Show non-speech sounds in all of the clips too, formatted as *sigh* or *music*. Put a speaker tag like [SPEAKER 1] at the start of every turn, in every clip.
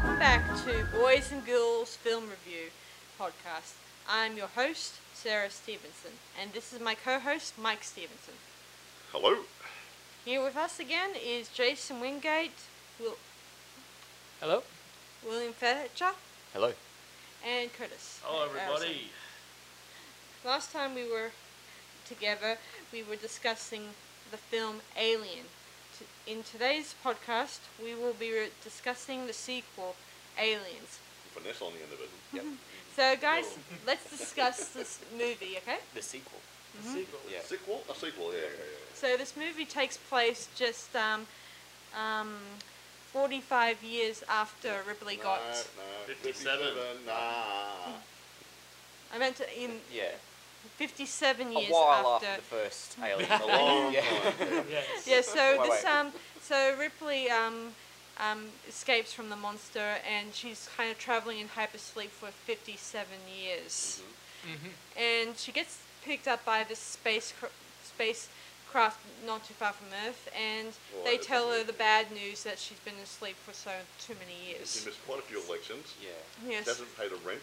[SPEAKER 1] to Boys and Girls Film Review podcast. I'm your host, Sarah Stevenson, and this is my co host, Mike Stevenson.
[SPEAKER 2] Hello.
[SPEAKER 1] Here with us again is Jason Wingate, Will,
[SPEAKER 3] Hello.
[SPEAKER 1] William Fetcher,
[SPEAKER 3] Hello.
[SPEAKER 1] and Curtis.
[SPEAKER 2] Hello,
[SPEAKER 1] Harrison.
[SPEAKER 2] everybody.
[SPEAKER 1] Last time we were together, we were discussing the film Alien. T- In today's podcast, we will be re- discussing the sequel, Aliens.
[SPEAKER 2] Vanessa on the end of it.
[SPEAKER 3] Yep.
[SPEAKER 1] So, guys,
[SPEAKER 2] Whoa.
[SPEAKER 1] let's discuss this movie, okay?
[SPEAKER 3] The sequel.
[SPEAKER 1] Mhm.
[SPEAKER 3] sequel. Yeah.
[SPEAKER 2] Sequel? A sequel, yeah, yeah, yeah.
[SPEAKER 1] So, this movie takes place just um, um, 45 years after Ripley got.
[SPEAKER 2] No, no,
[SPEAKER 4] 57.
[SPEAKER 1] *laughs*
[SPEAKER 2] 57, Nah.
[SPEAKER 1] I meant to, in
[SPEAKER 3] Yeah.
[SPEAKER 1] 57 years
[SPEAKER 3] A while
[SPEAKER 1] after
[SPEAKER 3] after,
[SPEAKER 1] Hmm.
[SPEAKER 3] the first Alien.
[SPEAKER 2] A
[SPEAKER 1] *laughs*
[SPEAKER 2] long
[SPEAKER 3] yeah.
[SPEAKER 2] time.
[SPEAKER 4] Yes.
[SPEAKER 1] Yeah, so
[SPEAKER 3] Wait,
[SPEAKER 1] this
[SPEAKER 3] wait.
[SPEAKER 1] um so Ripley um um escapes from the monster and she's kind of traveling in hypersleep for 57 years. And she gets picked up by this space cr- spacecraft not too far from Earth and
[SPEAKER 2] Well,
[SPEAKER 1] they
[SPEAKER 2] I-
[SPEAKER 1] tell her the bad news that she's been asleep for so too many
[SPEAKER 2] She
[SPEAKER 1] years.
[SPEAKER 2] missed quite a few elections.
[SPEAKER 3] yeah.
[SPEAKER 1] Yes.
[SPEAKER 2] Doesn't pay the rent.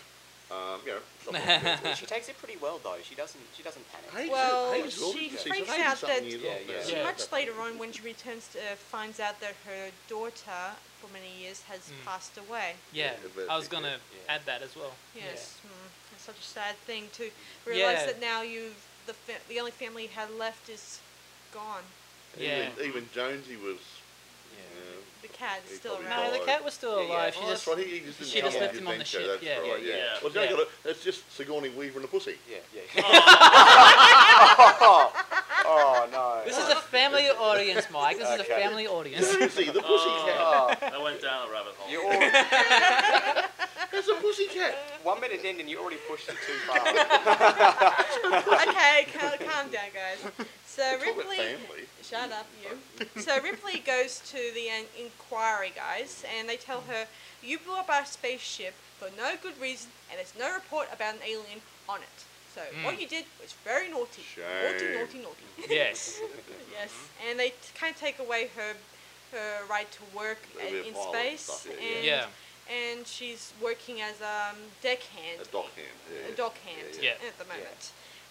[SPEAKER 2] Um, you know,
[SPEAKER 4] *laughs*
[SPEAKER 2] stuff like that.
[SPEAKER 3] She takes it pretty well though. She doesn't. She doesn't panic.
[SPEAKER 2] Hazel-
[SPEAKER 1] Well,
[SPEAKER 2] Hazel,
[SPEAKER 1] she
[SPEAKER 2] she's
[SPEAKER 1] freaks
[SPEAKER 2] 80
[SPEAKER 1] out
[SPEAKER 2] something
[SPEAKER 1] that-
[SPEAKER 2] years
[SPEAKER 3] Yeah,
[SPEAKER 2] old now.
[SPEAKER 3] yeah.
[SPEAKER 1] She
[SPEAKER 4] Yeah.
[SPEAKER 1] much later on when she returns to Earth finds out that her daughter for many years has
[SPEAKER 4] Mm.
[SPEAKER 1] passed away.
[SPEAKER 4] Yeah,
[SPEAKER 2] Yeah,
[SPEAKER 4] I was
[SPEAKER 2] but-
[SPEAKER 4] gonna
[SPEAKER 3] yeah.
[SPEAKER 4] add that as well.
[SPEAKER 1] Yes, mm, it's such a sad thing to realize
[SPEAKER 4] Yeah.
[SPEAKER 1] that now you've the fa- the only family you had left is gone.
[SPEAKER 4] Yeah.
[SPEAKER 2] Even, even Jonesy was.
[SPEAKER 3] Yeah.
[SPEAKER 1] The cat is
[SPEAKER 2] He
[SPEAKER 1] still
[SPEAKER 2] probably
[SPEAKER 1] around. *laughs*
[SPEAKER 2] died.
[SPEAKER 4] No, the cat was still
[SPEAKER 3] Yeah, yeah.
[SPEAKER 4] alive.
[SPEAKER 2] Oh,
[SPEAKER 4] She
[SPEAKER 2] that's
[SPEAKER 4] just
[SPEAKER 2] right. He just didn't
[SPEAKER 4] she
[SPEAKER 2] go
[SPEAKER 4] just
[SPEAKER 2] on
[SPEAKER 4] left
[SPEAKER 2] the
[SPEAKER 4] him on the
[SPEAKER 2] adventure,
[SPEAKER 4] ship,
[SPEAKER 2] That's
[SPEAKER 4] yeah,
[SPEAKER 2] right. Yeah.
[SPEAKER 3] yeah,
[SPEAKER 4] yeah.
[SPEAKER 2] Well, now you
[SPEAKER 4] Yeah.
[SPEAKER 2] gotta- that's just Sigourney Weaver and a pussy.
[SPEAKER 3] Yeah. Yeah. *laughs* oh, no. *laughs*
[SPEAKER 4] This is a family audience, Mike. This is a
[SPEAKER 3] Okay.
[SPEAKER 2] *laughs*
[SPEAKER 4] family audience.
[SPEAKER 2] Seriously, the pussy
[SPEAKER 4] *laughs*
[SPEAKER 2] cat.
[SPEAKER 3] Oh,
[SPEAKER 5] I went down a rabbit hole.
[SPEAKER 3] you all,
[SPEAKER 2] That's a pussy cat.
[SPEAKER 1] Uh,
[SPEAKER 3] one minute in and you already pushed it too *laughs* far.
[SPEAKER 1] okay, cal- calm down,
[SPEAKER 2] *laughs*
[SPEAKER 1] guys. So
[SPEAKER 2] Talk about
[SPEAKER 1] Ripley,
[SPEAKER 2] family.
[SPEAKER 1] shut up, you. So Ripley goes to the an- inquiry guys, and they tell her, "You blew up our spaceship for no good reason, and there's no report about an alien on it. So what you did was very naughty, naughty,
[SPEAKER 2] Shame.
[SPEAKER 1] naughty, naughty."
[SPEAKER 4] yes.
[SPEAKER 1] Yes, and they t- kind of take away her her right to work
[SPEAKER 2] They
[SPEAKER 1] in,
[SPEAKER 2] live
[SPEAKER 1] in
[SPEAKER 2] wild and
[SPEAKER 1] space,
[SPEAKER 2] stuff, yeah, yeah.
[SPEAKER 1] and
[SPEAKER 4] Yeah.
[SPEAKER 1] and she's working as um, deckhand,
[SPEAKER 2] A dog hand.
[SPEAKER 1] a
[SPEAKER 2] Yeah.
[SPEAKER 1] dockhand
[SPEAKER 4] Yeah, yeah.
[SPEAKER 1] at the moment,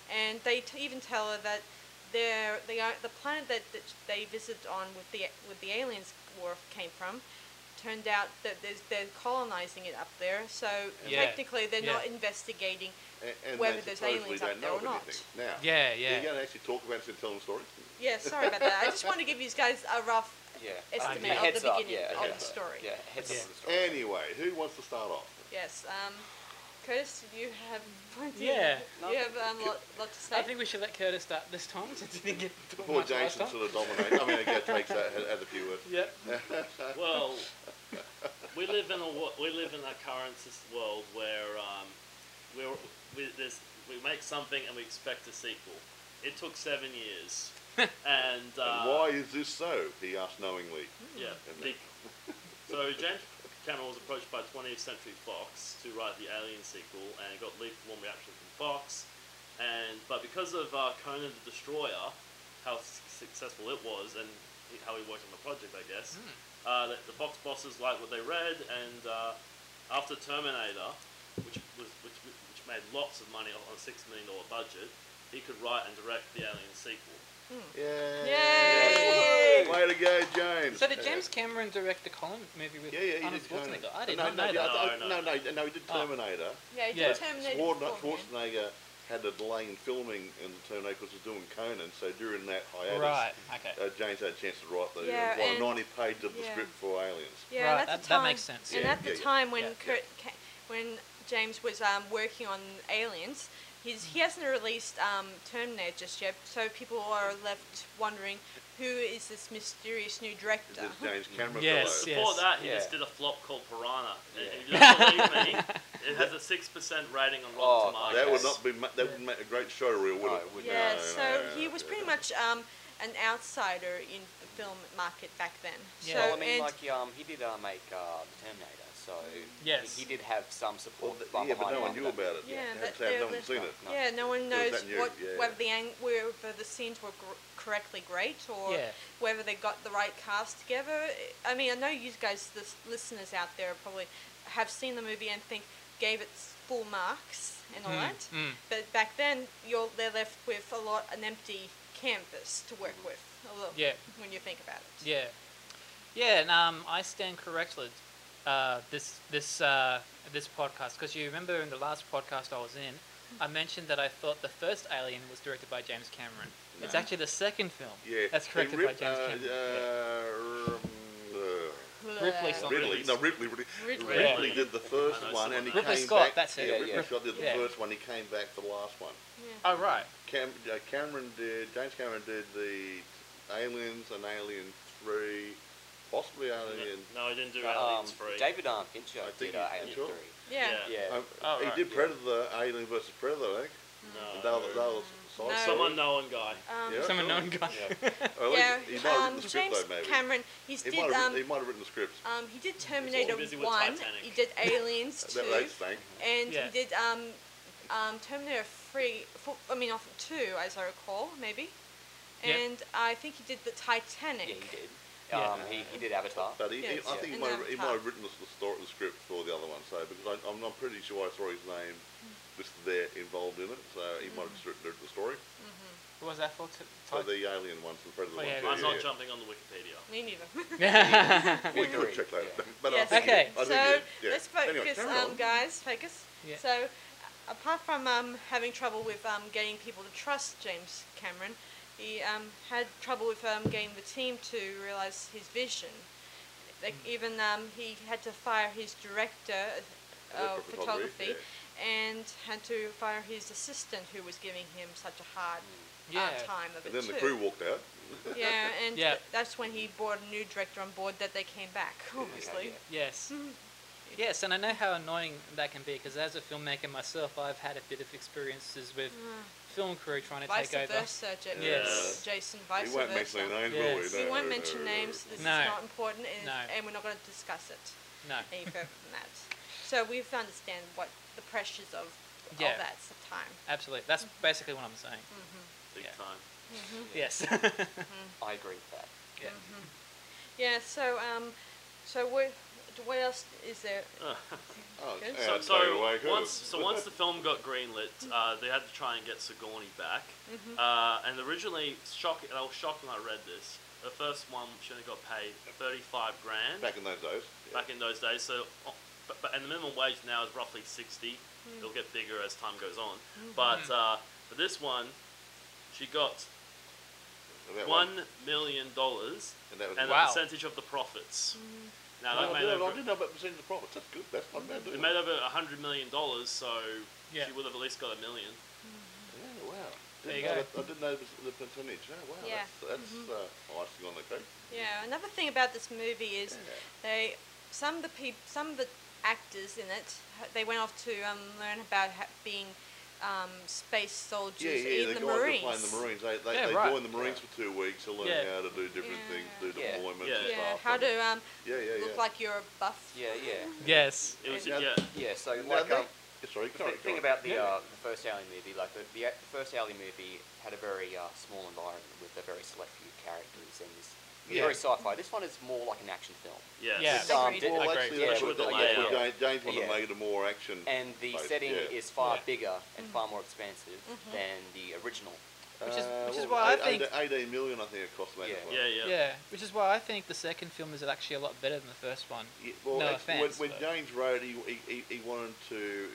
[SPEAKER 1] and they t- even tell her that their they are the planet that, that they visited on with the with the aliens war came from. Turned out that there's, they're colonizing it up there, so
[SPEAKER 4] Yeah,
[SPEAKER 1] technically they're
[SPEAKER 4] yeah.
[SPEAKER 1] not investigating.
[SPEAKER 2] A- And
[SPEAKER 1] Whether
[SPEAKER 2] they
[SPEAKER 1] there's
[SPEAKER 2] suppose we
[SPEAKER 1] aliens
[SPEAKER 2] don't
[SPEAKER 1] up there
[SPEAKER 2] know
[SPEAKER 1] or
[SPEAKER 2] of
[SPEAKER 1] not.
[SPEAKER 2] anything Now.
[SPEAKER 4] Yeah.
[SPEAKER 2] Are you
[SPEAKER 4] Yeah.
[SPEAKER 2] going to actually talk about this and tell them story?
[SPEAKER 1] Yeah, sorry about that. I just want to give you guys a rough
[SPEAKER 3] yeah.
[SPEAKER 1] estimate
[SPEAKER 4] A
[SPEAKER 1] of
[SPEAKER 3] heads
[SPEAKER 1] the
[SPEAKER 3] up,
[SPEAKER 1] beginning
[SPEAKER 3] yeah, a
[SPEAKER 1] of the
[SPEAKER 3] heads up.
[SPEAKER 1] story.
[SPEAKER 3] Yeah. Heads up
[SPEAKER 4] Yeah.
[SPEAKER 3] on the story.
[SPEAKER 2] Anyway, who wants to start off?
[SPEAKER 1] Yes. Um, Curtis, you have *laughs* plenty.
[SPEAKER 4] Yeah.
[SPEAKER 1] You have um, lot, lot to say.
[SPEAKER 4] I think we should let Curtis start this time since he didn't get to talk
[SPEAKER 2] Poor
[SPEAKER 4] much last
[SPEAKER 2] Jason
[SPEAKER 4] time.
[SPEAKER 2] sort of dominates. I mean, again, takes that as a few words.
[SPEAKER 4] Yeah.
[SPEAKER 5] Well, we live in a wo- we live in a current sys- world where um, we're, we there's, we make something and we expect a sequel. It took seven years, and, uh,
[SPEAKER 2] and why is this so? He asked knowingly.
[SPEAKER 1] Hmm.
[SPEAKER 5] Yeah.
[SPEAKER 2] And
[SPEAKER 5] big- so James Cameron was approached by 20th Century Fox to write the Alien sequel, and it got leaked warm reaction from Fox. And but because of uh, Conan the Destroyer, how s- successful it was, and he- how he worked on the project, I guess. Uh, the, the Fox bosses liked what they read, and uh, after Terminator, which was which, which made lots of money on a six million dollar budget, he could write and direct the Alien sequel.
[SPEAKER 2] Yay!
[SPEAKER 1] Yay!
[SPEAKER 2] Way to go, James.
[SPEAKER 4] So did James Cameron direct the Colin movie with
[SPEAKER 2] Yeah, yeah, he
[SPEAKER 4] Arnold
[SPEAKER 2] did Terminator.
[SPEAKER 4] Schwarzenegger? I did
[SPEAKER 2] no,
[SPEAKER 4] not
[SPEAKER 2] no,
[SPEAKER 4] know
[SPEAKER 2] yeah,
[SPEAKER 4] that.
[SPEAKER 2] I- I-
[SPEAKER 5] No,
[SPEAKER 2] no,
[SPEAKER 5] no,
[SPEAKER 2] no, no, he did
[SPEAKER 4] Oh.
[SPEAKER 2] Terminator.
[SPEAKER 1] Yeah, you
[SPEAKER 4] Yeah.
[SPEAKER 1] did Terminator.
[SPEAKER 2] Schwarzenegger,
[SPEAKER 1] beforehand.
[SPEAKER 2] Schwarzenegger had a delay in filming in Terminator because he was doing Conan, so during that hiatus,
[SPEAKER 4] Right. Okay.
[SPEAKER 2] uh, James had a chance to write the
[SPEAKER 1] Yeah,
[SPEAKER 2] uh,
[SPEAKER 1] and-
[SPEAKER 2] what, 90 pages of the
[SPEAKER 1] yeah.
[SPEAKER 2] script for Aliens.
[SPEAKER 1] Yeah,
[SPEAKER 4] right.
[SPEAKER 1] and at
[SPEAKER 4] That,
[SPEAKER 1] the time,
[SPEAKER 4] that makes sense.
[SPEAKER 1] And
[SPEAKER 2] Yeah,
[SPEAKER 1] at the
[SPEAKER 2] yeah, yeah.
[SPEAKER 1] time when
[SPEAKER 4] Yeah.
[SPEAKER 1] Kurt, Ca- when James was um, working on Aliens, he's,
[SPEAKER 4] Mm.
[SPEAKER 1] he hasn't released um, Terminator just yet, so people are left wondering who is this mysterious new director. *laughs*
[SPEAKER 2] This James Cameron
[SPEAKER 4] Yes,
[SPEAKER 2] fellow.
[SPEAKER 4] yeah.
[SPEAKER 5] Before that, he
[SPEAKER 3] Yeah.
[SPEAKER 5] just did a flop called Piranha. And
[SPEAKER 3] Yeah.
[SPEAKER 5] if you don't believe me, it has a six percent rating on Rotten
[SPEAKER 3] Oh,
[SPEAKER 5] Tomatoes.
[SPEAKER 2] That would
[SPEAKER 3] Yes.
[SPEAKER 2] not be. Ma- that would make a great show reel, would
[SPEAKER 3] No,
[SPEAKER 2] it?
[SPEAKER 3] it wouldn't.
[SPEAKER 1] Yeah,
[SPEAKER 2] No,
[SPEAKER 1] so
[SPEAKER 2] no,
[SPEAKER 1] he
[SPEAKER 2] no,
[SPEAKER 1] was
[SPEAKER 2] no,
[SPEAKER 1] pretty
[SPEAKER 2] no.
[SPEAKER 1] much um, an outsider in the film market back then.
[SPEAKER 4] Yeah.
[SPEAKER 1] so
[SPEAKER 3] well, I mean,
[SPEAKER 1] and
[SPEAKER 3] like, um, he did uh, make uh, the Terminator, so he-
[SPEAKER 4] Yes.
[SPEAKER 3] he, did have some
[SPEAKER 2] Well,
[SPEAKER 3] support.
[SPEAKER 2] th-
[SPEAKER 3] from
[SPEAKER 2] yeah, but
[SPEAKER 3] behind
[SPEAKER 2] no one
[SPEAKER 3] him,
[SPEAKER 2] knew
[SPEAKER 3] but-
[SPEAKER 2] about it.
[SPEAKER 1] Yeah,
[SPEAKER 2] And
[SPEAKER 1] that
[SPEAKER 2] so
[SPEAKER 1] they're
[SPEAKER 2] no one's
[SPEAKER 1] left
[SPEAKER 2] seen
[SPEAKER 3] out.
[SPEAKER 2] it.
[SPEAKER 3] No.
[SPEAKER 1] Yeah, no one
[SPEAKER 2] It was
[SPEAKER 1] knows
[SPEAKER 2] that new,
[SPEAKER 1] what
[SPEAKER 2] yeah.
[SPEAKER 1] whether the ang- where, whether the scenes were gr- correctly great or
[SPEAKER 4] Yeah.
[SPEAKER 1] whether they got the right cast together. I mean, I know you guys, the s- listeners out there, probably have seen the movie and think gave it s- full marks and all that.
[SPEAKER 4] mm.
[SPEAKER 1] But back then, you're they're left with a lot an empty canvas to work
[SPEAKER 2] Mm.
[SPEAKER 1] with. A little,
[SPEAKER 4] Yeah.
[SPEAKER 1] When you think about it.
[SPEAKER 4] Yeah, yeah, and um, I stand corrected. Uh, this this uh, this podcast because you remember in the last podcast I was in, I mentioned that I thought the first Alien was directed by James Cameron. It's actually the second film.
[SPEAKER 2] Yeah.
[SPEAKER 4] that's
[SPEAKER 2] Hey,
[SPEAKER 4] corrected by
[SPEAKER 2] Rip-
[SPEAKER 4] James
[SPEAKER 2] uh,
[SPEAKER 4] Cameron.
[SPEAKER 2] uh, um,
[SPEAKER 4] Ripley
[SPEAKER 2] uh,
[SPEAKER 4] Scott.
[SPEAKER 2] Ridley. No, Ripley. Ridley.
[SPEAKER 1] Ridley.
[SPEAKER 2] Ridley did the first
[SPEAKER 5] I know
[SPEAKER 2] one, and he
[SPEAKER 5] someone.
[SPEAKER 4] Ridley
[SPEAKER 2] came
[SPEAKER 4] Scott,
[SPEAKER 2] back.
[SPEAKER 4] that's it.
[SPEAKER 2] Yeah,
[SPEAKER 3] Yeah,
[SPEAKER 2] Ridley
[SPEAKER 3] yeah.
[SPEAKER 2] Scott did the
[SPEAKER 4] Yeah.
[SPEAKER 2] first one. He came back for the last one.
[SPEAKER 4] Oh right.
[SPEAKER 2] Cam, uh, Cameron did. James Cameron did the Aliens and Alien Three, possibly Alien.
[SPEAKER 5] No, I didn't do
[SPEAKER 3] Um,
[SPEAKER 5] Aliens Free.
[SPEAKER 3] David um, Fincher
[SPEAKER 2] I think
[SPEAKER 3] did uh,
[SPEAKER 2] he-
[SPEAKER 3] Alien
[SPEAKER 2] sure.
[SPEAKER 3] 3.
[SPEAKER 1] Yeah.
[SPEAKER 5] Yeah. Oh,
[SPEAKER 3] Yeah.
[SPEAKER 2] Um,
[SPEAKER 4] Oh,
[SPEAKER 2] he
[SPEAKER 4] right,
[SPEAKER 2] did
[SPEAKER 3] yeah.
[SPEAKER 2] Predator, Alien versus Predator. I think.
[SPEAKER 5] No.
[SPEAKER 2] And that was, that was so
[SPEAKER 1] No.
[SPEAKER 5] Some unknown guy.
[SPEAKER 1] Um,
[SPEAKER 2] Yeah.
[SPEAKER 4] Some unknown guy.
[SPEAKER 2] Or at
[SPEAKER 1] yeah,
[SPEAKER 2] least he might have
[SPEAKER 1] um,
[SPEAKER 2] written the script
[SPEAKER 1] James
[SPEAKER 2] though, maybe.
[SPEAKER 1] Cameron, he's
[SPEAKER 2] he,
[SPEAKER 1] did
[SPEAKER 2] might have,
[SPEAKER 1] um,
[SPEAKER 2] written- he might have written the scripts.
[SPEAKER 1] um, he did Terminator
[SPEAKER 5] busy with
[SPEAKER 1] One,
[SPEAKER 5] Titanic.
[SPEAKER 1] he did
[SPEAKER 3] *laughs*
[SPEAKER 1] Aliens Two,
[SPEAKER 2] That, they stank.
[SPEAKER 1] and
[SPEAKER 4] Yeah.
[SPEAKER 1] he did um, um, Terminator Three. Four, I mean, off two, as I recall, maybe.
[SPEAKER 4] Yeah.
[SPEAKER 1] And I think he did the Titanic.
[SPEAKER 3] Yeah, he did.
[SPEAKER 4] Yeah.
[SPEAKER 3] Um, he, he did Avatar.
[SPEAKER 2] But he, he,
[SPEAKER 1] Yes.
[SPEAKER 2] I
[SPEAKER 1] And
[SPEAKER 2] think he might,
[SPEAKER 1] then
[SPEAKER 2] have- he might have
[SPEAKER 1] Titanic.
[SPEAKER 2] written the, the, story, the script for the other one, so because I, I'm, I'm pretty sure I saw his name just there involved in it, so he
[SPEAKER 1] Mm.
[SPEAKER 2] might have just written the story.
[SPEAKER 4] What *laughs* was that for? T-
[SPEAKER 2] So the alien ones and Predator
[SPEAKER 4] Oh, yeah,
[SPEAKER 2] ones.
[SPEAKER 5] I'm not
[SPEAKER 2] yeah, yeah.
[SPEAKER 5] jumping on the Wikipedia.
[SPEAKER 1] Me neither.
[SPEAKER 4] *laughs*
[SPEAKER 1] *laughs*
[SPEAKER 4] yeah.
[SPEAKER 2] We
[SPEAKER 3] Yeah.
[SPEAKER 2] could check that.
[SPEAKER 3] Yeah.
[SPEAKER 2] *laughs* But uh,
[SPEAKER 1] Yes.
[SPEAKER 2] I think
[SPEAKER 4] Okay.
[SPEAKER 2] I think
[SPEAKER 1] so
[SPEAKER 2] yeah, yeah.
[SPEAKER 1] let's
[SPEAKER 2] Anyway,
[SPEAKER 1] focus,
[SPEAKER 2] carry
[SPEAKER 1] um,
[SPEAKER 2] on.
[SPEAKER 1] guys. Focus.
[SPEAKER 4] Yeah.
[SPEAKER 1] So, a- apart from um, having trouble with um, getting people to trust James Cameron, he um, had trouble with um, getting the team to realize his vision. Like
[SPEAKER 4] Hmm.
[SPEAKER 1] even um, he had to fire his director
[SPEAKER 2] Yeah,
[SPEAKER 1] of uh,
[SPEAKER 2] for
[SPEAKER 1] photography,
[SPEAKER 2] photography,
[SPEAKER 1] and had to fire his assistant who was giving him such a hard
[SPEAKER 4] Yeah.
[SPEAKER 1] uh, time of
[SPEAKER 2] Hmm. And
[SPEAKER 1] it
[SPEAKER 2] then the
[SPEAKER 1] too.
[SPEAKER 2] crew walked out.
[SPEAKER 1] Yeah, and
[SPEAKER 4] *laughs* Yeah.
[SPEAKER 1] th- that's when he brought a new director on board. That they came back, obviously.
[SPEAKER 3] yeah.
[SPEAKER 4] Yes. Yes, and I know how annoying that can be because as a filmmaker myself, I've had a bit of experiences with film crew trying to
[SPEAKER 1] Mm. Vice
[SPEAKER 4] take over.
[SPEAKER 1] versa, Ja-
[SPEAKER 4] Yes.
[SPEAKER 1] Jason. Vice
[SPEAKER 2] we won't
[SPEAKER 1] versa.
[SPEAKER 2] mention their names, will
[SPEAKER 4] Yes.
[SPEAKER 2] we?
[SPEAKER 1] We
[SPEAKER 2] No,
[SPEAKER 1] won't
[SPEAKER 2] no,
[SPEAKER 1] mention
[SPEAKER 2] no, no.
[SPEAKER 1] names. This
[SPEAKER 4] No.
[SPEAKER 1] is not important, and,
[SPEAKER 4] No.
[SPEAKER 1] and we're not going to
[SPEAKER 4] *laughs*
[SPEAKER 1] discuss it
[SPEAKER 4] No.
[SPEAKER 1] any further than that. So we have to understand what the pressures of
[SPEAKER 4] Yeah.
[SPEAKER 1] of that s- time.
[SPEAKER 4] Absolutely. That's basically what I'm saying.
[SPEAKER 5] Big
[SPEAKER 4] Yeah.
[SPEAKER 5] time.
[SPEAKER 4] *laughs* Yes.
[SPEAKER 3] I agree with that.
[SPEAKER 4] Yeah.
[SPEAKER 1] Yeah. So um, so what what else is there?
[SPEAKER 2] Oh,
[SPEAKER 1] Okay.
[SPEAKER 2] yeah,
[SPEAKER 5] So,
[SPEAKER 2] I'd
[SPEAKER 5] so
[SPEAKER 2] take it away, could've.
[SPEAKER 5] once
[SPEAKER 2] *laughs*
[SPEAKER 5] so once the film got greenlit, uh, they had to try and get Sigourney back. Uh, and originally, shock, and I was shocked when I read this. The first one, she only got paid thirty-five grand
[SPEAKER 2] Back in those days. yeah.
[SPEAKER 5] back in those days. So, oh, but, but and the minimum wage now is roughly sixty.
[SPEAKER 4] Hmm.
[SPEAKER 5] It'll get bigger as time goes on. But uh, for this one, she got
[SPEAKER 2] That
[SPEAKER 5] one million dollars
[SPEAKER 2] And that was Oh,
[SPEAKER 5] and
[SPEAKER 4] Wow.
[SPEAKER 5] a percentage of the profits.
[SPEAKER 4] Hmm.
[SPEAKER 5] Now
[SPEAKER 2] No,
[SPEAKER 5] that
[SPEAKER 2] I
[SPEAKER 5] made
[SPEAKER 2] didn't- I
[SPEAKER 5] over,
[SPEAKER 2] didn't know about percentage of the profits. That's good. That's not bad.
[SPEAKER 5] it
[SPEAKER 2] doing
[SPEAKER 5] made over a hundred million dollars, so
[SPEAKER 4] Yeah.
[SPEAKER 5] she would have at least got a million.
[SPEAKER 2] Yeah, wow.
[SPEAKER 4] There you
[SPEAKER 2] Didn't know
[SPEAKER 4] go.
[SPEAKER 2] that- I didn't know this- the percentage. Oh, wow.
[SPEAKER 1] Yeah. Mm-hmm.
[SPEAKER 2] That's, that's uh, icing on the cake.
[SPEAKER 1] Yeah. Another thing about this movie is they some of the peop, some of the actors in it ha- they went off to um, learn about ha- being um, space soldiers
[SPEAKER 2] Yeah, yeah,
[SPEAKER 1] in
[SPEAKER 2] they
[SPEAKER 1] the
[SPEAKER 2] go out and
[SPEAKER 1] Marines.
[SPEAKER 2] play in the Marines. They, they,
[SPEAKER 4] Yeah,
[SPEAKER 2] they
[SPEAKER 4] right.
[SPEAKER 2] join the Marines for two weeks to learn
[SPEAKER 4] Yeah.
[SPEAKER 2] how to do different things, do
[SPEAKER 3] Yeah.
[SPEAKER 2] deployments
[SPEAKER 5] Yeah.
[SPEAKER 2] and
[SPEAKER 1] Yeah.
[SPEAKER 2] stuff.
[SPEAKER 1] How
[SPEAKER 2] and-
[SPEAKER 1] to um,
[SPEAKER 2] Yeah, yeah, yeah.
[SPEAKER 1] look like you're a buff.
[SPEAKER 3] Yeah, yeah.
[SPEAKER 4] yes.
[SPEAKER 5] It was
[SPEAKER 2] Yeah.
[SPEAKER 5] yeah.
[SPEAKER 3] Yeah, so
[SPEAKER 2] Now
[SPEAKER 3] like,
[SPEAKER 2] they-
[SPEAKER 3] um,
[SPEAKER 2] yeah, sorry,
[SPEAKER 3] The
[SPEAKER 2] sorry,
[SPEAKER 3] thi- thing
[SPEAKER 2] sorry.
[SPEAKER 3] about the,
[SPEAKER 2] Yeah.
[SPEAKER 3] uh, the first Alien movie, like the, the, the first Alien movie had a very uh, small environment with a very select few characters and was
[SPEAKER 2] Yeah.
[SPEAKER 3] very sci-fi. This one is more like an action film.
[SPEAKER 5] Yes.
[SPEAKER 4] Yeah.
[SPEAKER 3] Um,
[SPEAKER 1] Agreed.
[SPEAKER 3] did-
[SPEAKER 2] well,
[SPEAKER 4] Agreed.
[SPEAKER 2] actually,
[SPEAKER 3] Yeah,
[SPEAKER 2] that's what
[SPEAKER 5] with the
[SPEAKER 2] they- that's what
[SPEAKER 3] layout.
[SPEAKER 2] James, James wanted
[SPEAKER 3] Yeah.
[SPEAKER 2] to make it more action.
[SPEAKER 3] And the
[SPEAKER 2] based,
[SPEAKER 3] setting
[SPEAKER 2] yeah.
[SPEAKER 3] is far
[SPEAKER 4] Yeah.
[SPEAKER 3] bigger and far
[SPEAKER 4] Mm-hmm.
[SPEAKER 3] more expansive than the original.
[SPEAKER 4] Which is-
[SPEAKER 2] Uh,
[SPEAKER 4] which is
[SPEAKER 2] what
[SPEAKER 4] why I
[SPEAKER 2] was it?
[SPEAKER 4] think-
[SPEAKER 2] Eight- 18 million, I think it cost. that
[SPEAKER 3] Yeah.
[SPEAKER 2] as well.
[SPEAKER 5] Yeah, yeah.
[SPEAKER 4] Yeah. Which is why I think the second film is actually a lot better than the first one.
[SPEAKER 2] Yeah, well,
[SPEAKER 4] No
[SPEAKER 2] actually,
[SPEAKER 4] offense,
[SPEAKER 2] when, when
[SPEAKER 4] but-
[SPEAKER 2] James wrote, he, he- he, he wanted to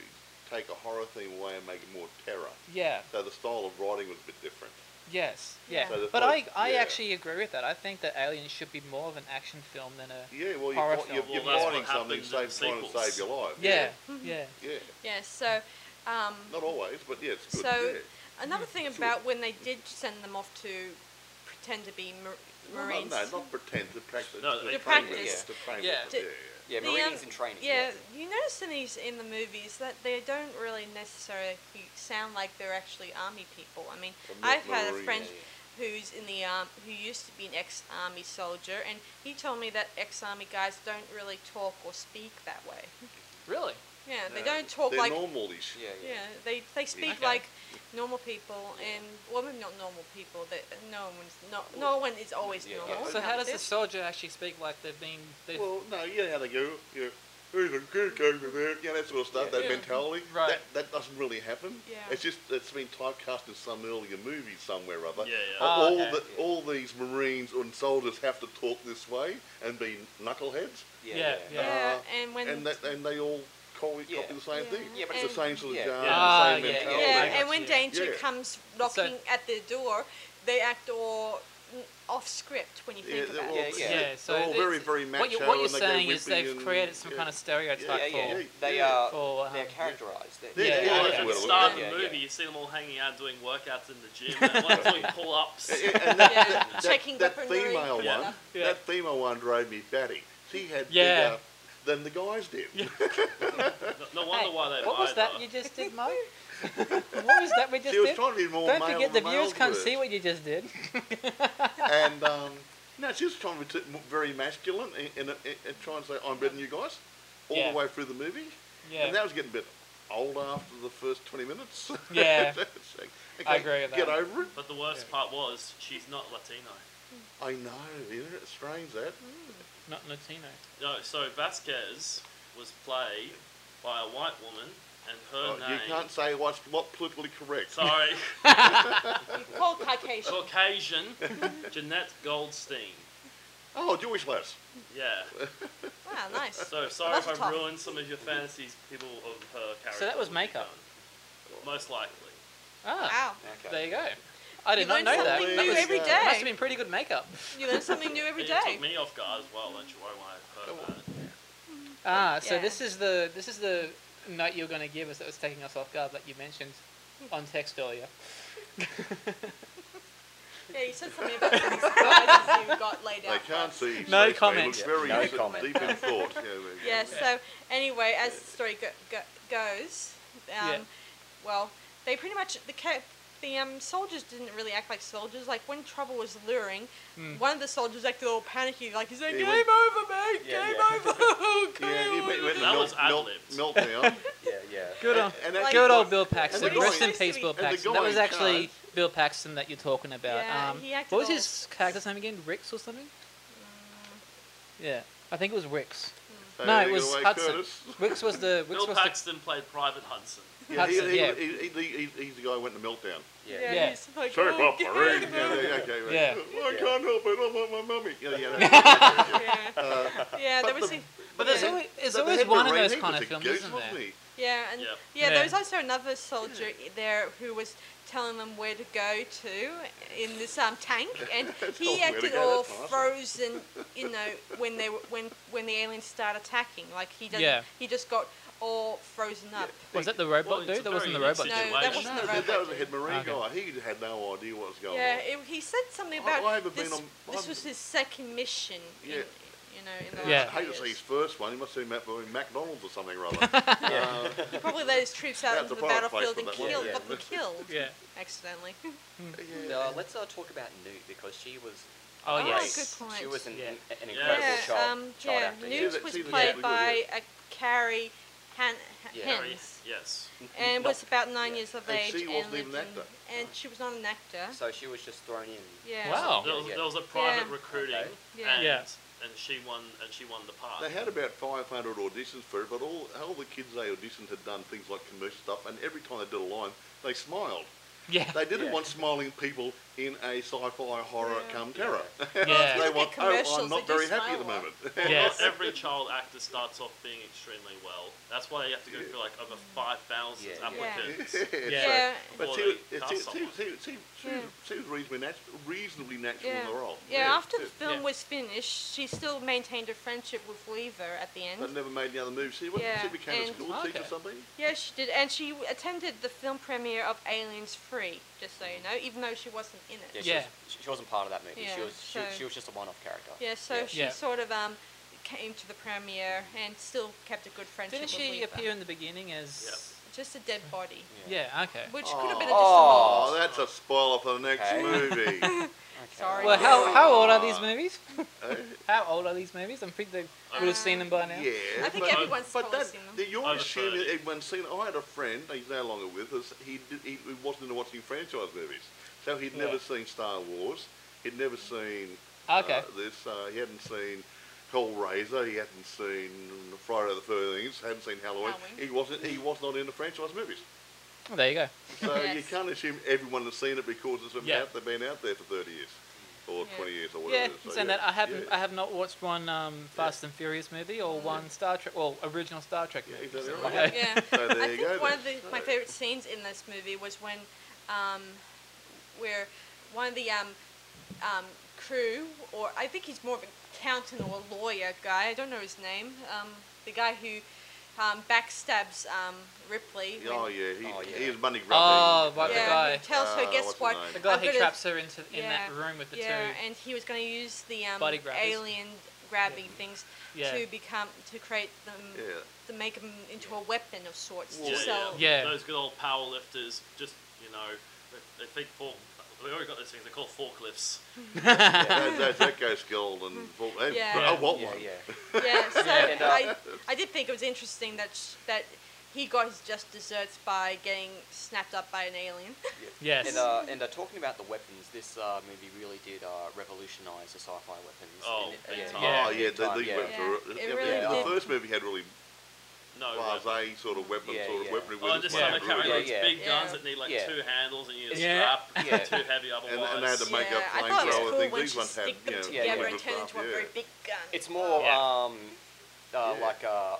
[SPEAKER 2] take a horror theme away and make it more terror.
[SPEAKER 4] Yeah.
[SPEAKER 2] So the style of writing was a bit different.
[SPEAKER 4] Yes.
[SPEAKER 1] Yeah.
[SPEAKER 4] Yeah.
[SPEAKER 2] So the
[SPEAKER 4] but I,
[SPEAKER 2] first-
[SPEAKER 4] I
[SPEAKER 2] yeah.
[SPEAKER 4] actually agree with that. I think that Alien should be more of an action film than a.
[SPEAKER 2] Yeah, well,
[SPEAKER 4] Horror
[SPEAKER 2] you're, fi- you're,
[SPEAKER 4] film.
[SPEAKER 2] you're
[SPEAKER 5] Well, that's what
[SPEAKER 2] fighting something,
[SPEAKER 5] happens in
[SPEAKER 2] save, trying to
[SPEAKER 5] sequels.
[SPEAKER 2] save your life.
[SPEAKER 4] Yeah. Yeah.
[SPEAKER 2] Yeah,
[SPEAKER 1] Yeah, so um,
[SPEAKER 2] not always, but yeah, it's good.
[SPEAKER 1] So-
[SPEAKER 2] yeah.
[SPEAKER 1] another thing about when they did send them off to pretend to be mar-
[SPEAKER 2] Well,
[SPEAKER 1] Marines.
[SPEAKER 2] No, not pretend to practice.
[SPEAKER 5] No,
[SPEAKER 2] to
[SPEAKER 5] they
[SPEAKER 2] train
[SPEAKER 1] practice.
[SPEAKER 2] with it, To train with
[SPEAKER 4] Yeah.
[SPEAKER 2] it,
[SPEAKER 1] To-
[SPEAKER 2] yeah,
[SPEAKER 3] Yeah,
[SPEAKER 1] The,
[SPEAKER 3] Marines
[SPEAKER 1] um,
[SPEAKER 3] in training.
[SPEAKER 1] yeah, you notice in these in the movies that they don't really necessarily sound like they're actually army people. I mean,
[SPEAKER 2] They're not
[SPEAKER 1] I've had a
[SPEAKER 2] Marines.
[SPEAKER 1] friend
[SPEAKER 3] Yeah,
[SPEAKER 1] who's in the arm who used to be an ex-army soldier, and he told me that ex-army guys don't really talk or speak that way.
[SPEAKER 4] Really?
[SPEAKER 1] Yeah, they
[SPEAKER 2] No,
[SPEAKER 1] don't talk
[SPEAKER 2] They're
[SPEAKER 1] like
[SPEAKER 2] normalish.
[SPEAKER 3] Yeah, yeah.
[SPEAKER 1] yeah. They they speak
[SPEAKER 4] Okay.
[SPEAKER 1] like normal people and well, maybe not normal people. That no one's not. No one is always
[SPEAKER 3] Yeah.
[SPEAKER 1] normal.
[SPEAKER 4] So how does the
[SPEAKER 1] this?
[SPEAKER 4] soldier actually speak like they've been? They've,
[SPEAKER 2] Well, no, you know how they go, you know, who's a good guy over there, you know, that sort of stuff,
[SPEAKER 3] Yeah.
[SPEAKER 2] that
[SPEAKER 4] Yeah.
[SPEAKER 2] mentality.
[SPEAKER 4] Right.
[SPEAKER 2] That, that doesn't really happen.
[SPEAKER 1] Yeah.
[SPEAKER 2] It's just, it's been typecast in some earlier movie somewhere or other.
[SPEAKER 5] Yeah, yeah.
[SPEAKER 2] All,
[SPEAKER 4] Oh,
[SPEAKER 2] all
[SPEAKER 4] okay.
[SPEAKER 2] the, all these Marines and soldiers have to talk this way and be knuckleheads,
[SPEAKER 3] Yeah,
[SPEAKER 4] Yeah,
[SPEAKER 1] yeah,
[SPEAKER 3] yeah.
[SPEAKER 1] and when
[SPEAKER 2] and that, and they all copy,
[SPEAKER 3] Yeah.
[SPEAKER 2] copy the same
[SPEAKER 1] Yeah.
[SPEAKER 2] thing.
[SPEAKER 3] Yeah, but
[SPEAKER 2] it's the
[SPEAKER 1] and-
[SPEAKER 2] same sort of
[SPEAKER 3] Yeah.
[SPEAKER 2] jargon,
[SPEAKER 4] Ah,
[SPEAKER 2] the same
[SPEAKER 4] yeah, yeah,
[SPEAKER 2] mentality.
[SPEAKER 1] yeah,
[SPEAKER 4] I
[SPEAKER 1] and
[SPEAKER 4] got
[SPEAKER 1] when
[SPEAKER 4] you.
[SPEAKER 1] danger
[SPEAKER 2] Yeah.
[SPEAKER 1] comes knocking at their door, they act all mm, off script when you think
[SPEAKER 2] they're
[SPEAKER 1] about
[SPEAKER 2] all-
[SPEAKER 1] it.
[SPEAKER 3] Yeah, yeah.
[SPEAKER 4] Yeah, so
[SPEAKER 2] they're all
[SPEAKER 4] it's-
[SPEAKER 2] very, very macho.
[SPEAKER 4] what you what you're
[SPEAKER 2] and they go
[SPEAKER 4] saying is
[SPEAKER 2] wimpy
[SPEAKER 4] they've
[SPEAKER 2] and-
[SPEAKER 4] created some
[SPEAKER 2] yeah.
[SPEAKER 4] kind of stereotype
[SPEAKER 3] Yeah,
[SPEAKER 4] for.
[SPEAKER 3] yeah.
[SPEAKER 2] yeah.
[SPEAKER 3] They
[SPEAKER 2] Yeah.
[SPEAKER 3] are
[SPEAKER 4] For,
[SPEAKER 3] they're
[SPEAKER 4] um,
[SPEAKER 3] characterized. They're-
[SPEAKER 2] Yeah,
[SPEAKER 4] Yeah, yeah,
[SPEAKER 5] Like
[SPEAKER 4] yeah.
[SPEAKER 5] at
[SPEAKER 2] Yeah.
[SPEAKER 5] the start of
[SPEAKER 3] Yeah,
[SPEAKER 5] the
[SPEAKER 3] yeah.
[SPEAKER 5] movie, you see them all hanging out doing workouts in the gym and one doing pull ups.
[SPEAKER 2] Yeah, and
[SPEAKER 1] Yeah,
[SPEAKER 2] that, that, that,
[SPEAKER 1] checking
[SPEAKER 2] that
[SPEAKER 1] weaponry.
[SPEAKER 2] female
[SPEAKER 5] Yeah.
[SPEAKER 2] one,
[SPEAKER 4] Yeah.
[SPEAKER 2] that female one drove me batty. She had
[SPEAKER 4] Yeah.
[SPEAKER 2] bigger than the guys did.
[SPEAKER 5] No, no wonder why they
[SPEAKER 4] what was
[SPEAKER 5] buy
[SPEAKER 4] that you just did,
[SPEAKER 2] *laughs*
[SPEAKER 4] Mo? what was that we just
[SPEAKER 2] she was
[SPEAKER 4] did?
[SPEAKER 2] trying to be more
[SPEAKER 4] Don't
[SPEAKER 2] male
[SPEAKER 4] forget the
[SPEAKER 2] than males
[SPEAKER 4] viewers can't
[SPEAKER 2] were.
[SPEAKER 4] see what you just did.
[SPEAKER 2] And um, no, she was trying to be t- m- very masculine and, and, and, and try and say I'm better than you guys all
[SPEAKER 4] Yeah.
[SPEAKER 2] the way through the movie.
[SPEAKER 4] Yeah.
[SPEAKER 2] And that was getting a bit old after the first twenty minutes. *laughs*
[SPEAKER 4] Yeah.
[SPEAKER 2] It's like,
[SPEAKER 4] I agree with
[SPEAKER 2] Get
[SPEAKER 4] that.
[SPEAKER 2] over it.
[SPEAKER 5] But the worst
[SPEAKER 4] Yeah.
[SPEAKER 5] part was she's not Latino.
[SPEAKER 2] I know. Isn't it strange that?
[SPEAKER 4] Not Latino.
[SPEAKER 5] No, so Vasquez was played by a white woman, and her
[SPEAKER 2] Oh,
[SPEAKER 5] name.
[SPEAKER 2] you can't say what's what politically correct.
[SPEAKER 5] Sorry,
[SPEAKER 1] *laughs* You call Caucasian.
[SPEAKER 2] *laughs*
[SPEAKER 5] Caucasian
[SPEAKER 1] *laughs*
[SPEAKER 5] Jeanette Goldstein.
[SPEAKER 2] Oh, Jewish lass.
[SPEAKER 5] Yeah.
[SPEAKER 1] Wow, nice.
[SPEAKER 5] So sorry if I
[SPEAKER 1] Versatile.
[SPEAKER 5] ruined some of your fantasies, people of her character.
[SPEAKER 4] that was
[SPEAKER 5] would be
[SPEAKER 4] makeup?
[SPEAKER 5] done. Most likely.
[SPEAKER 4] Ah,
[SPEAKER 1] Wow,
[SPEAKER 3] Okay.
[SPEAKER 4] there you go. I did
[SPEAKER 1] You
[SPEAKER 4] not
[SPEAKER 1] learn
[SPEAKER 4] know that.
[SPEAKER 1] something
[SPEAKER 4] that
[SPEAKER 1] new
[SPEAKER 4] was,
[SPEAKER 1] every
[SPEAKER 4] that must
[SPEAKER 1] day.
[SPEAKER 4] have been pretty good makeup.
[SPEAKER 1] you learn something new every
[SPEAKER 5] It
[SPEAKER 1] day.
[SPEAKER 5] took me off guard as well, don't you worry when I heard
[SPEAKER 2] Oh.
[SPEAKER 5] about it.
[SPEAKER 4] Ah, so
[SPEAKER 1] Yeah.
[SPEAKER 4] this is the this is the note you were going to give us that was taking us off guard that you mentioned on text earlier.
[SPEAKER 1] Yeah, you said something about some surprises you got laid out.
[SPEAKER 2] They can't
[SPEAKER 1] for us.
[SPEAKER 2] see. his
[SPEAKER 4] No
[SPEAKER 2] face, but he
[SPEAKER 4] comment.
[SPEAKER 2] looks
[SPEAKER 4] Yeah,
[SPEAKER 2] very
[SPEAKER 3] no
[SPEAKER 2] s-
[SPEAKER 3] comment.
[SPEAKER 2] Deep in thought. Yeah,
[SPEAKER 1] Yeah, so anyway, as the story go- go- goes, um,
[SPEAKER 4] Yeah.
[SPEAKER 1] well, they pretty much, the ca- the um, soldiers didn't really act like soldiers. Like, when trouble was luring,
[SPEAKER 4] Mm.
[SPEAKER 1] one of the soldiers acted all panicky, like, he's like,
[SPEAKER 2] Yeah, he
[SPEAKER 1] game
[SPEAKER 2] went-
[SPEAKER 1] over, mate,
[SPEAKER 3] Yeah,
[SPEAKER 1] game
[SPEAKER 3] yeah.
[SPEAKER 1] over. *laughs* Oh,
[SPEAKER 2] Yeah, he
[SPEAKER 1] game
[SPEAKER 2] went,
[SPEAKER 1] over."
[SPEAKER 2] went
[SPEAKER 5] That
[SPEAKER 2] melt,
[SPEAKER 5] was
[SPEAKER 2] melt,
[SPEAKER 5] ad-libbed. *laughs*
[SPEAKER 2] meltdown.
[SPEAKER 3] Yeah, yeah.
[SPEAKER 4] Good on.
[SPEAKER 2] And
[SPEAKER 1] Like-
[SPEAKER 2] actually-
[SPEAKER 4] Good old Bill
[SPEAKER 2] the
[SPEAKER 4] Paxton.
[SPEAKER 2] guy-
[SPEAKER 4] Rest in
[SPEAKER 1] Nice to
[SPEAKER 4] peace,
[SPEAKER 1] be-
[SPEAKER 4] Bill
[SPEAKER 1] and the
[SPEAKER 4] Paxton.
[SPEAKER 2] guy
[SPEAKER 4] That was
[SPEAKER 2] in
[SPEAKER 4] actually
[SPEAKER 2] charge-
[SPEAKER 4] Bill Paxton that you're talking about.
[SPEAKER 1] Yeah,
[SPEAKER 4] um,
[SPEAKER 1] he acted Uh,
[SPEAKER 4] what was
[SPEAKER 1] all-
[SPEAKER 4] his character's name again? Rix or something? Yeah, I think it was Rix.
[SPEAKER 2] Hey,
[SPEAKER 4] No,
[SPEAKER 2] you
[SPEAKER 4] it was
[SPEAKER 2] awake,
[SPEAKER 4] Hudson.
[SPEAKER 2] Curtis?
[SPEAKER 4] Rix was the Rix
[SPEAKER 5] Bill
[SPEAKER 4] was
[SPEAKER 5] Paxton played Private Hudson.
[SPEAKER 2] Yeah, he,
[SPEAKER 4] Hudson,
[SPEAKER 2] he,
[SPEAKER 4] yeah.
[SPEAKER 2] He, he, he, he's the guy who went to meltdown.
[SPEAKER 3] Yeah.
[SPEAKER 1] Yeah,
[SPEAKER 4] Yeah.
[SPEAKER 1] he's like,
[SPEAKER 2] Sorry,
[SPEAKER 1] "Oh,
[SPEAKER 2] Bob
[SPEAKER 1] game
[SPEAKER 2] Marine.
[SPEAKER 1] over."
[SPEAKER 2] Yeah, yeah, okay, right.
[SPEAKER 4] Yeah.
[SPEAKER 2] "Oh, I
[SPEAKER 3] Yeah.
[SPEAKER 2] can't help it. I want my mummy. Yeah,
[SPEAKER 4] *laughs*
[SPEAKER 2] yeah. yeah.
[SPEAKER 3] *laughs*
[SPEAKER 1] yeah,
[SPEAKER 3] Uh,
[SPEAKER 1] yeah there
[SPEAKER 2] but
[SPEAKER 1] was
[SPEAKER 2] the-
[SPEAKER 1] a-
[SPEAKER 4] But there's
[SPEAKER 1] yeah.
[SPEAKER 4] always, there's
[SPEAKER 2] But they
[SPEAKER 4] always
[SPEAKER 2] had
[SPEAKER 4] one of
[SPEAKER 2] Marine,
[SPEAKER 4] those
[SPEAKER 2] he
[SPEAKER 4] kind
[SPEAKER 2] was
[SPEAKER 4] of
[SPEAKER 2] a
[SPEAKER 4] films,
[SPEAKER 2] goose,
[SPEAKER 4] isn't
[SPEAKER 2] wasn't
[SPEAKER 4] there?
[SPEAKER 2] he?
[SPEAKER 1] Yeah, and yeah,
[SPEAKER 5] Yeah.
[SPEAKER 4] Yeah.
[SPEAKER 1] there was also another soldier i- there who was telling them where to go to in this um, tank,
[SPEAKER 2] *laughs*
[SPEAKER 1] and
[SPEAKER 2] all
[SPEAKER 1] he
[SPEAKER 2] where to
[SPEAKER 1] acted
[SPEAKER 2] go,
[SPEAKER 1] all
[SPEAKER 2] that's awesome.
[SPEAKER 1] frozen. You know, when they were, when when the aliens start attacking, like he doesn't,
[SPEAKER 4] Yeah.
[SPEAKER 1] he just got all frozen up.
[SPEAKER 4] Was that the robot
[SPEAKER 5] Well, it's a
[SPEAKER 4] dude? That wasn't the
[SPEAKER 5] very
[SPEAKER 4] robot
[SPEAKER 5] interesting
[SPEAKER 4] dude.
[SPEAKER 1] No, that wasn't
[SPEAKER 5] situation.
[SPEAKER 2] No,
[SPEAKER 1] the
[SPEAKER 2] that, that was a
[SPEAKER 1] robot.
[SPEAKER 2] head marine guy.
[SPEAKER 4] Okay.
[SPEAKER 2] He had no idea what was going
[SPEAKER 1] Yeah,
[SPEAKER 2] on.
[SPEAKER 1] it, he said something
[SPEAKER 2] I-
[SPEAKER 1] about
[SPEAKER 2] I haven't been
[SPEAKER 1] this.
[SPEAKER 2] on-
[SPEAKER 1] this
[SPEAKER 2] I'm-
[SPEAKER 1] was his second mission. in-
[SPEAKER 2] Yeah.
[SPEAKER 1] you know, in the
[SPEAKER 2] I
[SPEAKER 4] Yeah.
[SPEAKER 1] last few
[SPEAKER 2] hate to see his *laughs*
[SPEAKER 1] years.
[SPEAKER 2] first one. He must have been at McDonald's or something rather.
[SPEAKER 4] *laughs*
[SPEAKER 2] uh,
[SPEAKER 1] He probably let his troops out
[SPEAKER 2] That's
[SPEAKER 1] into
[SPEAKER 2] a
[SPEAKER 1] the
[SPEAKER 2] product
[SPEAKER 1] battlefield and
[SPEAKER 2] placement,
[SPEAKER 3] that
[SPEAKER 1] killed,
[SPEAKER 3] one.
[SPEAKER 1] got them killed
[SPEAKER 4] Yeah.
[SPEAKER 1] accidentally. *laughs*
[SPEAKER 2] yeah.
[SPEAKER 3] Uh, let's uh, talk about Newt because she was
[SPEAKER 4] Mm. Oh,
[SPEAKER 1] Oh,
[SPEAKER 4] yes.
[SPEAKER 1] good point.
[SPEAKER 3] She was an,
[SPEAKER 4] Yeah.
[SPEAKER 3] an incredible
[SPEAKER 5] Yeah,
[SPEAKER 3] child,
[SPEAKER 1] um,
[SPEAKER 3] child
[SPEAKER 1] yeah,
[SPEAKER 3] actor.
[SPEAKER 2] Newt
[SPEAKER 1] Newt
[SPEAKER 2] that-
[SPEAKER 1] was
[SPEAKER 2] see the
[SPEAKER 1] played
[SPEAKER 2] Newt.
[SPEAKER 1] by a Carrie Han-
[SPEAKER 3] Yeah.
[SPEAKER 5] Sorry,
[SPEAKER 1] Hens,
[SPEAKER 5] Yes.
[SPEAKER 1] and
[SPEAKER 3] Not-
[SPEAKER 1] was about nine
[SPEAKER 3] yeah.
[SPEAKER 1] years of
[SPEAKER 2] And
[SPEAKER 1] age,
[SPEAKER 2] she wasn't
[SPEAKER 1] and lived
[SPEAKER 2] even an
[SPEAKER 1] in-
[SPEAKER 2] actor.
[SPEAKER 1] and she was not an actor.
[SPEAKER 3] So she was just thrown in.
[SPEAKER 1] Yeah.
[SPEAKER 4] Wow.
[SPEAKER 5] There was,
[SPEAKER 3] Oh, Yeah.
[SPEAKER 5] there was a private
[SPEAKER 1] Yeah.
[SPEAKER 5] recruiting,
[SPEAKER 3] Okay.
[SPEAKER 1] Yeah.
[SPEAKER 5] and
[SPEAKER 4] Yeah.
[SPEAKER 5] and she won and she won the part.
[SPEAKER 2] They had about 500 auditions for it, but all, all the kids they auditioned had done things like commercial stuff, and every time they did a line, they smiled.
[SPEAKER 4] Yeah. *laughs*
[SPEAKER 2] They didn't
[SPEAKER 3] Yeah.
[SPEAKER 2] want smiling people in a sci-fi horror
[SPEAKER 1] Yeah.
[SPEAKER 2] come terror. *laughs* they
[SPEAKER 4] Yeah.
[SPEAKER 1] Look at
[SPEAKER 2] want,
[SPEAKER 1] commercials,
[SPEAKER 2] oh, I'm not
[SPEAKER 1] they do
[SPEAKER 2] very happy at the
[SPEAKER 1] smile a lot."
[SPEAKER 2] moment. *laughs*
[SPEAKER 5] Well,
[SPEAKER 4] Yes.
[SPEAKER 5] not every child actor starts off being extremely well. That's why you have to go through like over five thousand
[SPEAKER 3] Yeah.
[SPEAKER 5] applicants.
[SPEAKER 4] Yeah.
[SPEAKER 1] Yeah,
[SPEAKER 2] But
[SPEAKER 5] Or
[SPEAKER 2] she,
[SPEAKER 5] they
[SPEAKER 2] was-
[SPEAKER 5] cast
[SPEAKER 2] she, she,
[SPEAKER 5] someone.
[SPEAKER 2] she, she, she, was-
[SPEAKER 1] Yeah.
[SPEAKER 2] she was reasonably, natu- reasonably natural
[SPEAKER 1] yeah.
[SPEAKER 2] in the role.
[SPEAKER 1] Yeah, after the film
[SPEAKER 4] Yeah.
[SPEAKER 1] was finished, she still maintained a friendship with Weaver at the end.
[SPEAKER 2] But never made any other moves. She, what,
[SPEAKER 1] Yeah,
[SPEAKER 2] she became a
[SPEAKER 1] and-
[SPEAKER 2] school teacher
[SPEAKER 4] Okay.
[SPEAKER 2] or something?
[SPEAKER 1] Yeah, she did, and she attended the film premiere of Aliens Free. Just so you know, even though she wasn't in it.
[SPEAKER 3] Yeah, she,
[SPEAKER 4] Yeah.
[SPEAKER 3] Was, she wasn't part of that movie. She
[SPEAKER 1] Yeah,
[SPEAKER 3] was she,
[SPEAKER 1] so-
[SPEAKER 3] she was just a one-off character.
[SPEAKER 1] Yeah, so she
[SPEAKER 4] Yeah.
[SPEAKER 1] sort of um came to the premiere and still kept a good friendship
[SPEAKER 4] Didn't
[SPEAKER 1] with
[SPEAKER 4] she
[SPEAKER 1] Weaver.
[SPEAKER 4] appear in the beginning as?
[SPEAKER 1] Just a dead body,
[SPEAKER 4] Yeah. Okay.
[SPEAKER 1] which could have been a
[SPEAKER 3] Oh.
[SPEAKER 1] disemboweled.
[SPEAKER 2] Oh, that's a spoiler for the next
[SPEAKER 4] *laughs*
[SPEAKER 3] Okay.
[SPEAKER 2] movie.
[SPEAKER 1] Sorry.
[SPEAKER 4] Well, how, how old are these movies?
[SPEAKER 2] Eh?
[SPEAKER 4] How old are these movies? I'm pretty they would have seen them by now.
[SPEAKER 2] Yeah.
[SPEAKER 1] I think
[SPEAKER 2] but-
[SPEAKER 1] everyone's
[SPEAKER 2] But
[SPEAKER 1] probably
[SPEAKER 2] that,
[SPEAKER 1] seen them.
[SPEAKER 2] that you're
[SPEAKER 5] Over
[SPEAKER 2] assuming
[SPEAKER 5] 30.
[SPEAKER 2] everyone's seen. it. I had a friend. He's no longer with us. He did, he, he wasn't into watching franchise movies, so he'd never
[SPEAKER 4] Yeah.
[SPEAKER 2] seen Star Wars. He'd never seen
[SPEAKER 4] Okay.
[SPEAKER 2] uh, this. Uh, he hadn't seen Hellraiser. He hadn't seen Friday the Thirteenth. Hadn't seen Halloween.
[SPEAKER 1] Halloween.
[SPEAKER 2] He wasn't. He was not into franchise
[SPEAKER 1] *laughs*
[SPEAKER 2] movies.
[SPEAKER 4] Well, there you go.
[SPEAKER 2] So you
[SPEAKER 1] Yes.
[SPEAKER 2] can't assume everyone has seen it because it's been
[SPEAKER 4] Yeah.
[SPEAKER 2] out. They've been out there for thirty years, or
[SPEAKER 1] Yeah.
[SPEAKER 2] twenty years, or whatever.
[SPEAKER 4] Yeah,
[SPEAKER 2] it is. So,
[SPEAKER 4] saying that I haven't
[SPEAKER 2] yeah.
[SPEAKER 4] I have not watched one um, Fast and Furious movie or one Star Trek well original Star Trek
[SPEAKER 2] Yeah,
[SPEAKER 4] movie.
[SPEAKER 2] exactly
[SPEAKER 4] so-
[SPEAKER 2] right. *laughs*
[SPEAKER 4] okay.
[SPEAKER 1] yeah.
[SPEAKER 2] So there
[SPEAKER 1] I
[SPEAKER 2] you
[SPEAKER 1] think
[SPEAKER 2] go
[SPEAKER 1] one
[SPEAKER 2] then.
[SPEAKER 1] of the, my
[SPEAKER 2] So-
[SPEAKER 1] favorite scenes in this movie was when, um, where one of the um, um, crew, or I think he's more of an accountant or a lawyer guy. I don't know his name. Um, the guy who um, backstabs um, Ripley. when-
[SPEAKER 2] Oh yeah, he,
[SPEAKER 3] Oh, yeah.
[SPEAKER 2] he is money grabbing.
[SPEAKER 4] Oh, what the
[SPEAKER 1] yeah,
[SPEAKER 4] guy?
[SPEAKER 1] Who tells
[SPEAKER 2] Uh,
[SPEAKER 1] her, guess
[SPEAKER 2] what's his
[SPEAKER 1] what?
[SPEAKER 2] name?
[SPEAKER 4] The guy
[SPEAKER 1] I'm
[SPEAKER 4] who
[SPEAKER 1] gonna-
[SPEAKER 4] traps her into in that
[SPEAKER 1] Yeah,
[SPEAKER 4] room with the
[SPEAKER 1] yeah,
[SPEAKER 4] two.
[SPEAKER 1] and he was going to use the um,
[SPEAKER 4] Body grabbers.
[SPEAKER 1] alien grabbing things
[SPEAKER 4] Yeah.
[SPEAKER 1] to become to create them
[SPEAKER 2] Yeah.
[SPEAKER 1] to make them into a weapon of sorts
[SPEAKER 2] Well,
[SPEAKER 1] to
[SPEAKER 5] Yeah,
[SPEAKER 1] sell.
[SPEAKER 4] Yeah.
[SPEAKER 5] Those good old power lifters, just, you know, they, they think fork. We already got those things, they're called forklifts.
[SPEAKER 2] that, that, that goes gold and full. Hey,
[SPEAKER 1] Yeah.
[SPEAKER 2] I want
[SPEAKER 3] yeah,
[SPEAKER 2] one.
[SPEAKER 3] yeah.
[SPEAKER 1] Yeah, so
[SPEAKER 4] Yeah.
[SPEAKER 3] And, uh,
[SPEAKER 1] I, I did think it was interesting that sh- that he got his just desserts by getting snapped up by an alien.
[SPEAKER 4] yes. *laughs*
[SPEAKER 3] And, uh, and uh, talking about the weapons, this uh, movie really did uh, revolutionise the sci-fi weapons.
[SPEAKER 5] Oh,
[SPEAKER 3] in-
[SPEAKER 5] big
[SPEAKER 3] yeah.
[SPEAKER 5] time.
[SPEAKER 2] Oh yeah, they, they
[SPEAKER 3] yeah.
[SPEAKER 2] went
[SPEAKER 1] Yeah,
[SPEAKER 2] for
[SPEAKER 1] it
[SPEAKER 2] yeah,
[SPEAKER 1] really
[SPEAKER 2] yeah,
[SPEAKER 3] did.
[SPEAKER 2] The first movie had really Oh,
[SPEAKER 5] No. right.
[SPEAKER 2] blase sort of weapon,
[SPEAKER 3] Yeah,
[SPEAKER 2] sort of
[SPEAKER 3] yeah.
[SPEAKER 2] weaponry. with
[SPEAKER 5] Oh,
[SPEAKER 2] it,
[SPEAKER 5] just
[SPEAKER 4] Yeah.
[SPEAKER 5] some of the characters,
[SPEAKER 3] Yeah,
[SPEAKER 5] it's
[SPEAKER 3] yeah.
[SPEAKER 5] big
[SPEAKER 1] Yeah.
[SPEAKER 5] guns that need like
[SPEAKER 3] Yeah.
[SPEAKER 5] two handles and you need a
[SPEAKER 4] Yeah.
[SPEAKER 5] strap.
[SPEAKER 3] Yeah.
[SPEAKER 5] They're too heavy
[SPEAKER 2] and,
[SPEAKER 5] otherwise.
[SPEAKER 2] and they had to make
[SPEAKER 1] yeah,
[SPEAKER 2] up
[SPEAKER 1] I thought it was
[SPEAKER 2] flamethrower
[SPEAKER 1] cool
[SPEAKER 2] things.
[SPEAKER 1] when
[SPEAKER 2] These
[SPEAKER 1] she
[SPEAKER 2] ones had,
[SPEAKER 1] stick them
[SPEAKER 2] you know,
[SPEAKER 1] together
[SPEAKER 3] yeah,
[SPEAKER 1] and turn into
[SPEAKER 2] stuff,
[SPEAKER 1] a
[SPEAKER 2] yeah.
[SPEAKER 1] very big gun.
[SPEAKER 3] It's more
[SPEAKER 5] Yeah.
[SPEAKER 3] um, uh,
[SPEAKER 2] Yeah.
[SPEAKER 3] like uh,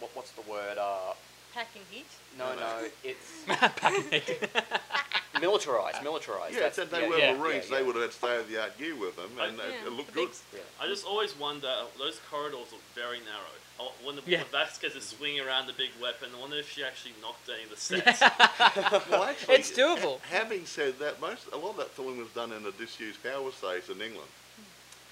[SPEAKER 3] what, what's the word? Uh,
[SPEAKER 1] packing heat.
[SPEAKER 3] no,
[SPEAKER 2] No, no.
[SPEAKER 3] no, it's
[SPEAKER 4] Pac-Man.
[SPEAKER 3] militarized. Militarized.
[SPEAKER 2] Uh, Yeah,
[SPEAKER 3] that's-
[SPEAKER 2] said they were
[SPEAKER 4] yeah,
[SPEAKER 2] Marines.
[SPEAKER 3] yeah,
[SPEAKER 2] They
[SPEAKER 3] yeah.
[SPEAKER 2] would have had state of the art gear with them, and uh,
[SPEAKER 5] Yeah,
[SPEAKER 2] it, it looked
[SPEAKER 1] the
[SPEAKER 2] good.
[SPEAKER 1] big-
[SPEAKER 3] Yeah.
[SPEAKER 5] I just always wonder, those corridors are very narrow. I- When the
[SPEAKER 4] Yeah.
[SPEAKER 5] when Vasquez is swinging around the big weapon, I wonder if she actually knocked any of
[SPEAKER 4] *laughs*
[SPEAKER 5] the sets.
[SPEAKER 2] *laughs* Well, actually,
[SPEAKER 4] it's doable.
[SPEAKER 2] Having said that, most a lot of that filming was done in a disused power station in England.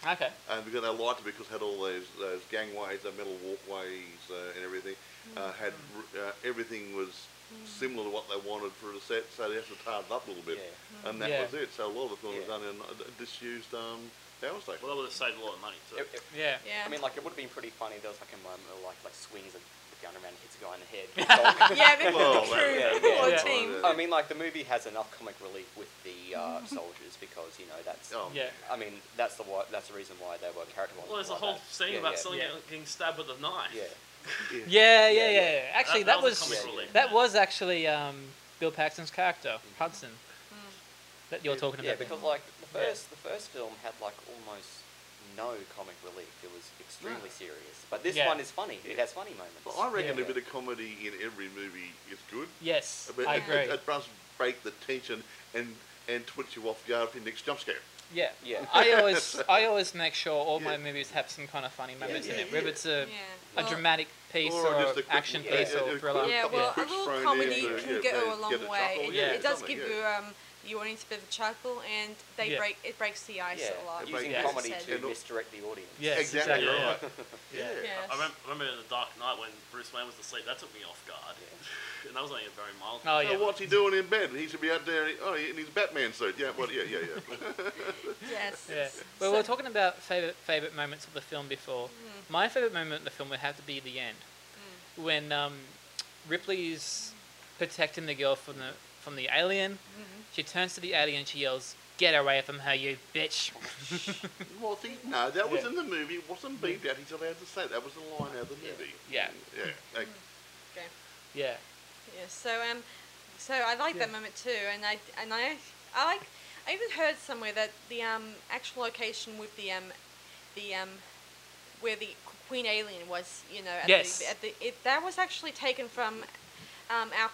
[SPEAKER 4] Okay.
[SPEAKER 2] and because they liked it because it had all those those gangways, the metal walkways, uh, and everything. Uh, had r- uh, everything was similar to what they wanted for the set, so they had to tighten it up a little bit, and that
[SPEAKER 4] Yeah.
[SPEAKER 2] was it. So a lot of the film was
[SPEAKER 3] Yeah.
[SPEAKER 2] done in uh, d- disused um, power station.
[SPEAKER 5] well, that would have saved a lot of money, too.
[SPEAKER 3] It, it,
[SPEAKER 4] Yeah.
[SPEAKER 1] Yeah.
[SPEAKER 3] I mean, like it would have been pretty funny. if There was like a moment where like like swings a the gun around and hits a guy in the head.
[SPEAKER 1] *laughs*
[SPEAKER 2] *laughs*
[SPEAKER 1] yeah, maybe
[SPEAKER 2] Well,
[SPEAKER 1] the
[SPEAKER 2] that-
[SPEAKER 1] crew
[SPEAKER 3] yeah, yeah.
[SPEAKER 1] or
[SPEAKER 4] Yeah.
[SPEAKER 1] team.
[SPEAKER 2] Yeah.
[SPEAKER 3] I mean, like the movie has enough comic relief with the uh, soldiers because you know that's.
[SPEAKER 2] Oh,
[SPEAKER 4] Yeah.
[SPEAKER 3] I mean, that's the why, that's the reason why they were characterized.
[SPEAKER 5] Well, there's a
[SPEAKER 3] like
[SPEAKER 5] whole
[SPEAKER 3] that.
[SPEAKER 5] thing
[SPEAKER 3] yeah,
[SPEAKER 5] about
[SPEAKER 3] yeah,
[SPEAKER 5] someone
[SPEAKER 4] yeah.
[SPEAKER 5] getting- getting stabbed with a knife. *laughs*
[SPEAKER 3] Yeah,
[SPEAKER 2] Yeah.
[SPEAKER 4] Yeah, yeah,
[SPEAKER 3] Yeah,
[SPEAKER 4] yeah.
[SPEAKER 3] yeah.
[SPEAKER 4] yeah. Actually,
[SPEAKER 5] that,
[SPEAKER 4] that was
[SPEAKER 5] a comic
[SPEAKER 3] yeah,
[SPEAKER 5] relief.
[SPEAKER 4] that was actually um, Bill Paxton's character Hudson that you're talking
[SPEAKER 3] yeah,
[SPEAKER 4] about.
[SPEAKER 3] because like the
[SPEAKER 4] Yeah.
[SPEAKER 3] first, the first film had like almost no comic relief. It was extremely serious, but this
[SPEAKER 4] Yeah.
[SPEAKER 3] one is funny. It has funny moments.
[SPEAKER 2] But I reckon
[SPEAKER 4] Yeah.
[SPEAKER 2] a bit of comedy in every movie is good.
[SPEAKER 4] yes,
[SPEAKER 2] But
[SPEAKER 4] I
[SPEAKER 2] it,
[SPEAKER 4] agree.
[SPEAKER 2] It, it does break the tension and and twitch you off guard for your next jump scare.
[SPEAKER 4] yeah.
[SPEAKER 3] yeah,
[SPEAKER 4] I always I always make sure all my
[SPEAKER 2] Yeah.
[SPEAKER 4] movies have some kind of funny moments
[SPEAKER 3] yeah,
[SPEAKER 4] in it,
[SPEAKER 2] yeah.
[SPEAKER 4] whether it's a,
[SPEAKER 1] Yeah.
[SPEAKER 4] a
[SPEAKER 1] Well,
[SPEAKER 4] dramatic piece
[SPEAKER 2] Or
[SPEAKER 4] or,
[SPEAKER 2] just a quick-
[SPEAKER 4] action
[SPEAKER 3] yeah,
[SPEAKER 4] piece
[SPEAKER 2] yeah,
[SPEAKER 4] or
[SPEAKER 2] yeah,
[SPEAKER 4] thriller.
[SPEAKER 1] Yeah,
[SPEAKER 2] Yeah.
[SPEAKER 1] well, a
[SPEAKER 2] Quick
[SPEAKER 1] little
[SPEAKER 2] thrown
[SPEAKER 1] comedy
[SPEAKER 2] in, uh,
[SPEAKER 1] can
[SPEAKER 2] yeah,
[SPEAKER 1] get
[SPEAKER 2] they
[SPEAKER 1] you a long
[SPEAKER 2] get a
[SPEAKER 1] way.
[SPEAKER 2] chuckle,
[SPEAKER 1] It,
[SPEAKER 2] yeah,
[SPEAKER 1] it does
[SPEAKER 2] something,
[SPEAKER 1] give
[SPEAKER 2] yeah.
[SPEAKER 1] you um, your audience a bit of a chuckle, and they
[SPEAKER 4] Yeah.
[SPEAKER 1] break it breaks the ice
[SPEAKER 3] yeah.
[SPEAKER 1] a lot.
[SPEAKER 2] It breaks
[SPEAKER 3] Using
[SPEAKER 4] Yeah.
[SPEAKER 3] comedy
[SPEAKER 1] As I
[SPEAKER 2] said.
[SPEAKER 3] to misdirect the audience.
[SPEAKER 4] Yes,
[SPEAKER 2] exactly,
[SPEAKER 4] exactly.
[SPEAKER 2] right.
[SPEAKER 4] Yeah.
[SPEAKER 2] Yeah.
[SPEAKER 1] Yes.
[SPEAKER 5] I remember, remember in The Dark Knight when Bruce Wayne was asleep, that took me off guard. *laughs* and that was only a very mild
[SPEAKER 4] Oh
[SPEAKER 2] So
[SPEAKER 4] yeah.
[SPEAKER 2] what's he doing in bed? He should be out there. Oh, in his Batman suit. Yeah. Well, yeah, yeah, yeah.
[SPEAKER 1] Yes. *laughs*
[SPEAKER 4] Yeah. Well, we were talking about favorite favorite moments of the film before. My favorite moment of the film would have to be the end, when um, Ripley is protecting the girl from the from the alien. She turns to the alien. She yells, "Get away from her, you bitch!" *laughs*
[SPEAKER 2] Well, see, no, that was in the movie. It wasn't beeped out. He's allowed to say it. that was the line out of the movie.
[SPEAKER 4] Yeah.
[SPEAKER 2] Yeah. Like,
[SPEAKER 1] Okay.
[SPEAKER 4] Yeah.
[SPEAKER 1] Yeah. So um, so I like that
[SPEAKER 4] Yeah.
[SPEAKER 1] moment too, and I and I I like I even heard somewhere that the um actual location with the um the um where the Queen Alien was, you know, at
[SPEAKER 4] Yes.
[SPEAKER 1] the, at the it, that was actually taken from um our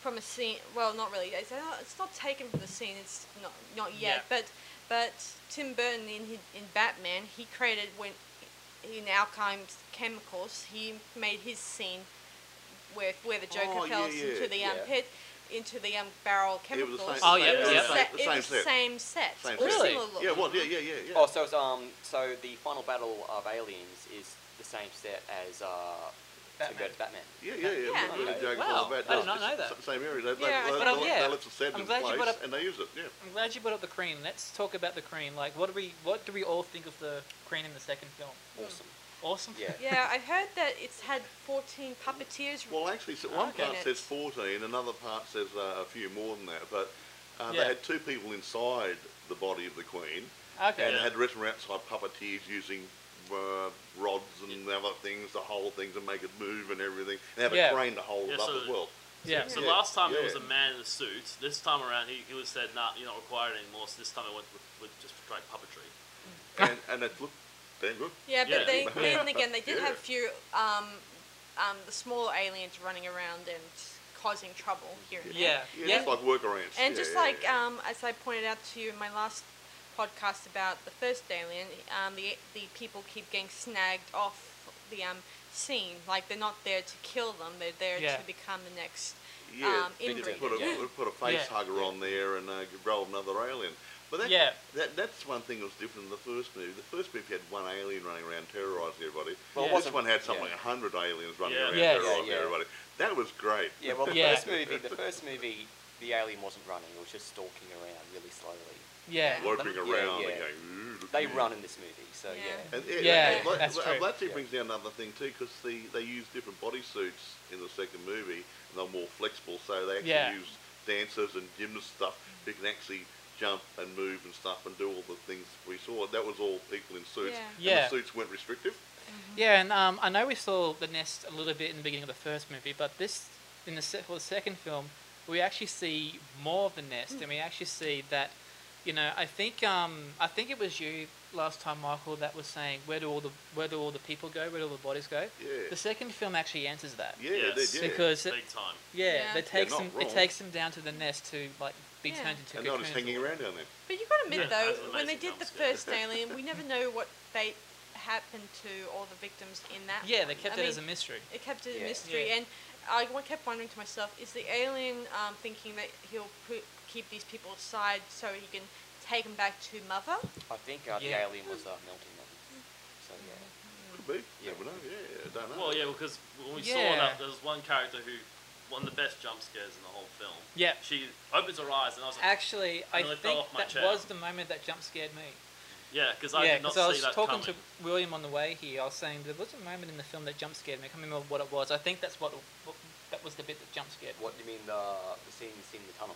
[SPEAKER 1] from a scene. Well, not really. It's not, it's not taken from the scene. It's not not yet, but but Tim Burton in his, in Batman, he created when in Alchem's Chemicals, he made his scene where where the Joker
[SPEAKER 2] Oh, yeah,
[SPEAKER 1] fell
[SPEAKER 2] yeah,
[SPEAKER 1] into the um,
[SPEAKER 3] yeah.
[SPEAKER 1] pit, into the um, barrel
[SPEAKER 2] It was
[SPEAKER 1] chemicals.
[SPEAKER 2] the same.
[SPEAKER 4] Oh, yeah,
[SPEAKER 1] It was
[SPEAKER 4] yeah.
[SPEAKER 1] sa-
[SPEAKER 2] Same-
[SPEAKER 1] it
[SPEAKER 2] same
[SPEAKER 1] was
[SPEAKER 2] set.
[SPEAKER 1] same set.
[SPEAKER 2] Same
[SPEAKER 1] or
[SPEAKER 4] set. Really?
[SPEAKER 1] similar look.
[SPEAKER 2] Yeah. Well, yeah, yeah, yeah, yeah.
[SPEAKER 3] Oh, so it's um, so the final battle of aliens is the same set as uh, to go to Batman.
[SPEAKER 2] Yeah, yeah, yeah.
[SPEAKER 1] Yeah.
[SPEAKER 2] We've got a joke
[SPEAKER 4] Wow,
[SPEAKER 2] about
[SPEAKER 4] I did not know that.
[SPEAKER 2] Same area. They, they,
[SPEAKER 1] Yeah,
[SPEAKER 2] they,
[SPEAKER 1] but,
[SPEAKER 4] um,
[SPEAKER 2] they-
[SPEAKER 4] yeah.
[SPEAKER 2] they left the sand
[SPEAKER 4] I'm
[SPEAKER 2] in
[SPEAKER 4] glad you
[SPEAKER 2] place
[SPEAKER 4] brought up-
[SPEAKER 2] and they use it. Yeah.
[SPEAKER 4] I'm glad you brought up the cream. Let's talk about the cream. Like, what do we, what do we all think of the cream in the second film?
[SPEAKER 3] Awesome.
[SPEAKER 4] Awesome.
[SPEAKER 1] *laughs*
[SPEAKER 3] Yeah.
[SPEAKER 1] yeah, I heard that it's had 14 puppeteers.
[SPEAKER 2] Well, eh? actually, so one
[SPEAKER 1] Okay.
[SPEAKER 2] part says 14, another part says uh, a few more than that. But uh,
[SPEAKER 4] Yeah.
[SPEAKER 2] they had two people inside the body of the Queen
[SPEAKER 4] *laughs* Okay.
[SPEAKER 2] and
[SPEAKER 5] Yeah.
[SPEAKER 2] had the rest were outside puppeteers using uh, rods and other things to hold things and make it move and everything. And have
[SPEAKER 4] Yeah.
[SPEAKER 2] a crane to hold
[SPEAKER 5] Yeah,
[SPEAKER 2] it up
[SPEAKER 5] so-
[SPEAKER 2] as well.
[SPEAKER 4] Yeah.
[SPEAKER 5] So
[SPEAKER 2] Yeah,
[SPEAKER 5] last time it was
[SPEAKER 2] yeah.
[SPEAKER 5] a man in a suit. This time around, he, he was said, "Nah, you're not required anymore." So this time it went with, with just straight puppetry.
[SPEAKER 2] and, and it looked damn good.
[SPEAKER 1] Yeah, but
[SPEAKER 5] Yeah.
[SPEAKER 2] *laughs*
[SPEAKER 1] they then again they did
[SPEAKER 2] Yeah.
[SPEAKER 1] have few um, um, the smaller aliens running around and causing trouble here. And there.
[SPEAKER 4] Yeah.
[SPEAKER 2] Yeah,
[SPEAKER 4] Yeah.
[SPEAKER 2] Just like workarounds.
[SPEAKER 1] And
[SPEAKER 2] yeah,
[SPEAKER 1] just
[SPEAKER 2] yeah,
[SPEAKER 1] like
[SPEAKER 2] yeah.
[SPEAKER 1] um, as I pointed out to you in my last podcast about the first alien, um, the the people keep getting snagged off the um, scene. Like they're not there to kill them; they're there
[SPEAKER 4] Yeah.
[SPEAKER 1] to become the next.
[SPEAKER 2] Yeah,
[SPEAKER 1] um,
[SPEAKER 2] they just
[SPEAKER 1] inbreeding.
[SPEAKER 2] put a,
[SPEAKER 3] Yeah.
[SPEAKER 2] put a face
[SPEAKER 4] Yeah.
[SPEAKER 2] hugger on there and uh, roll another alien. But that,
[SPEAKER 4] Yeah.
[SPEAKER 2] that that's one thing that was different in the first movie. The first movie had one alien running around terrorising everybody.
[SPEAKER 3] Well,
[SPEAKER 4] it
[SPEAKER 2] This
[SPEAKER 3] wasn't-
[SPEAKER 2] one had something
[SPEAKER 3] yeah.
[SPEAKER 2] like hundred aliens running
[SPEAKER 5] Yeah.
[SPEAKER 2] around
[SPEAKER 4] Yeah,
[SPEAKER 2] terrorising
[SPEAKER 3] yeah, yeah.
[SPEAKER 2] everybody. That was great.
[SPEAKER 3] Yeah, well, the
[SPEAKER 4] Yeah.
[SPEAKER 3] first movie, the first movie, the alien wasn't running; it was just stalking around really slowly.
[SPEAKER 4] Yeah.
[SPEAKER 2] Lurking
[SPEAKER 3] Yeah,
[SPEAKER 2] around
[SPEAKER 3] yeah.
[SPEAKER 2] and going. "Ooh, look
[SPEAKER 3] They
[SPEAKER 4] Mm.
[SPEAKER 2] at
[SPEAKER 3] run
[SPEAKER 2] you."
[SPEAKER 3] in this movie, so
[SPEAKER 1] Yeah.
[SPEAKER 3] yeah.
[SPEAKER 2] And, yeah,
[SPEAKER 4] Yeah,
[SPEAKER 2] and like-
[SPEAKER 4] that's
[SPEAKER 2] I'm
[SPEAKER 4] true.
[SPEAKER 2] glad she
[SPEAKER 3] Yeah.
[SPEAKER 2] brings down another thing too, because the, they use different bodysuits in the second movie, and they're more flexible, so they actually
[SPEAKER 4] Yeah.
[SPEAKER 2] use dancers and gymnast stuff who can actually jump and move and stuff and do all the things we saw. That was all people in suits,
[SPEAKER 1] Yeah.
[SPEAKER 2] and
[SPEAKER 4] Yeah.
[SPEAKER 2] the suits weren't restrictive.
[SPEAKER 4] Yeah, and um, I know we saw the nest a little bit in the beginning of the first movie, but this in the se- for the second film, we actually see more of the nest, and we actually see that, you know, I think um, I think it was you last time, Michael, that was saying where do all the where do all the people go, where do all the bodies go?
[SPEAKER 2] Yeah,
[SPEAKER 4] The second film actually answers that
[SPEAKER 2] yeah, they
[SPEAKER 5] Yes.
[SPEAKER 2] did.
[SPEAKER 4] because it,
[SPEAKER 5] Big time.
[SPEAKER 4] yeah,
[SPEAKER 1] Yeah.
[SPEAKER 4] they
[SPEAKER 1] Yeah,
[SPEAKER 4] takes
[SPEAKER 2] not
[SPEAKER 4] them it
[SPEAKER 2] wrong.
[SPEAKER 4] takes them down to the nest to like be
[SPEAKER 1] Yeah.
[SPEAKER 4] turned into
[SPEAKER 2] and they're
[SPEAKER 4] cocoons.
[SPEAKER 2] just hanging
[SPEAKER 4] or-
[SPEAKER 2] around down there.
[SPEAKER 1] But you got to admit
[SPEAKER 5] Yeah,
[SPEAKER 1] though,
[SPEAKER 5] that's an
[SPEAKER 1] when they
[SPEAKER 5] amazing
[SPEAKER 1] did the
[SPEAKER 5] film, yeah.
[SPEAKER 1] first alien, we never know what fate happened to all the victims in that.
[SPEAKER 4] Yeah, they
[SPEAKER 1] one.
[SPEAKER 4] kept
[SPEAKER 1] I
[SPEAKER 4] it as a
[SPEAKER 1] mean,
[SPEAKER 4] mystery.
[SPEAKER 1] It kept it
[SPEAKER 3] Yeah.
[SPEAKER 1] a mystery,
[SPEAKER 4] Yeah.
[SPEAKER 1] and I wa- kept wondering to myself: Is the alien um, thinking that he'll put, keep these people aside so he can take them back to Mother?
[SPEAKER 3] I think uh,
[SPEAKER 4] Yeah.
[SPEAKER 3] the alien was uh, melting them, so yeah.
[SPEAKER 2] Could be.
[SPEAKER 3] Yeah.
[SPEAKER 2] Never know. Yeah, I don't know.
[SPEAKER 5] Well, yeah, because when we
[SPEAKER 4] Yeah.
[SPEAKER 5] saw that, there was one character who one of the best jump scares in the whole film.
[SPEAKER 4] Yeah.
[SPEAKER 5] She opens her eyes, and I was like,
[SPEAKER 4] Actually, I
[SPEAKER 5] Nearly fell
[SPEAKER 4] think
[SPEAKER 5] off my
[SPEAKER 4] that
[SPEAKER 5] chair.
[SPEAKER 4] was the moment that jump scared me.
[SPEAKER 5] "Yeah," because I
[SPEAKER 4] Yeah,
[SPEAKER 5] did not
[SPEAKER 4] because
[SPEAKER 5] see
[SPEAKER 4] I was
[SPEAKER 5] that
[SPEAKER 4] talking
[SPEAKER 5] coming.
[SPEAKER 4] to William on the way here. I was saying there was a moment in the film that jump scared me. I can't remember what it was. I think that's what, what that was the bit that jump scared. me.
[SPEAKER 3] What do you mean the the scene that's in the tunnel?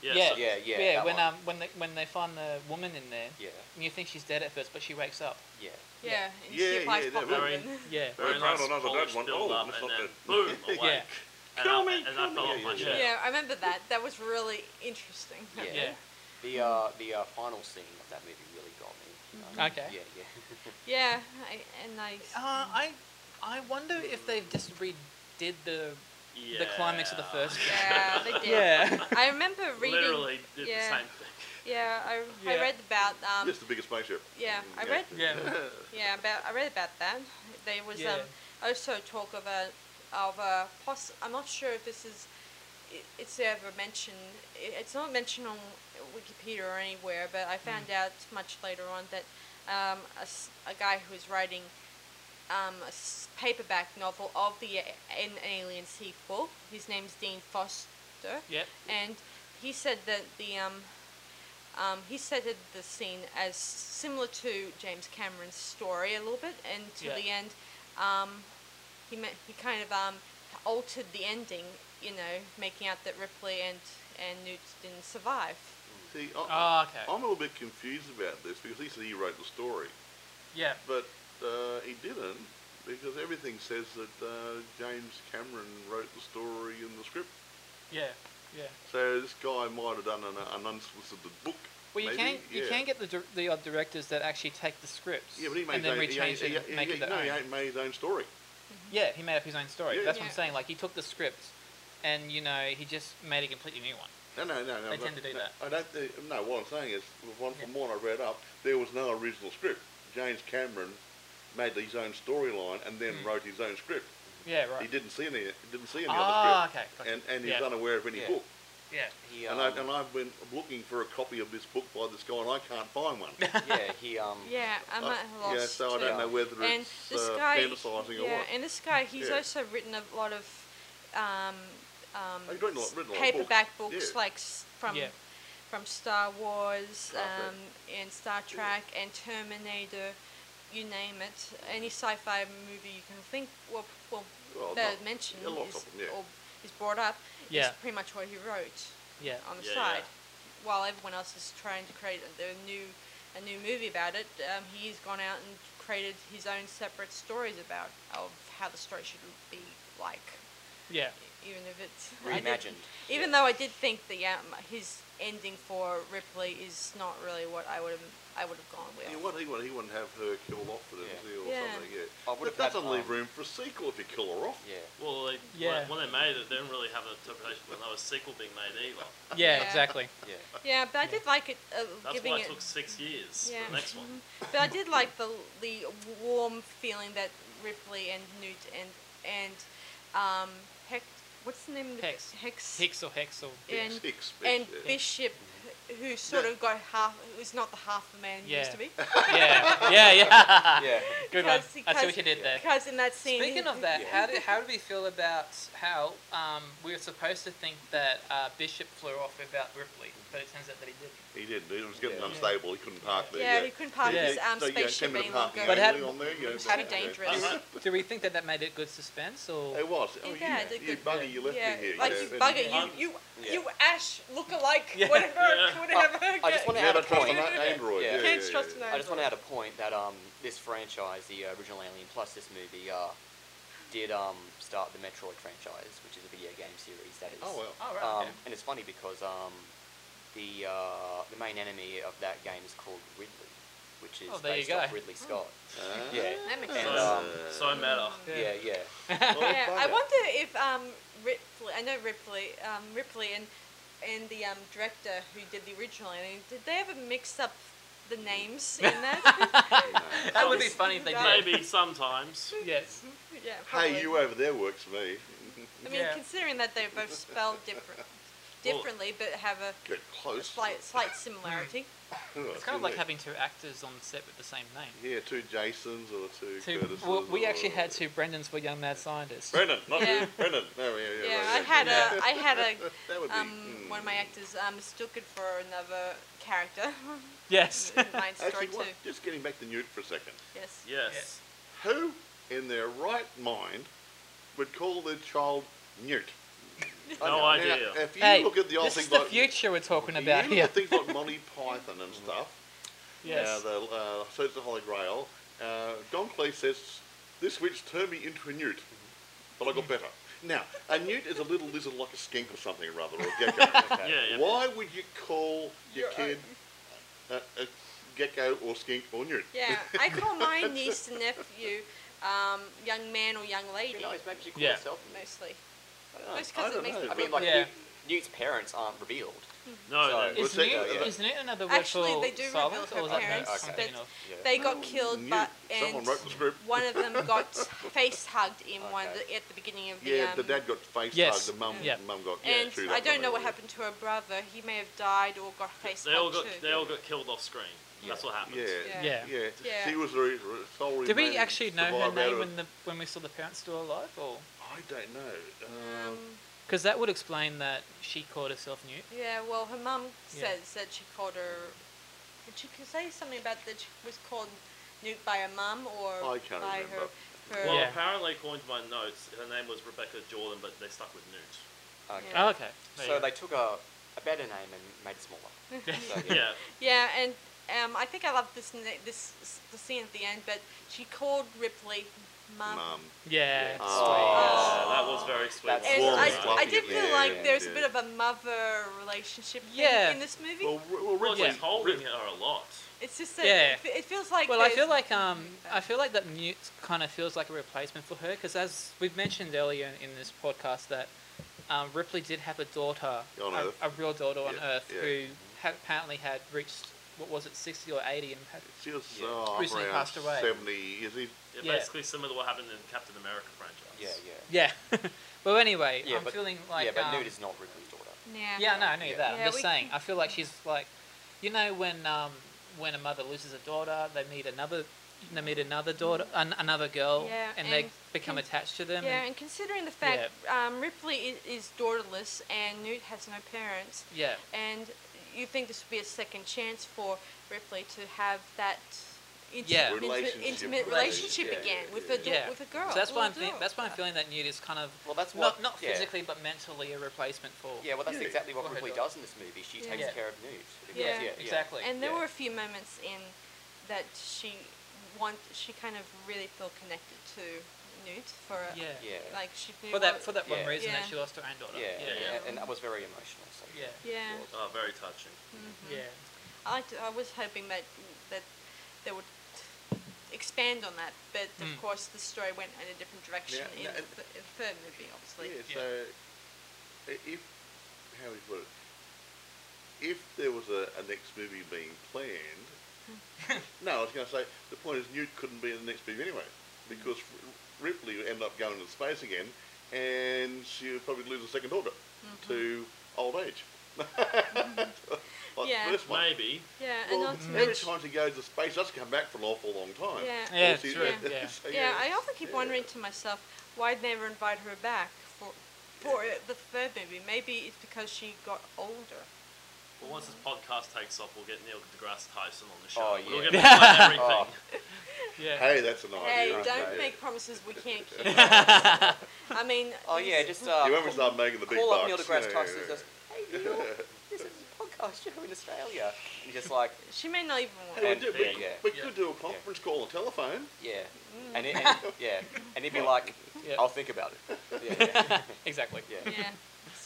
[SPEAKER 5] yeah,
[SPEAKER 4] yeah.
[SPEAKER 5] so-
[SPEAKER 3] Yeah, yeah.
[SPEAKER 4] yeah,
[SPEAKER 3] that
[SPEAKER 4] when
[SPEAKER 3] one.
[SPEAKER 4] um when they when they find the woman in there,
[SPEAKER 3] Yeah,
[SPEAKER 4] and you think she's dead at first, but she wakes up.
[SPEAKER 3] yeah.
[SPEAKER 1] Yeah,
[SPEAKER 4] Yeah.
[SPEAKER 1] and she
[SPEAKER 2] Yeah,
[SPEAKER 1] applies
[SPEAKER 2] yeah,
[SPEAKER 1] pop
[SPEAKER 2] that
[SPEAKER 1] up
[SPEAKER 5] very-
[SPEAKER 1] and-
[SPEAKER 4] Yeah.
[SPEAKER 2] Very
[SPEAKER 5] Very nice
[SPEAKER 2] proud, another
[SPEAKER 5] Polish
[SPEAKER 2] dead one.
[SPEAKER 5] build
[SPEAKER 2] Oh,
[SPEAKER 5] up,
[SPEAKER 2] that's
[SPEAKER 5] and
[SPEAKER 2] not
[SPEAKER 5] then
[SPEAKER 2] good.
[SPEAKER 5] boom,
[SPEAKER 2] *laughs* Yeah.
[SPEAKER 5] awake. And
[SPEAKER 2] Kill
[SPEAKER 5] I,
[SPEAKER 2] me,
[SPEAKER 5] And
[SPEAKER 2] kill
[SPEAKER 5] I fell
[SPEAKER 2] me.
[SPEAKER 5] off my
[SPEAKER 2] Yeah,
[SPEAKER 5] chair.
[SPEAKER 1] yeah, I remember that. That was really interesting.
[SPEAKER 3] Yeah.
[SPEAKER 4] Yeah.
[SPEAKER 3] The
[SPEAKER 1] Mm.
[SPEAKER 3] uh, the uh, final scene of that movie really got me. you
[SPEAKER 1] Mm-hmm.
[SPEAKER 3] know?
[SPEAKER 4] Okay.
[SPEAKER 3] Yeah, yeah.
[SPEAKER 1] Yeah, I, and I.
[SPEAKER 4] Uh, I I wonder if they just redid the
[SPEAKER 5] Yeah.
[SPEAKER 4] The climax of the *laughs* first one.
[SPEAKER 1] yeah, they did.
[SPEAKER 4] yeah
[SPEAKER 1] I remember reading.
[SPEAKER 5] Literally did
[SPEAKER 1] yeah.
[SPEAKER 5] the same thing. *laughs*
[SPEAKER 1] Yeah, I, I
[SPEAKER 4] Yeah.
[SPEAKER 1] read about um.
[SPEAKER 2] Just the biggest spaceship.
[SPEAKER 1] Yeah, I
[SPEAKER 2] Yeah.
[SPEAKER 1] read
[SPEAKER 4] yeah
[SPEAKER 1] Yeah, about I read about that. There was
[SPEAKER 4] Yeah.
[SPEAKER 1] um, also talk of a of a poss. I'm not sure if this is i- it's ever mentioned. i- It's not mentioned on Wikipedia or anywhere, but I found out much later on that um, a, s- a guy who was writing um, a s- paperback novel of the a- an alien sequel. His name's Dean Foster
[SPEAKER 4] yeah.
[SPEAKER 1] and he said that the um, um, he said that the scene as similar to James Cameron's story a little bit, and to
[SPEAKER 4] Yeah.
[SPEAKER 1] the end, um, he ma- he kind of um, altered the ending, you know, making out that Ripley and and Newt didn't survive.
[SPEAKER 2] *laughs* See, I,
[SPEAKER 4] Oh, okay.
[SPEAKER 2] I'm a little bit confused about this because he said he wrote the story.
[SPEAKER 4] Yeah.
[SPEAKER 2] But uh, he didn't because everything says that uh, James Cameron wrote the story and the script.
[SPEAKER 4] Yeah. Yeah.
[SPEAKER 2] So this guy might have done an, an unsolicited book.
[SPEAKER 4] Well, you
[SPEAKER 2] maybe,
[SPEAKER 4] can you
[SPEAKER 2] yeah.
[SPEAKER 4] can get the dir- the odd directors that actually take the scripts
[SPEAKER 2] Yeah, but he made
[SPEAKER 4] and then
[SPEAKER 2] his own,
[SPEAKER 4] rechange
[SPEAKER 2] he,
[SPEAKER 4] it,
[SPEAKER 2] he,
[SPEAKER 4] and make
[SPEAKER 2] he,
[SPEAKER 4] it their
[SPEAKER 2] no,
[SPEAKER 4] own.
[SPEAKER 2] he ain't made his own story.
[SPEAKER 4] Yeah, he made up his own story.
[SPEAKER 2] Yeah.
[SPEAKER 4] That's what I'm
[SPEAKER 1] Yeah.
[SPEAKER 4] saying. Like he took the script, and you know he just made a completely new one.
[SPEAKER 2] No, no, no, no.
[SPEAKER 4] They
[SPEAKER 2] but-
[SPEAKER 4] tend to do
[SPEAKER 2] no,
[SPEAKER 4] that.
[SPEAKER 2] I don't. Think, no, what I'm saying is, one
[SPEAKER 4] Yeah.
[SPEAKER 2] from what I read up, there was no original script. James Cameron made his own storyline and then
[SPEAKER 4] Hmm.
[SPEAKER 2] wrote his own script.
[SPEAKER 4] Yeah, right.
[SPEAKER 2] He didn't see any. Didn't see any
[SPEAKER 4] ah,
[SPEAKER 2] other
[SPEAKER 4] okay.
[SPEAKER 2] script, and and he's
[SPEAKER 4] yeah.
[SPEAKER 2] unaware of any
[SPEAKER 3] Yeah.
[SPEAKER 2] book.
[SPEAKER 4] Yeah.
[SPEAKER 3] He, um,
[SPEAKER 2] And, I, and I've been looking for a copy of this book by this guy, and I can't
[SPEAKER 1] *laughs*
[SPEAKER 2] find one.
[SPEAKER 3] yeah, he um,
[SPEAKER 1] Yeah, I'm
[SPEAKER 2] Uh,
[SPEAKER 1] at a loss.
[SPEAKER 2] yeah, so I
[SPEAKER 1] too.
[SPEAKER 2] don't know whether
[SPEAKER 1] and
[SPEAKER 2] it's
[SPEAKER 1] this
[SPEAKER 2] uh,
[SPEAKER 1] guy,
[SPEAKER 2] fantasizing
[SPEAKER 1] yeah,
[SPEAKER 2] or what.
[SPEAKER 1] and this guy, he's
[SPEAKER 2] Yeah.
[SPEAKER 1] also written a lot of um, um,
[SPEAKER 2] Oh, He's written a lot- written a lot of
[SPEAKER 1] paperback
[SPEAKER 2] books,
[SPEAKER 1] books,
[SPEAKER 2] yeah.
[SPEAKER 1] like s- from
[SPEAKER 4] Yeah.
[SPEAKER 1] from Star Wars
[SPEAKER 2] Perfect.
[SPEAKER 1] um, and Star Trek and Terminator, you name it. Any sci-fi movie you can think, well, well,
[SPEAKER 2] Well,
[SPEAKER 1] that
[SPEAKER 2] not-
[SPEAKER 1] is mentioned
[SPEAKER 2] a lot
[SPEAKER 1] is,
[SPEAKER 2] of them, yeah.
[SPEAKER 1] or is brought up,
[SPEAKER 4] Yeah.
[SPEAKER 1] is pretty much what he wrote
[SPEAKER 4] Yeah.
[SPEAKER 1] on the
[SPEAKER 5] Yeah, yeah.
[SPEAKER 1] side, while everyone else is trying to create a, their new a new movie about it. Um, he's gone out and created his own separate stories about of how the story should be like,
[SPEAKER 4] Yeah.
[SPEAKER 1] even if it's *laughs* I did-
[SPEAKER 3] reimagined.
[SPEAKER 1] Even though I did think the um, his ending for Ripley is not really what I would have I would have gone with.
[SPEAKER 2] You want, he, wouldn't, he wouldn't have her killed off for them,
[SPEAKER 3] Yeah.
[SPEAKER 2] see, or
[SPEAKER 1] Yeah.
[SPEAKER 2] something, yeah.
[SPEAKER 3] I would've
[SPEAKER 2] But that
[SPEAKER 3] had,
[SPEAKER 2] doesn't leave
[SPEAKER 3] um,
[SPEAKER 2] room for a sequel if you kill her off.
[SPEAKER 3] Yeah.
[SPEAKER 5] Well, like,
[SPEAKER 4] Yeah.
[SPEAKER 5] when, when they made it, they didn't really have an interpretation when there was a sequel being made either.
[SPEAKER 4] Yeah.
[SPEAKER 1] Yeah.
[SPEAKER 4] Exactly.
[SPEAKER 3] Yeah.
[SPEAKER 1] Yeah, but I did like it. Uh,
[SPEAKER 5] That's
[SPEAKER 1] giving
[SPEAKER 5] why it
[SPEAKER 1] it
[SPEAKER 5] took six years
[SPEAKER 1] Yeah.
[SPEAKER 5] for the next
[SPEAKER 4] *laughs*
[SPEAKER 5] one.
[SPEAKER 1] But I did like the the warm feeling that Ripley and Newt and and um Hex what's the name of the
[SPEAKER 4] Hex.
[SPEAKER 1] Hex,
[SPEAKER 4] Hicks or Hex *laughs* or
[SPEAKER 1] and
[SPEAKER 2] Six,
[SPEAKER 1] and
[SPEAKER 2] yeah.
[SPEAKER 1] Bishop who sort
[SPEAKER 2] Yeah.
[SPEAKER 1] of got half who's not the half the man he used
[SPEAKER 4] Yeah.
[SPEAKER 1] to be
[SPEAKER 4] yeah. Yeah. Yeah. *laughs*
[SPEAKER 3] Yeah.
[SPEAKER 4] Good one.
[SPEAKER 1] Because-
[SPEAKER 4] I see
[SPEAKER 1] because-
[SPEAKER 4] what you did there.
[SPEAKER 1] because in that scene
[SPEAKER 4] Speaking
[SPEAKER 1] he-
[SPEAKER 4] of that,
[SPEAKER 3] Yeah.
[SPEAKER 4] how do how do we feel about how um, we were supposed to think that uh, Bishop flew off without Ripley, but it turns out that he didn't.
[SPEAKER 2] He didn't. He was getting
[SPEAKER 3] Yeah.
[SPEAKER 2] unstable. He couldn't park there.
[SPEAKER 1] yeah, he couldn't park
[SPEAKER 4] Yeah.
[SPEAKER 1] his um,
[SPEAKER 2] so, yeah,
[SPEAKER 1] spaceship
[SPEAKER 2] timid
[SPEAKER 1] any
[SPEAKER 2] parking
[SPEAKER 1] longer
[SPEAKER 4] But had-
[SPEAKER 2] only on there, yeah,
[SPEAKER 1] was
[SPEAKER 2] but-
[SPEAKER 1] too
[SPEAKER 2] yeah. Uh-huh.
[SPEAKER 1] dangerous.
[SPEAKER 5] I- I-
[SPEAKER 4] Do we think that that made it good suspense or?
[SPEAKER 2] It was. Oh,
[SPEAKER 1] Yeah,
[SPEAKER 2] you,
[SPEAKER 1] yeah, they
[SPEAKER 2] you
[SPEAKER 1] could-
[SPEAKER 2] bugger, you left
[SPEAKER 1] yeah,
[SPEAKER 2] me here.
[SPEAKER 1] like
[SPEAKER 2] yeah,
[SPEAKER 1] you
[SPEAKER 2] and-
[SPEAKER 1] bugger,
[SPEAKER 5] I'm-
[SPEAKER 1] you you
[SPEAKER 3] yeah.
[SPEAKER 1] you Ash look alike,
[SPEAKER 4] Yeah.
[SPEAKER 1] whatever,
[SPEAKER 5] Yeah.
[SPEAKER 1] whatever.
[SPEAKER 3] I just wanna
[SPEAKER 2] Never
[SPEAKER 3] add a
[SPEAKER 2] trust
[SPEAKER 3] point.
[SPEAKER 2] an android.
[SPEAKER 3] Yeah.
[SPEAKER 2] Yeah, yeah,
[SPEAKER 1] Can't
[SPEAKER 2] yeah,
[SPEAKER 1] trust
[SPEAKER 2] yeah.
[SPEAKER 1] an
[SPEAKER 3] I just want to add a point that um, this franchise, the uh, original Alien plus this movie, uh, did um, start the Metroid franchise, which is a video game series that is.
[SPEAKER 2] Oh, well.
[SPEAKER 4] Oh,
[SPEAKER 3] Um,
[SPEAKER 4] right. okay.
[SPEAKER 3] And it's funny because um, the uh, the main enemy of that game is called Ridley, which is
[SPEAKER 4] Oh, there you
[SPEAKER 3] based off
[SPEAKER 4] go.
[SPEAKER 3] Ridley Scott.
[SPEAKER 2] Ah.
[SPEAKER 3] Yeah.
[SPEAKER 1] That makes
[SPEAKER 4] Uh,
[SPEAKER 5] So,
[SPEAKER 3] And,
[SPEAKER 1] sense.
[SPEAKER 3] um,
[SPEAKER 2] uh,
[SPEAKER 4] *laughs*
[SPEAKER 5] so meta.
[SPEAKER 4] Yeah.
[SPEAKER 3] Yeah, yeah.
[SPEAKER 2] Well,
[SPEAKER 1] *laughs* Yeah, I
[SPEAKER 2] Oh, bugger.
[SPEAKER 1] wonder if um, Ripley. I know Ripley. Um, Ripley and and the um, director who did the original. I mean, did they ever mix up the names
[SPEAKER 2] *laughs*
[SPEAKER 1] in that? *laughs*
[SPEAKER 4] that would be funny if they did. *laughs*
[SPEAKER 5] Maybe sometimes.
[SPEAKER 4] Yes.
[SPEAKER 1] yeah. Probably.
[SPEAKER 2] Hey, you uh, over there works me.
[SPEAKER 1] I mean,
[SPEAKER 4] Yeah.
[SPEAKER 1] considering that they're both spelled
[SPEAKER 2] *laughs*
[SPEAKER 1] different,
[SPEAKER 5] Well-
[SPEAKER 1] differently, but have a
[SPEAKER 2] Get close.
[SPEAKER 1] slight slight similarity.
[SPEAKER 2] Oh,
[SPEAKER 4] It's kind of like
[SPEAKER 2] goodness.
[SPEAKER 4] having two actors on set with the same name.
[SPEAKER 2] Yeah, two Jasons or two,
[SPEAKER 4] Two,
[SPEAKER 2] Curtises.
[SPEAKER 4] well, we actually
[SPEAKER 2] or-
[SPEAKER 4] had two Brendans for Young Mad Scientists.
[SPEAKER 2] *laughs* Brennan, not
[SPEAKER 1] Yeah.
[SPEAKER 2] you. Brennan. No, yeah, *laughs* yeah,
[SPEAKER 1] Yeah,
[SPEAKER 2] right,
[SPEAKER 1] I
[SPEAKER 2] yeah,
[SPEAKER 1] had
[SPEAKER 2] yeah.
[SPEAKER 1] a I had
[SPEAKER 2] *laughs*
[SPEAKER 1] a
[SPEAKER 2] That would be.
[SPEAKER 1] um,
[SPEAKER 2] mm.
[SPEAKER 1] one of my actors um, mistook it for another
[SPEAKER 2] *laughs*
[SPEAKER 1] character. *laughs*
[SPEAKER 4] Yes.
[SPEAKER 1] Mine story
[SPEAKER 2] Actually,
[SPEAKER 1] too.
[SPEAKER 2] what, just getting back to Newt for a second.
[SPEAKER 1] Yes.
[SPEAKER 5] Yes.
[SPEAKER 2] Who in their right mind would call their child Newt?
[SPEAKER 5] No
[SPEAKER 2] Now,
[SPEAKER 5] idea.
[SPEAKER 2] if you
[SPEAKER 4] *laughs* hey,
[SPEAKER 2] look at the old
[SPEAKER 4] this
[SPEAKER 2] things
[SPEAKER 4] is the
[SPEAKER 2] like
[SPEAKER 4] future we're talking
[SPEAKER 2] you
[SPEAKER 4] about
[SPEAKER 2] look
[SPEAKER 4] here.
[SPEAKER 2] at things like Monty Python and stuff.
[SPEAKER 4] *laughs* Yes.
[SPEAKER 2] Uh, the uh, Search of the Holy Grail. Uh, Don Cleese says, "This witch turned me into a newt, but I got better." Now, a newt is a little lizard like a skink or something rather, or a
[SPEAKER 4] *laughs*
[SPEAKER 2] gecko.
[SPEAKER 3] Okay.
[SPEAKER 5] Yeah, yeah.
[SPEAKER 2] Why would you call your
[SPEAKER 1] Your
[SPEAKER 2] kid a, a gecko or skink or newt?
[SPEAKER 1] Yeah, I call my niece and nephew um, young man or young
[SPEAKER 3] Who
[SPEAKER 1] lady,
[SPEAKER 3] knows? Maybe she called
[SPEAKER 4] Yeah.
[SPEAKER 3] herself. Newt.
[SPEAKER 1] mostly.
[SPEAKER 3] I don't know.
[SPEAKER 1] Most because
[SPEAKER 2] I
[SPEAKER 1] it makes
[SPEAKER 2] don't
[SPEAKER 1] me
[SPEAKER 2] know.
[SPEAKER 3] I mean, like
[SPEAKER 4] Yeah.
[SPEAKER 3] Newt- Newt's parents aren't revealed.
[SPEAKER 5] No,
[SPEAKER 3] So-
[SPEAKER 5] then-
[SPEAKER 2] We'll
[SPEAKER 4] Is,
[SPEAKER 2] take
[SPEAKER 4] Newt,
[SPEAKER 2] that, yeah.
[SPEAKER 4] is Newt another word
[SPEAKER 1] Actually,
[SPEAKER 4] for
[SPEAKER 1] they do reveal
[SPEAKER 4] silent,
[SPEAKER 1] her
[SPEAKER 4] or is that
[SPEAKER 1] parents,
[SPEAKER 4] I'm thinking
[SPEAKER 3] but-
[SPEAKER 4] of?
[SPEAKER 3] Yeah.
[SPEAKER 1] They got killed,
[SPEAKER 2] Newt.
[SPEAKER 1] but
[SPEAKER 2] Someone
[SPEAKER 1] and
[SPEAKER 2] wrote the script.
[SPEAKER 1] one of them
[SPEAKER 2] *laughs*
[SPEAKER 1] got face hugged in one of
[SPEAKER 3] Okay.
[SPEAKER 1] the, at the beginning of the.
[SPEAKER 2] Yeah,
[SPEAKER 1] um,
[SPEAKER 2] the dad got face
[SPEAKER 4] Yes.
[SPEAKER 2] hugged, the mum,
[SPEAKER 4] Yeah.
[SPEAKER 2] mum got yeah,
[SPEAKER 1] and
[SPEAKER 2] chewed
[SPEAKER 1] I
[SPEAKER 2] up
[SPEAKER 1] don't
[SPEAKER 2] by
[SPEAKER 1] know
[SPEAKER 2] the-
[SPEAKER 1] what happened to her brother. He may have died or got face
[SPEAKER 5] they all
[SPEAKER 1] hugged
[SPEAKER 5] got
[SPEAKER 1] too.
[SPEAKER 5] they all got killed off screen. That's what happened.
[SPEAKER 2] Yeah.
[SPEAKER 1] Yeah.
[SPEAKER 4] Yeah.
[SPEAKER 2] Yeah.
[SPEAKER 1] Yeah.
[SPEAKER 2] she was the sole
[SPEAKER 4] Did we
[SPEAKER 2] remaining
[SPEAKER 4] actually know her
[SPEAKER 2] survivor out
[SPEAKER 4] name
[SPEAKER 2] of-
[SPEAKER 4] when the when we saw the parents still alive, or?
[SPEAKER 2] I don't know. Um,
[SPEAKER 1] Um,
[SPEAKER 4] Because that would explain that she called herself Newt.
[SPEAKER 1] yeah, well, her mum
[SPEAKER 4] Yeah.
[SPEAKER 1] says that she called her. Did she say something about that she was called Newt by her mum or
[SPEAKER 2] I can't
[SPEAKER 1] by
[SPEAKER 2] remember.
[SPEAKER 1] her? her
[SPEAKER 5] Well,
[SPEAKER 4] Yeah.
[SPEAKER 5] apparently, according to my notes, her name was Rebecca Jordan, but they stuck with Newt.
[SPEAKER 3] Okay.
[SPEAKER 1] Yeah.
[SPEAKER 4] Oh, okay. There
[SPEAKER 3] So
[SPEAKER 4] you go.
[SPEAKER 3] they took a, a better name and made it smaller. So,
[SPEAKER 4] *laughs*
[SPEAKER 5] Yeah.
[SPEAKER 1] Yeah, and um, I think I love this na- this s- the scene at the end, but she called Ripley mum.
[SPEAKER 2] mum.
[SPEAKER 4] yeah.
[SPEAKER 3] Yeah.
[SPEAKER 4] Sweet.
[SPEAKER 2] Oh.
[SPEAKER 5] Yeah, that was very sweet.
[SPEAKER 3] That's
[SPEAKER 1] And
[SPEAKER 2] Warm
[SPEAKER 1] I,
[SPEAKER 2] and
[SPEAKER 1] I
[SPEAKER 2] fluffy
[SPEAKER 1] did
[SPEAKER 2] at the
[SPEAKER 1] feel
[SPEAKER 2] end,
[SPEAKER 1] like there's
[SPEAKER 2] yeah.
[SPEAKER 1] a bit of a mother relationship thing
[SPEAKER 4] Yeah.
[SPEAKER 1] in this movie.
[SPEAKER 2] Well, R- well,
[SPEAKER 5] Well,
[SPEAKER 2] Ridley-
[SPEAKER 5] she's holding her a lot.
[SPEAKER 1] it's just that
[SPEAKER 4] Yeah.
[SPEAKER 1] it, fe- it feels like
[SPEAKER 4] Well, I
[SPEAKER 1] there's-
[SPEAKER 4] feel like um, I feel like that Newt kind of feels like a replacement for her because as we've mentioned earlier in this podcast that um, Ripley did have a daughter,
[SPEAKER 2] On
[SPEAKER 4] a,
[SPEAKER 2] Earth.
[SPEAKER 4] a real daughter on
[SPEAKER 2] Yeah,
[SPEAKER 4] Earth
[SPEAKER 2] yeah.
[SPEAKER 4] who had apparently had reached what was it, sixty or eighty, and had,
[SPEAKER 2] She was
[SPEAKER 3] Yeah.
[SPEAKER 2] uh,
[SPEAKER 4] Recently
[SPEAKER 2] around
[SPEAKER 4] passed away.
[SPEAKER 2] 70 years. He-
[SPEAKER 5] Yeah,
[SPEAKER 4] Yeah.
[SPEAKER 5] Basically similar to what happened in Captain America franchise.
[SPEAKER 3] yeah, yeah.
[SPEAKER 4] yeah. *laughs* well, anyway,
[SPEAKER 3] Yeah,
[SPEAKER 4] I'm
[SPEAKER 3] but-
[SPEAKER 4] feeling like
[SPEAKER 3] yeah, but
[SPEAKER 4] um,
[SPEAKER 3] Newt is not Ridley's daughter.
[SPEAKER 1] Yeah.
[SPEAKER 4] Yeah, no, I know
[SPEAKER 3] Yeah.
[SPEAKER 4] that.
[SPEAKER 1] Yeah,
[SPEAKER 4] I'm just
[SPEAKER 1] we
[SPEAKER 4] saying.
[SPEAKER 1] can-
[SPEAKER 4] I feel like she's like, you know, when um, when a mother loses a daughter, they meet another, they meet another daughter, an, another girl,
[SPEAKER 1] Yeah,
[SPEAKER 4] and, they
[SPEAKER 1] and
[SPEAKER 4] become
[SPEAKER 1] can-
[SPEAKER 4] attached to them.
[SPEAKER 1] Yeah,
[SPEAKER 4] and,
[SPEAKER 1] and considering the fact um, Ripley is, is daughterless and Newt has no parents,
[SPEAKER 4] yeah.
[SPEAKER 1] and you think this would be a second chance for Ripley to have that inti-
[SPEAKER 4] Yeah.
[SPEAKER 1] intimate
[SPEAKER 2] Relationship.
[SPEAKER 1] intimate
[SPEAKER 2] Relationship,
[SPEAKER 1] relationship
[SPEAKER 3] yeah,
[SPEAKER 1] again
[SPEAKER 2] yeah,
[SPEAKER 1] with
[SPEAKER 2] yeah.
[SPEAKER 1] a da-
[SPEAKER 4] Yeah.
[SPEAKER 1] with a girl.
[SPEAKER 4] So that's why I'm
[SPEAKER 1] little
[SPEAKER 4] think,
[SPEAKER 1] girl.
[SPEAKER 4] that's why I'm feeling that Newt is kind of
[SPEAKER 3] Well, that's what.
[SPEAKER 4] not not
[SPEAKER 3] yeah.
[SPEAKER 4] physically but mentally a replacement for.
[SPEAKER 3] Yeah, well, that's
[SPEAKER 2] Yeah.
[SPEAKER 3] exactly what
[SPEAKER 4] Go ahead,
[SPEAKER 3] Ripley
[SPEAKER 4] Doc.
[SPEAKER 3] does in this movie. She
[SPEAKER 1] Yeah.
[SPEAKER 3] takes
[SPEAKER 4] Yeah.
[SPEAKER 3] care of Newt. because-
[SPEAKER 1] Yeah.
[SPEAKER 4] exactly.
[SPEAKER 1] And there
[SPEAKER 3] yeah.
[SPEAKER 1] were a few moments in that she want she kind of really felt connected to Newt for a,
[SPEAKER 4] yeah.
[SPEAKER 3] Yeah.
[SPEAKER 1] like she knew
[SPEAKER 4] For that
[SPEAKER 1] what-
[SPEAKER 4] for that one
[SPEAKER 3] Yeah.
[SPEAKER 4] reason
[SPEAKER 1] Yeah.
[SPEAKER 4] that she lost her own daughter.
[SPEAKER 3] Yeah,
[SPEAKER 4] yeah,
[SPEAKER 5] yeah.
[SPEAKER 3] and- and that was very emotional. So
[SPEAKER 4] Yeah.
[SPEAKER 1] yeah.
[SPEAKER 5] Oh, very touching.
[SPEAKER 1] mhm.
[SPEAKER 4] yeah.
[SPEAKER 1] I liked, I was hoping that that they would expand on that, but of
[SPEAKER 4] Mm.
[SPEAKER 1] course the story went in a different direction
[SPEAKER 2] Yeah,
[SPEAKER 1] in,
[SPEAKER 2] yeah,
[SPEAKER 1] the,
[SPEAKER 2] and-
[SPEAKER 1] th- in the third movie, obviously.
[SPEAKER 2] Yeah,
[SPEAKER 4] yeah.
[SPEAKER 2] so uh, i- if, how we put it, if there was a, a next movie being planned,
[SPEAKER 1] *laughs*
[SPEAKER 2] no, I was going to say, the point is Newt couldn't be in the next movie anyway, because R- Ripley would end up going into space again, and she would probably lose a second daughter
[SPEAKER 1] Mm-hmm.
[SPEAKER 2] to old age. *laughs* like
[SPEAKER 1] Yeah.
[SPEAKER 2] the first one.
[SPEAKER 5] Maybe.
[SPEAKER 1] Yeah, and
[SPEAKER 2] Well,
[SPEAKER 1] not to
[SPEAKER 2] every
[SPEAKER 1] mention-
[SPEAKER 2] time she goes to space, that's come back for an awful long time.
[SPEAKER 1] yeah,
[SPEAKER 4] Yeah,
[SPEAKER 2] Obviously,
[SPEAKER 4] true,
[SPEAKER 2] uh, *laughs*
[SPEAKER 4] yeah.
[SPEAKER 2] so,
[SPEAKER 1] yeah, I often keep
[SPEAKER 2] yeah.
[SPEAKER 1] wondering to myself why they never invite her back for for uh, the third movie. Maybe it's because she got older.
[SPEAKER 5] Well, once this podcast takes off, we'll get Neil deGrasse Tyson on the show.
[SPEAKER 3] Oh,
[SPEAKER 5] We'll
[SPEAKER 3] yeah.
[SPEAKER 5] get him to explain
[SPEAKER 2] *laughs*
[SPEAKER 5] everything.
[SPEAKER 3] Oh.
[SPEAKER 4] *laughs* Yeah.
[SPEAKER 2] Hey, that's an idea.
[SPEAKER 1] Hey,
[SPEAKER 2] right
[SPEAKER 1] don't
[SPEAKER 2] there.
[SPEAKER 1] make promises we can't keep.
[SPEAKER 4] *laughs*
[SPEAKER 1] I mean,
[SPEAKER 3] Oh
[SPEAKER 1] these-
[SPEAKER 3] yeah, just uh,
[SPEAKER 2] You remember
[SPEAKER 3] call,
[SPEAKER 2] start making the big
[SPEAKER 3] call up
[SPEAKER 2] bucks.
[SPEAKER 3] Neil deGrasse
[SPEAKER 2] Yeah,
[SPEAKER 3] Tyson.
[SPEAKER 2] yeah,
[SPEAKER 3] and Just, hey Neil, this is a podcast show in Australia. And just like,
[SPEAKER 1] she may not even want.
[SPEAKER 2] yeah. Hey,
[SPEAKER 3] And
[SPEAKER 2] we, do, we,
[SPEAKER 3] yeah, yeah.
[SPEAKER 2] we could do a conference call on telephone.
[SPEAKER 3] yeah,
[SPEAKER 1] Mm.
[SPEAKER 3] and, it, and yeah, and he'd be like,
[SPEAKER 4] *laughs* Yeah.
[SPEAKER 3] I'll think about it. Yeah, yeah, *laughs*
[SPEAKER 4] Exactly.
[SPEAKER 3] yeah.
[SPEAKER 1] yeah.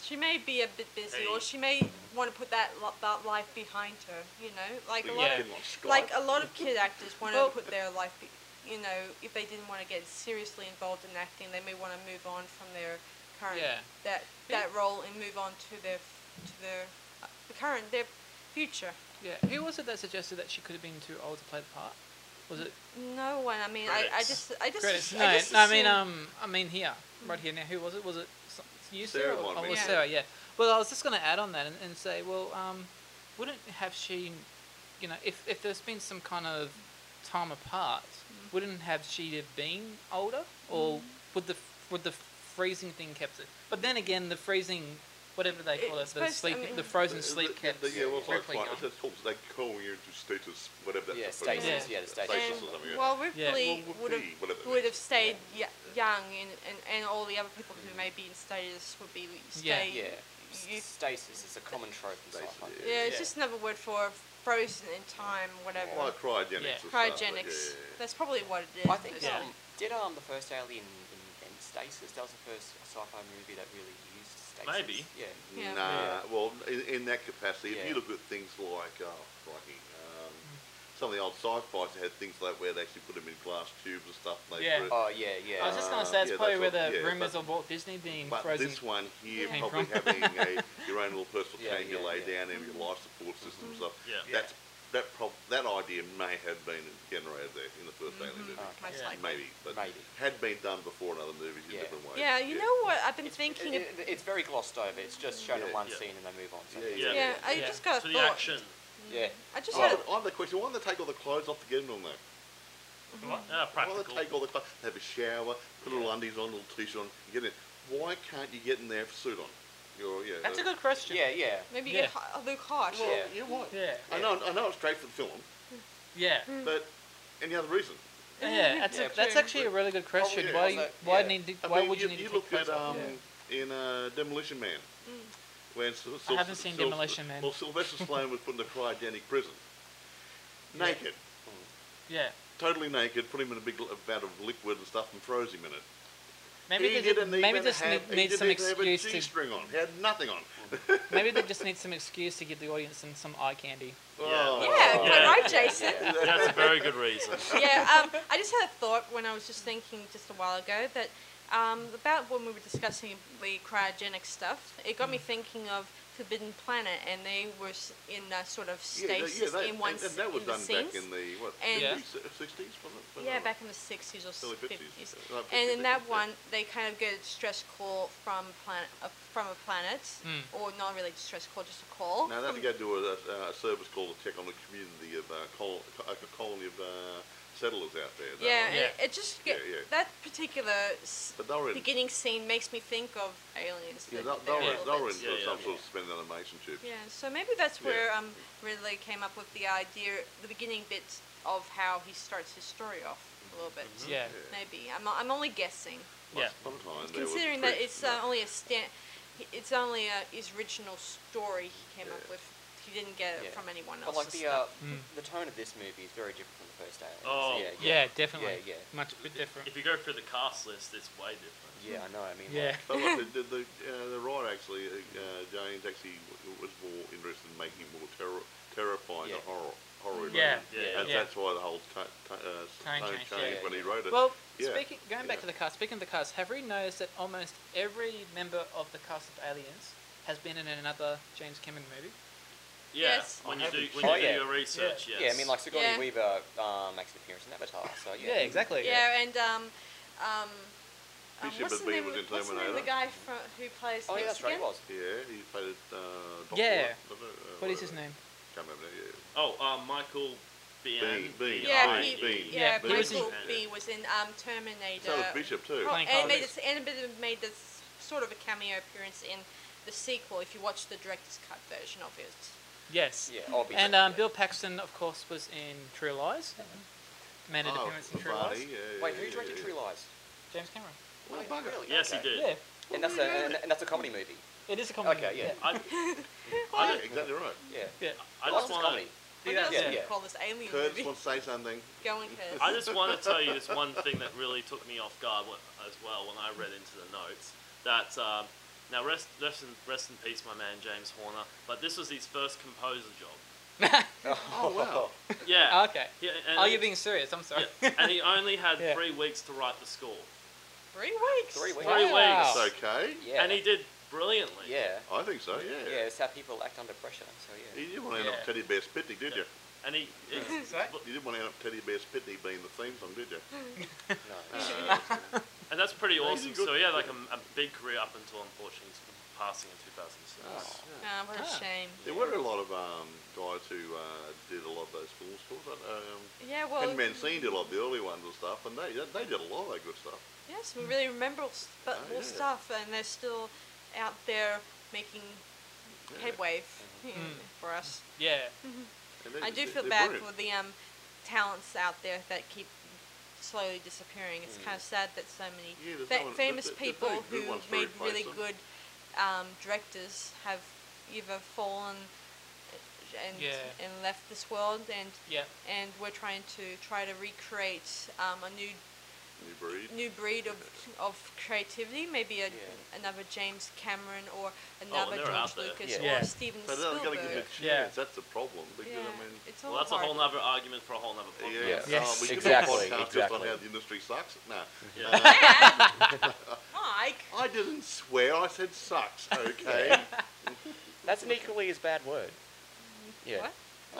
[SPEAKER 1] She may be a bit busy, or
[SPEAKER 5] Hey.
[SPEAKER 1] she may want to put that lo- that life behind her. You know, like a
[SPEAKER 2] We
[SPEAKER 1] lot
[SPEAKER 4] Yeah.
[SPEAKER 1] of
[SPEAKER 2] can on Skype.
[SPEAKER 1] like a lot of kid actors want
[SPEAKER 4] Well-
[SPEAKER 1] to put their life. Be- you know, if they didn't want to get seriously involved in acting, they may want to move on from their current
[SPEAKER 4] Yeah.
[SPEAKER 1] that
[SPEAKER 4] Yeah.
[SPEAKER 1] that role and move on to their f- to their uh, the current their future.
[SPEAKER 4] Yeah. Who was it that suggested that she could have been too old to play the part? Was it?
[SPEAKER 1] No one. I mean, I, I
[SPEAKER 5] Credits.
[SPEAKER 1] just I just *laughs*
[SPEAKER 4] Credits.
[SPEAKER 1] I uh,
[SPEAKER 4] No, no,
[SPEAKER 1] just
[SPEAKER 4] I mean,
[SPEAKER 1] assume-
[SPEAKER 4] um, I mean here, right here now. Who was it? Was it s- you, Sarah?
[SPEAKER 2] Sarah might
[SPEAKER 4] or,
[SPEAKER 2] have
[SPEAKER 4] oh,
[SPEAKER 2] been.
[SPEAKER 4] was
[SPEAKER 1] Yeah.
[SPEAKER 4] Sarah? Yeah. Well, I was just going to add on that and, and say, well, um, wouldn't have she, you know, if if there's been some kind of time apart,
[SPEAKER 1] Mm.
[SPEAKER 4] wouldn't have she have been older, or would the would the freezing thing kept it? But then again, the freezing, whatever they call it,
[SPEAKER 1] It's
[SPEAKER 4] the
[SPEAKER 1] supposed- I
[SPEAKER 4] sleep,
[SPEAKER 1] mean-
[SPEAKER 4] the
[SPEAKER 2] The-
[SPEAKER 4] frozen
[SPEAKER 2] the-
[SPEAKER 4] sleep
[SPEAKER 2] the-
[SPEAKER 4] kept
[SPEAKER 2] the- yeah, well, it's like
[SPEAKER 4] Ripley
[SPEAKER 2] fine.
[SPEAKER 4] young.
[SPEAKER 2] It's just called, they call you into status, whatever that's
[SPEAKER 3] Yeah,
[SPEAKER 2] supposed to be.
[SPEAKER 4] stasis,
[SPEAKER 1] yeah,
[SPEAKER 3] the
[SPEAKER 2] Stasis
[SPEAKER 1] And
[SPEAKER 2] or something. yeah.
[SPEAKER 1] well,
[SPEAKER 4] Yeah.
[SPEAKER 1] Ripley
[SPEAKER 2] Well,
[SPEAKER 1] would have
[SPEAKER 2] be, whatever that
[SPEAKER 1] would have
[SPEAKER 2] means.
[SPEAKER 1] stayed y- young, and, and, and all the other people who may be in status would be
[SPEAKER 4] Yeah.
[SPEAKER 1] stay.
[SPEAKER 3] yeah.
[SPEAKER 1] You,
[SPEAKER 3] Stasis is a common trope in
[SPEAKER 2] Stasis,
[SPEAKER 3] sci-fi.
[SPEAKER 2] yeah.
[SPEAKER 1] yeah, it's
[SPEAKER 4] Yeah.
[SPEAKER 1] just another word for frozen in time, whatever.
[SPEAKER 2] Like Oh, cryogenics.
[SPEAKER 4] Yeah.
[SPEAKER 2] or stuff, like,
[SPEAKER 1] Cryogenics.
[SPEAKER 2] yeah, yeah,
[SPEAKER 1] That's probably what it is.
[SPEAKER 3] I think
[SPEAKER 1] It's-
[SPEAKER 4] Yeah.
[SPEAKER 3] um, did um the first Alien invent stasis? That was the first sci-fi movie that really used stasis.
[SPEAKER 5] Maybe.
[SPEAKER 3] Yeah.
[SPEAKER 1] Yeah.
[SPEAKER 2] Nah,
[SPEAKER 3] Yeah.
[SPEAKER 2] well, in, in that capacity, if
[SPEAKER 3] Yeah.
[SPEAKER 2] you look at things like, oh, crikey, um, some of the old sci-fi had things like where they actually put them in glass tubes and stuff. And they
[SPEAKER 4] Yeah.
[SPEAKER 2] put it-
[SPEAKER 3] Oh yeah, yeah.
[SPEAKER 4] I was just going
[SPEAKER 2] Uh,
[SPEAKER 4] to say, that's
[SPEAKER 2] yeah,
[SPEAKER 4] probably
[SPEAKER 2] that's
[SPEAKER 4] where
[SPEAKER 2] what-
[SPEAKER 4] the
[SPEAKER 2] yeah,
[SPEAKER 4] rumors
[SPEAKER 2] but-
[SPEAKER 4] of Walt Disney being
[SPEAKER 2] But
[SPEAKER 4] frozen.
[SPEAKER 2] this one here,
[SPEAKER 1] Yeah.
[SPEAKER 2] probably
[SPEAKER 4] Came
[SPEAKER 2] having
[SPEAKER 3] *laughs*
[SPEAKER 2] a, your own little personal
[SPEAKER 3] Yeah,
[SPEAKER 2] tank you
[SPEAKER 3] yeah,
[SPEAKER 2] lay
[SPEAKER 3] yeah.
[SPEAKER 2] down and your life support system
[SPEAKER 1] Mm-hmm.
[SPEAKER 2] and stuff.
[SPEAKER 5] Yeah.
[SPEAKER 3] Yeah.
[SPEAKER 2] That's that prob- that idea may have been generated there in the
[SPEAKER 1] Mm-hmm.
[SPEAKER 2] 1st Alien movie.
[SPEAKER 3] Okay.
[SPEAKER 1] most
[SPEAKER 4] Yeah.
[SPEAKER 1] likely.
[SPEAKER 2] Maybe, but
[SPEAKER 3] Oh, Maybe.
[SPEAKER 2] had been done before in other movies in
[SPEAKER 3] Yeah.
[SPEAKER 2] different ways.
[SPEAKER 1] Yeah, you know what? I've been thinking.
[SPEAKER 3] Uh, It,
[SPEAKER 1] of,
[SPEAKER 3] it, it's very glossed over. It's just shown in
[SPEAKER 2] Yeah.
[SPEAKER 3] one
[SPEAKER 5] Yeah.
[SPEAKER 3] scene and they move on. So
[SPEAKER 2] Yeah, Oh.
[SPEAKER 1] yeah,
[SPEAKER 5] yeah.
[SPEAKER 1] I
[SPEAKER 4] Yeah.
[SPEAKER 1] just got a
[SPEAKER 5] To the
[SPEAKER 1] thought.
[SPEAKER 5] action.
[SPEAKER 3] Yeah.
[SPEAKER 1] I just
[SPEAKER 2] I
[SPEAKER 1] had.
[SPEAKER 2] have, I have the question. Why don't they take all the clothes off to get in on that?
[SPEAKER 5] Ah,
[SPEAKER 2] Why
[SPEAKER 5] practical.
[SPEAKER 2] don't they take all the clothes? Have a shower, put little undies on, little t-shirt on, get in. Why can't you get in there with a suit on? You're, yeah,
[SPEAKER 4] That's a
[SPEAKER 2] uh,
[SPEAKER 4] good question.
[SPEAKER 3] Yeah, yeah.
[SPEAKER 1] Maybe
[SPEAKER 4] Yeah.
[SPEAKER 1] get Ho- Luke Hodge.
[SPEAKER 2] Well,
[SPEAKER 3] Yeah.
[SPEAKER 2] you might.
[SPEAKER 4] Yeah.
[SPEAKER 2] I know. I know it's great for the film,
[SPEAKER 4] Yeah.
[SPEAKER 2] but any other reason?
[SPEAKER 4] Yeah, that's,
[SPEAKER 3] Yeah,
[SPEAKER 4] a, that's
[SPEAKER 1] true.
[SPEAKER 4] actually a really good question.
[SPEAKER 2] Oh, yeah,
[SPEAKER 4] Why
[SPEAKER 3] also-
[SPEAKER 4] why
[SPEAKER 3] yeah.
[SPEAKER 4] need to,
[SPEAKER 2] I
[SPEAKER 4] why
[SPEAKER 2] mean,
[SPEAKER 4] would you,
[SPEAKER 2] you,
[SPEAKER 4] need to
[SPEAKER 2] look
[SPEAKER 4] take
[SPEAKER 2] at
[SPEAKER 4] clothes off? Mm.
[SPEAKER 2] um in uh, Demolition Man when Syl-
[SPEAKER 4] I
[SPEAKER 2] Syl-
[SPEAKER 4] haven't seen
[SPEAKER 2] Syl-
[SPEAKER 4] Demolition Man.
[SPEAKER 2] Well,
[SPEAKER 4] *laughs*
[SPEAKER 2] Sylvester Stallone was put in a cryogenic prison,
[SPEAKER 4] Yeah.
[SPEAKER 2] naked,
[SPEAKER 4] yeah.
[SPEAKER 2] totally naked. Put him in a big l- vat of liquid and stuff and froze him in it.
[SPEAKER 4] Maybe
[SPEAKER 2] he
[SPEAKER 4] they
[SPEAKER 2] didn't
[SPEAKER 4] just, maybe
[SPEAKER 2] even
[SPEAKER 4] just
[SPEAKER 2] have,
[SPEAKER 4] need-
[SPEAKER 2] he
[SPEAKER 4] need
[SPEAKER 2] didn't
[SPEAKER 4] some
[SPEAKER 2] even have a
[SPEAKER 4] excuse to
[SPEAKER 2] G-string on. He had nothing on.
[SPEAKER 4] *laughs*
[SPEAKER 2] *laughs*
[SPEAKER 4] maybe they just need some excuse to give the audience some, some eye candy.
[SPEAKER 1] yeah,
[SPEAKER 2] Oh.
[SPEAKER 1] quite
[SPEAKER 5] Yeah.
[SPEAKER 1] right, Jason.
[SPEAKER 5] That's a very
[SPEAKER 2] *laughs*
[SPEAKER 5] good reason.
[SPEAKER 1] yeah, um, I just had a thought when I was just thinking just a while ago
[SPEAKER 2] Mm.
[SPEAKER 1] that um, about when we were discussing the cryogenic stuff, it got me thinking of Forbidden Planet, and they were s- in that sort of
[SPEAKER 2] Yeah, that- yeah,
[SPEAKER 1] stasis
[SPEAKER 2] that-
[SPEAKER 1] in one
[SPEAKER 2] and,
[SPEAKER 1] s-
[SPEAKER 2] and that was
[SPEAKER 1] in
[SPEAKER 2] done
[SPEAKER 1] the
[SPEAKER 2] back
[SPEAKER 1] scenes.
[SPEAKER 2] in the what
[SPEAKER 1] And-
[SPEAKER 4] Yeah.
[SPEAKER 2] 50s, uh, 60s, wasn't it? When
[SPEAKER 1] yeah,
[SPEAKER 2] they were-
[SPEAKER 1] back in the sixties or
[SPEAKER 2] early 50s,
[SPEAKER 1] fifties.
[SPEAKER 2] uh, like
[SPEAKER 1] And
[SPEAKER 2] 50s,
[SPEAKER 1] in that
[SPEAKER 2] 60s, yeah.
[SPEAKER 1] one, they kind of get a distress call from planet uh, from a planet,
[SPEAKER 4] Hmm.
[SPEAKER 1] or not really distress call, just a call.
[SPEAKER 2] Now they had
[SPEAKER 1] from-
[SPEAKER 2] to go do a, a, a service call to check on the community of uh, col- a colony of uh, settlers out there. that
[SPEAKER 1] yeah,
[SPEAKER 2] one.
[SPEAKER 1] and
[SPEAKER 4] Yeah.
[SPEAKER 1] It, it just get,
[SPEAKER 2] Yeah, yeah.
[SPEAKER 1] that particular s-
[SPEAKER 2] But they were in,
[SPEAKER 1] beginning scene makes me think of aliens.
[SPEAKER 2] yeah, they,
[SPEAKER 1] but
[SPEAKER 2] they
[SPEAKER 1] they're
[SPEAKER 2] were,
[SPEAKER 1] a
[SPEAKER 2] in-
[SPEAKER 1] little
[SPEAKER 2] they were
[SPEAKER 1] bit-
[SPEAKER 2] in
[SPEAKER 5] Yeah, yeah,
[SPEAKER 2] some sort
[SPEAKER 1] yeah.
[SPEAKER 2] of suspended animation tube.
[SPEAKER 1] Yeah, so maybe that's
[SPEAKER 2] Yeah.
[SPEAKER 1] where um, Ridley came up with the idea, the beginning bits of how he starts his story off a little bit.
[SPEAKER 2] Mm-hmm.
[SPEAKER 4] Yeah.
[SPEAKER 1] Maybe I'm, I'm only guessing,
[SPEAKER 4] Yeah.
[SPEAKER 2] Sometime they were
[SPEAKER 1] considering that
[SPEAKER 2] tricked,
[SPEAKER 1] it's
[SPEAKER 2] but-
[SPEAKER 1] uh, only a stand, it's only uh his original story he came up
[SPEAKER 2] Yeah.
[SPEAKER 1] with. He didn't get it
[SPEAKER 3] Yeah.
[SPEAKER 1] from anyone
[SPEAKER 3] But
[SPEAKER 1] else.
[SPEAKER 3] like the uh,
[SPEAKER 4] Mm.
[SPEAKER 3] the tone of this movie is very different from the first Alien.
[SPEAKER 5] Oh.
[SPEAKER 3] yeah,
[SPEAKER 4] Yeah, definitely.
[SPEAKER 3] Yeah,
[SPEAKER 4] Much bit different.
[SPEAKER 5] If you go through the cast list, it's way different.
[SPEAKER 3] yeah, I know. I mean,
[SPEAKER 4] Yeah.
[SPEAKER 2] But look, the, the, the, uh, the right actually, uh, James actually w- was more interested in making it more terror, terrifying
[SPEAKER 3] Yeah.
[SPEAKER 2] or horror, horror
[SPEAKER 4] Yeah.
[SPEAKER 2] related.
[SPEAKER 5] Yeah.
[SPEAKER 2] And
[SPEAKER 4] Yeah.
[SPEAKER 2] that's why the whole t- t- uh, s-
[SPEAKER 4] Tone
[SPEAKER 2] tone
[SPEAKER 4] change,
[SPEAKER 2] changed
[SPEAKER 3] yeah.
[SPEAKER 2] when he wrote it.
[SPEAKER 4] Well,
[SPEAKER 2] Yeah.
[SPEAKER 4] speaking going back
[SPEAKER 2] Yeah.
[SPEAKER 4] to the cast, speaking of the cast, have we noticed that almost every member of the cast of Aliens has been in another James Cameron movie?
[SPEAKER 5] Yeah,
[SPEAKER 1] Yes.
[SPEAKER 5] when
[SPEAKER 3] Oh,
[SPEAKER 5] you do
[SPEAKER 3] yeah.
[SPEAKER 5] when you
[SPEAKER 3] Oh,
[SPEAKER 5] do
[SPEAKER 3] yeah.
[SPEAKER 5] your research,
[SPEAKER 4] Yeah.
[SPEAKER 5] yes.
[SPEAKER 3] yeah, I mean, like Sigourney
[SPEAKER 1] Yeah.
[SPEAKER 3] Weaver um, makes an appearance in Avatar, so
[SPEAKER 2] Oh,
[SPEAKER 3] yeah.
[SPEAKER 4] exactly.
[SPEAKER 1] yeah, and um, um, um
[SPEAKER 2] Bishop
[SPEAKER 1] what's
[SPEAKER 2] had
[SPEAKER 1] the
[SPEAKER 2] been
[SPEAKER 1] name?
[SPEAKER 2] was
[SPEAKER 1] of-
[SPEAKER 2] in
[SPEAKER 1] What's the name of the
[SPEAKER 2] Terminator.
[SPEAKER 1] guy from, who plays
[SPEAKER 3] Oh yeah, that's right.
[SPEAKER 1] Mexican?
[SPEAKER 3] It was.
[SPEAKER 2] yeah, he played uh, Doctor.
[SPEAKER 4] Yeah.
[SPEAKER 2] I don't know, uh,
[SPEAKER 4] What is his
[SPEAKER 2] whatever.
[SPEAKER 4] name?
[SPEAKER 2] Can't remember. now, Yeah.
[SPEAKER 5] Oh, uh, Michael Biehn.
[SPEAKER 2] Biehn, Biehn,
[SPEAKER 1] Yeah,
[SPEAKER 2] Bean,
[SPEAKER 1] he,
[SPEAKER 2] Bean.
[SPEAKER 1] yeah,
[SPEAKER 4] Yeah,
[SPEAKER 2] Bean.
[SPEAKER 1] Michael
[SPEAKER 5] Bean.
[SPEAKER 1] B was in um, Terminator.
[SPEAKER 2] So was
[SPEAKER 3] uh,
[SPEAKER 2] Bishop too.
[SPEAKER 1] Well,
[SPEAKER 4] Blank
[SPEAKER 1] and made
[SPEAKER 4] Harvest.
[SPEAKER 1] this, and a bit of- made this sort of a cameo appearance in the sequel if you watch the director's cut version of it.
[SPEAKER 4] Yes.
[SPEAKER 3] Yeah, obviously.
[SPEAKER 4] And um,
[SPEAKER 3] yeah.
[SPEAKER 4] Bill Paxton, of course, was in True Lies. Made an
[SPEAKER 2] Oh,
[SPEAKER 4] appearance in
[SPEAKER 2] the
[SPEAKER 4] True
[SPEAKER 2] Barney,
[SPEAKER 4] Lies.
[SPEAKER 2] Yeah, yeah,
[SPEAKER 3] Wait, who
[SPEAKER 2] yeah,
[SPEAKER 3] directed
[SPEAKER 2] yeah.
[SPEAKER 3] True Lies?
[SPEAKER 4] James Cameron.
[SPEAKER 2] Well,
[SPEAKER 3] Wait,
[SPEAKER 2] bugger.
[SPEAKER 3] really?
[SPEAKER 5] Yes,
[SPEAKER 3] Okay.
[SPEAKER 5] he did.
[SPEAKER 4] Yeah,
[SPEAKER 3] And that's a and, and that's a comedy movie.
[SPEAKER 4] it is a comedy.
[SPEAKER 3] Okay, yeah.
[SPEAKER 5] I,
[SPEAKER 2] Yeah,
[SPEAKER 5] I,
[SPEAKER 2] exactly right.
[SPEAKER 3] Yeah.
[SPEAKER 4] yeah.
[SPEAKER 5] *laughs* I just
[SPEAKER 3] Lots of
[SPEAKER 5] want
[SPEAKER 3] comedy.
[SPEAKER 5] to
[SPEAKER 1] I
[SPEAKER 4] Yeah,
[SPEAKER 1] don't know
[SPEAKER 3] yeah,
[SPEAKER 1] what you
[SPEAKER 3] yeah.
[SPEAKER 1] call this alien
[SPEAKER 2] Curtis
[SPEAKER 1] movie. *laughs*
[SPEAKER 2] wants to say something.
[SPEAKER 1] Go on, Curtis.
[SPEAKER 5] I just want to tell you this one thing that really took me off guard wh- as well when I read into the notes. That um, now rest rest in, rest in peace, my man James Horner. But this was his first composer
[SPEAKER 3] *laughs*
[SPEAKER 5] job.
[SPEAKER 2] Oh, wow.
[SPEAKER 5] Yeah.
[SPEAKER 4] *laughs* okay.
[SPEAKER 5] yeah and,
[SPEAKER 4] Oh, you're being serious. I'm sorry.
[SPEAKER 5] *laughs*
[SPEAKER 4] *laughs*
[SPEAKER 5] yeah, and he only had
[SPEAKER 4] Yeah.
[SPEAKER 5] three weeks to write the score,
[SPEAKER 1] Three weeks.
[SPEAKER 3] Three weeks.
[SPEAKER 5] Three
[SPEAKER 4] Wow.
[SPEAKER 2] It's okay.
[SPEAKER 3] Oh, Yeah.
[SPEAKER 5] and he did brilliantly.
[SPEAKER 3] Yeah.
[SPEAKER 2] I think so.
[SPEAKER 3] Yeah.
[SPEAKER 2] Yeah.
[SPEAKER 3] It's how people act under pressure. So yeah.
[SPEAKER 2] You didn't want to end up
[SPEAKER 4] Yeah.
[SPEAKER 2] Teddy Bear's Picnic, did you?
[SPEAKER 5] And he,
[SPEAKER 1] *laughs*
[SPEAKER 5] it's-
[SPEAKER 4] Sorry?
[SPEAKER 2] You didn't want to end up Teddy Bear's Picnic being the theme song, did you?
[SPEAKER 3] No. *laughs*
[SPEAKER 2] Uh,
[SPEAKER 5] and that's pretty
[SPEAKER 2] he
[SPEAKER 5] awesome.
[SPEAKER 2] did good.
[SPEAKER 5] So he had like um, a, a big career up until unfortunately his passing in 2006.
[SPEAKER 1] Ah, what a
[SPEAKER 4] Ah.
[SPEAKER 1] shame.
[SPEAKER 2] There were a lot of um, guys who uh, did a lot of those film scores. Um,
[SPEAKER 1] Yeah, well,
[SPEAKER 2] Ken Mancini did a lot of the early ones and stuff, and they they did a lot of that good stuff.
[SPEAKER 1] yes, we really remember all but
[SPEAKER 2] Oh,
[SPEAKER 1] all
[SPEAKER 2] yeah.
[SPEAKER 1] stuff, and they're still out there making headway f-
[SPEAKER 2] Mm-hmm.
[SPEAKER 1] yeah,
[SPEAKER 4] Mm.
[SPEAKER 1] for us.
[SPEAKER 4] Yeah.
[SPEAKER 2] And they-
[SPEAKER 1] I do
[SPEAKER 2] they-
[SPEAKER 1] feel
[SPEAKER 2] they're
[SPEAKER 1] bad
[SPEAKER 2] brilliant.
[SPEAKER 1] for the um, talents out there that keep slowly disappearing. It's kind of sad that so many
[SPEAKER 2] Mm. Yeah, there's
[SPEAKER 1] fa-
[SPEAKER 2] no one-
[SPEAKER 1] famous
[SPEAKER 2] there's- there's
[SPEAKER 1] people
[SPEAKER 2] very
[SPEAKER 1] who
[SPEAKER 2] good ones to
[SPEAKER 1] made
[SPEAKER 2] replace
[SPEAKER 1] really
[SPEAKER 2] them.
[SPEAKER 1] good um, directors have either fallen uh, and
[SPEAKER 4] Yeah.
[SPEAKER 1] and left this world, and
[SPEAKER 4] Yeah.
[SPEAKER 1] and we're trying to try to recreate um, a new
[SPEAKER 2] New breed.
[SPEAKER 1] new breed of of creativity. Maybe a,
[SPEAKER 3] Yeah.
[SPEAKER 1] another James Cameron
[SPEAKER 2] Oh,
[SPEAKER 1] or another
[SPEAKER 5] they're
[SPEAKER 1] George
[SPEAKER 5] out there.
[SPEAKER 1] Lucas
[SPEAKER 3] Yeah.
[SPEAKER 1] or
[SPEAKER 4] Yeah.
[SPEAKER 1] Steven
[SPEAKER 2] But they're
[SPEAKER 1] Spielberg.
[SPEAKER 2] going to give it a chance.
[SPEAKER 4] Yeah.
[SPEAKER 2] That's the problem. Because,
[SPEAKER 1] yeah,
[SPEAKER 2] I mean,
[SPEAKER 1] it's all
[SPEAKER 5] Well, that's a
[SPEAKER 1] hard.
[SPEAKER 5] whole nother argument for a whole nother podcast.
[SPEAKER 2] yeah,
[SPEAKER 3] Yes.
[SPEAKER 2] uh, we could do a
[SPEAKER 3] Exactly,
[SPEAKER 2] podcast Just on
[SPEAKER 3] exactly.
[SPEAKER 2] how the industry sucks. No.
[SPEAKER 5] Yeah.
[SPEAKER 2] *laughs* Uh,
[SPEAKER 1] Mike.
[SPEAKER 2] I didn't swear. I
[SPEAKER 1] *laughs*
[SPEAKER 2] said sucks. Okay.
[SPEAKER 3] That's an equally as bad word. Yeah.
[SPEAKER 1] What?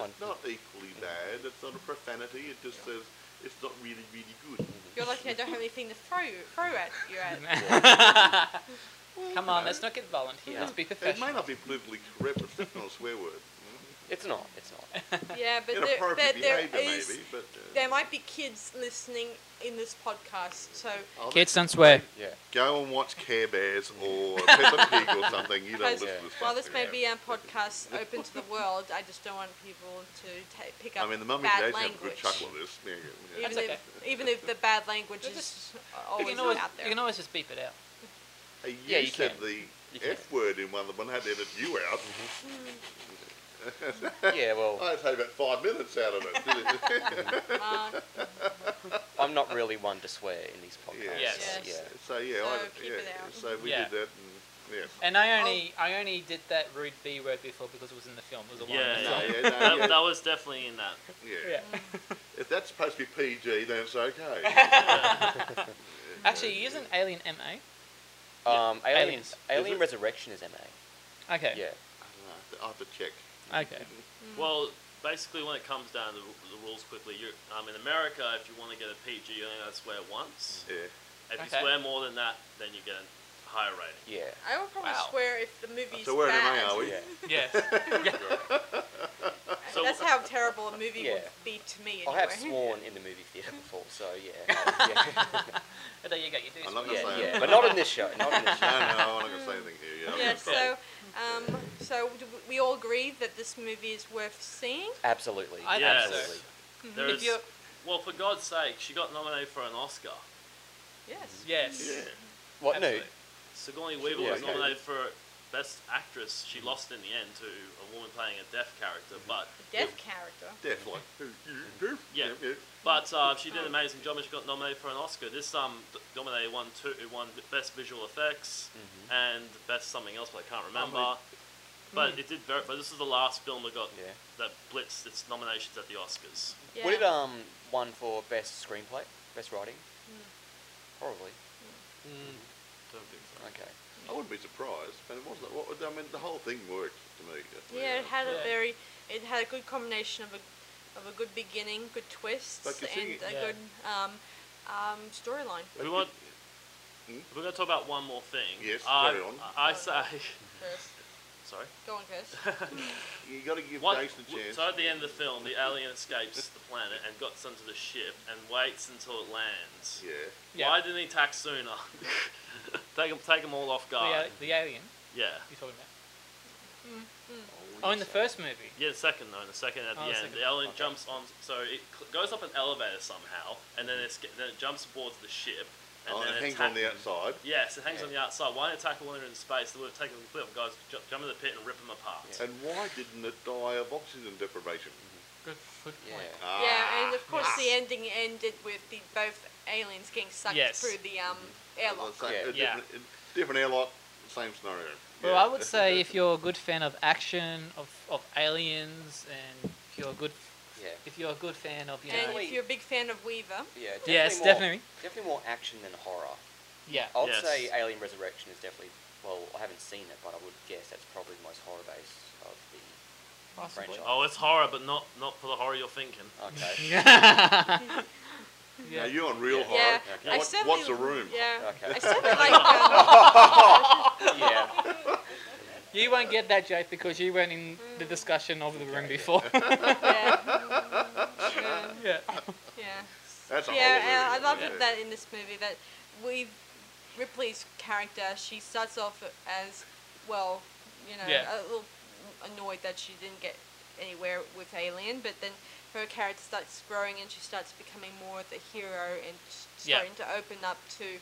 [SPEAKER 3] On-
[SPEAKER 2] It's not equally bad. It's not a profanity. It just says it's not really, really good.
[SPEAKER 1] You're lucky I don't have anything to throw you, throw at you
[SPEAKER 4] *laughs*
[SPEAKER 1] at.
[SPEAKER 4] Come on, let's not get violent here. Let's be
[SPEAKER 2] It may
[SPEAKER 4] professional.
[SPEAKER 2] not be politically correct, but it's not a swear word.
[SPEAKER 3] It's not. It's not.
[SPEAKER 1] Yeah, but there, there,
[SPEAKER 2] Inappropriate
[SPEAKER 1] there
[SPEAKER 2] behaviour,
[SPEAKER 1] is
[SPEAKER 2] maybe, but uh,
[SPEAKER 1] there might be kids listening in this podcast, so
[SPEAKER 2] I'll
[SPEAKER 4] Kids don't swear.
[SPEAKER 3] Yeah.
[SPEAKER 2] go and watch Care Bears
[SPEAKER 1] *laughs*
[SPEAKER 2] or Peppa Pig or something. You don't
[SPEAKER 1] because
[SPEAKER 2] listen to
[SPEAKER 3] Yeah.
[SPEAKER 2] stuff.
[SPEAKER 1] while this may
[SPEAKER 2] yeah.
[SPEAKER 1] be a podcast open to the world, I just don't want people to ta- pick up
[SPEAKER 2] I mean, the mummy
[SPEAKER 1] bad
[SPEAKER 2] days have a
[SPEAKER 1] language.
[SPEAKER 2] good chuckle at this. Yeah, yeah.
[SPEAKER 1] Even,
[SPEAKER 4] That's
[SPEAKER 1] if, even if the bad language
[SPEAKER 4] They're
[SPEAKER 1] is
[SPEAKER 4] You
[SPEAKER 1] always
[SPEAKER 4] can, always,
[SPEAKER 1] out there.
[SPEAKER 4] you can always just beep it out.
[SPEAKER 2] Hey, you,
[SPEAKER 3] Yeah, you
[SPEAKER 2] said
[SPEAKER 3] can.
[SPEAKER 2] the
[SPEAKER 3] You can. Mm-hmm.
[SPEAKER 2] F word in one of them. I had to edit you out.
[SPEAKER 3] *laughs* Yeah.
[SPEAKER 2] *laughs*
[SPEAKER 3] Well,
[SPEAKER 2] I had to take about five minutes out of it. didn't it? *laughs*
[SPEAKER 1] Uh,
[SPEAKER 3] I'm not really one to swear in these podcasts.
[SPEAKER 4] Yes.
[SPEAKER 1] Yes.
[SPEAKER 3] Yeah.
[SPEAKER 2] so yeah,
[SPEAKER 1] So
[SPEAKER 2] I,
[SPEAKER 1] keep
[SPEAKER 2] yeah.
[SPEAKER 1] it out.
[SPEAKER 2] So we
[SPEAKER 4] Yeah.
[SPEAKER 2] did that. And, yeah.
[SPEAKER 4] And I only I only did that rude B word before because it was in the film. It was a line.
[SPEAKER 5] Yeah,
[SPEAKER 4] in the
[SPEAKER 2] No,
[SPEAKER 4] film.
[SPEAKER 2] yeah, no, yeah.
[SPEAKER 5] That, that was definitely in that.
[SPEAKER 2] Yeah.
[SPEAKER 4] Yeah.
[SPEAKER 2] If that's supposed to be PG, then
[SPEAKER 1] *laughs*
[SPEAKER 2] it's okay. *laughs*
[SPEAKER 4] Actually, isn't Alien MA?
[SPEAKER 3] Um, Aliens.
[SPEAKER 4] Aliens.
[SPEAKER 3] Alien
[SPEAKER 2] Is it?
[SPEAKER 3] Resurrection is MA.
[SPEAKER 4] Okay.
[SPEAKER 3] Yeah.
[SPEAKER 2] I'll have to check.
[SPEAKER 4] Okay.
[SPEAKER 1] Mm.
[SPEAKER 5] Well, basically, when it comes down to the, ru- the rules quickly, you um, in America, if you want to get a PG, you only have to swear once.
[SPEAKER 2] Yeah.
[SPEAKER 5] If you
[SPEAKER 4] Okay.
[SPEAKER 5] swear more than that, then you get a higher rating.
[SPEAKER 3] Yeah.
[SPEAKER 1] I would probably
[SPEAKER 4] Wow.
[SPEAKER 1] swear if the movie's
[SPEAKER 2] So where am I,
[SPEAKER 1] bad.
[SPEAKER 2] are we?
[SPEAKER 3] Yeah.
[SPEAKER 4] *laughs* Yes.
[SPEAKER 5] So-
[SPEAKER 1] That's how terrible a movie would
[SPEAKER 3] Yeah.
[SPEAKER 1] be to me. Anyway.
[SPEAKER 3] I have sworn in the movie theater before, so yeah. yeah.
[SPEAKER 4] But Oh, there you go. You do.
[SPEAKER 2] I'm not
[SPEAKER 4] swear.
[SPEAKER 2] gonna
[SPEAKER 3] yeah,
[SPEAKER 2] say
[SPEAKER 3] yeah.
[SPEAKER 2] it.
[SPEAKER 3] But not in this show. Not in this
[SPEAKER 2] No,
[SPEAKER 3] show.
[SPEAKER 2] no, I'm not going to say anything here. Yeah.
[SPEAKER 1] *laughs* Yeah.
[SPEAKER 2] I'm
[SPEAKER 1] So,
[SPEAKER 2] gonna-
[SPEAKER 1] um, so do w- we all agree that this movie is worth seeing.
[SPEAKER 3] Absolutely.
[SPEAKER 4] I think
[SPEAKER 5] Yes.
[SPEAKER 3] Absolutely.
[SPEAKER 5] There
[SPEAKER 4] If
[SPEAKER 5] is,
[SPEAKER 4] you're-
[SPEAKER 5] well, for God's sake, she got nominated for an Oscar.
[SPEAKER 1] Yes.
[SPEAKER 4] Yes.
[SPEAKER 2] Yeah.
[SPEAKER 3] What?
[SPEAKER 4] Absolutely.
[SPEAKER 5] Sigourney Weaver
[SPEAKER 3] Yeah,
[SPEAKER 5] was
[SPEAKER 3] okay.
[SPEAKER 5] nominated for Best Actress. She lost in the end to a woman playing a deaf character, but
[SPEAKER 1] The death character.
[SPEAKER 2] Definitely.
[SPEAKER 5] Yeah.
[SPEAKER 2] yeah.
[SPEAKER 5] but uh, she did an amazing job and she got nominated for an Oscar. This um, d- nominated won two, it won Best Visual Effects
[SPEAKER 3] Mm-hmm.
[SPEAKER 5] and Best something else, but I can't remember. But it did very. But this is the last film that got
[SPEAKER 3] No. Yeah.
[SPEAKER 5] that blitzed its nominations at the Oscars.
[SPEAKER 1] Yeah.
[SPEAKER 3] Would it um one for best screenplay, best writing?
[SPEAKER 4] Hmm.
[SPEAKER 3] Probably.
[SPEAKER 4] Mm.
[SPEAKER 5] Don't think so.
[SPEAKER 3] Okay.
[SPEAKER 2] I wouldn't be surprised, but it wasn't. What, I mean, the whole thing worked to me. That's
[SPEAKER 1] Yeah, it had
[SPEAKER 4] Yeah.
[SPEAKER 1] a very, it had a good combination of a, of a good beginning, good twists,
[SPEAKER 2] Like you
[SPEAKER 1] and
[SPEAKER 2] see-
[SPEAKER 1] a
[SPEAKER 4] Yeah.
[SPEAKER 1] good um, um, storyline.
[SPEAKER 5] We want.
[SPEAKER 2] Hmm?
[SPEAKER 5] We're going to talk about one more thing.
[SPEAKER 2] Yes,
[SPEAKER 5] I-
[SPEAKER 2] carry on.
[SPEAKER 5] I, I say. *laughs*
[SPEAKER 1] First,
[SPEAKER 5] Sorry.
[SPEAKER 1] go on, Chris.
[SPEAKER 2] You got to give
[SPEAKER 5] One-
[SPEAKER 2] Jason a
[SPEAKER 5] w-
[SPEAKER 2] chance.
[SPEAKER 5] So at the end of the film, the alien escapes the planet and gets onto the ship and waits until it lands.
[SPEAKER 2] Yeah.
[SPEAKER 4] Yeah.
[SPEAKER 5] Why didn't he attack sooner? *laughs* take them, all off
[SPEAKER 4] The,
[SPEAKER 5] guard.
[SPEAKER 4] al- the alien
[SPEAKER 5] yeah.
[SPEAKER 4] you're talking about. Oh, in the first movie.
[SPEAKER 5] Yeah, the second though, and the second at
[SPEAKER 4] Oh,
[SPEAKER 5] the
[SPEAKER 4] the
[SPEAKER 5] end,
[SPEAKER 4] second.
[SPEAKER 5] the alien
[SPEAKER 3] Okay.
[SPEAKER 5] jumps on. So it cl- goes up an elevator somehow, and then, it's, then it jumps aboard the ship. And
[SPEAKER 2] Oh,
[SPEAKER 5] then
[SPEAKER 2] and it hangs
[SPEAKER 5] attack-
[SPEAKER 2] on the outside.
[SPEAKER 5] Yes, it hangs on the outside. Why didn't it tackle one in space? They would have taken them clip. Guys, ju- jump in the pit and rip them apart.
[SPEAKER 3] Yeah.
[SPEAKER 2] And why didn't it die of oxygen deprivation?
[SPEAKER 4] Good. Good
[SPEAKER 3] Yeah.
[SPEAKER 4] point.
[SPEAKER 1] yeah, and
[SPEAKER 2] Ah.
[SPEAKER 1] of course the ending ended with the both aliens getting sucked
[SPEAKER 4] Yes.
[SPEAKER 1] through the um, airlock.
[SPEAKER 2] Same-
[SPEAKER 3] Yeah.
[SPEAKER 2] a
[SPEAKER 4] Yeah.
[SPEAKER 2] Different, a different airlock, same scenario.
[SPEAKER 4] Well,
[SPEAKER 2] Yeah.
[SPEAKER 4] I would say if you're a good fan of action, of, of aliens, and if you're a good,
[SPEAKER 3] Yeah.
[SPEAKER 4] if you're a good fan of, you
[SPEAKER 1] And
[SPEAKER 4] know,
[SPEAKER 3] Definitely.
[SPEAKER 1] if you're a big fan of Weaver,
[SPEAKER 3] Yeah. Definitely
[SPEAKER 4] yes,
[SPEAKER 3] more,
[SPEAKER 4] definitely,
[SPEAKER 3] Definitely more action than horror.
[SPEAKER 4] yeah,
[SPEAKER 3] I'd
[SPEAKER 5] Yes.
[SPEAKER 3] say Alien Resurrection is definitely. Well, I haven't seen it, but I would guess that's probably the most horror based of the.
[SPEAKER 4] possibly.
[SPEAKER 3] franchise.
[SPEAKER 5] Oh, it's horror, but not not for the horror you're thinking.
[SPEAKER 3] Okay.
[SPEAKER 4] *laughs* yeah.
[SPEAKER 2] Now you're on real
[SPEAKER 3] Yeah.
[SPEAKER 2] hard.
[SPEAKER 1] yeah,
[SPEAKER 3] Okay.
[SPEAKER 1] I
[SPEAKER 2] What-
[SPEAKER 1] certainly
[SPEAKER 2] what's a room?
[SPEAKER 1] Yeah, I
[SPEAKER 3] Okay.
[SPEAKER 1] certainly like. Um,
[SPEAKER 4] *laughs*
[SPEAKER 3] yeah.
[SPEAKER 4] You won't get that joke because you weren't in the discussion of the room
[SPEAKER 3] Okay, yeah.
[SPEAKER 4] before.
[SPEAKER 1] yeah, mm, sure,
[SPEAKER 4] yeah.
[SPEAKER 1] yeah.
[SPEAKER 2] That's a
[SPEAKER 1] yeah,
[SPEAKER 2] whole
[SPEAKER 1] and
[SPEAKER 2] movie,
[SPEAKER 1] I love
[SPEAKER 2] yeah.
[SPEAKER 1] that in this movie that we Ripley's character she starts off as well, you know, a
[SPEAKER 4] Yeah.
[SPEAKER 1] little annoyed that she didn't get anywhere with Alien, but then her character starts growing and she starts becoming more of the hero and s-
[SPEAKER 4] Yeah.
[SPEAKER 1] starting to open up to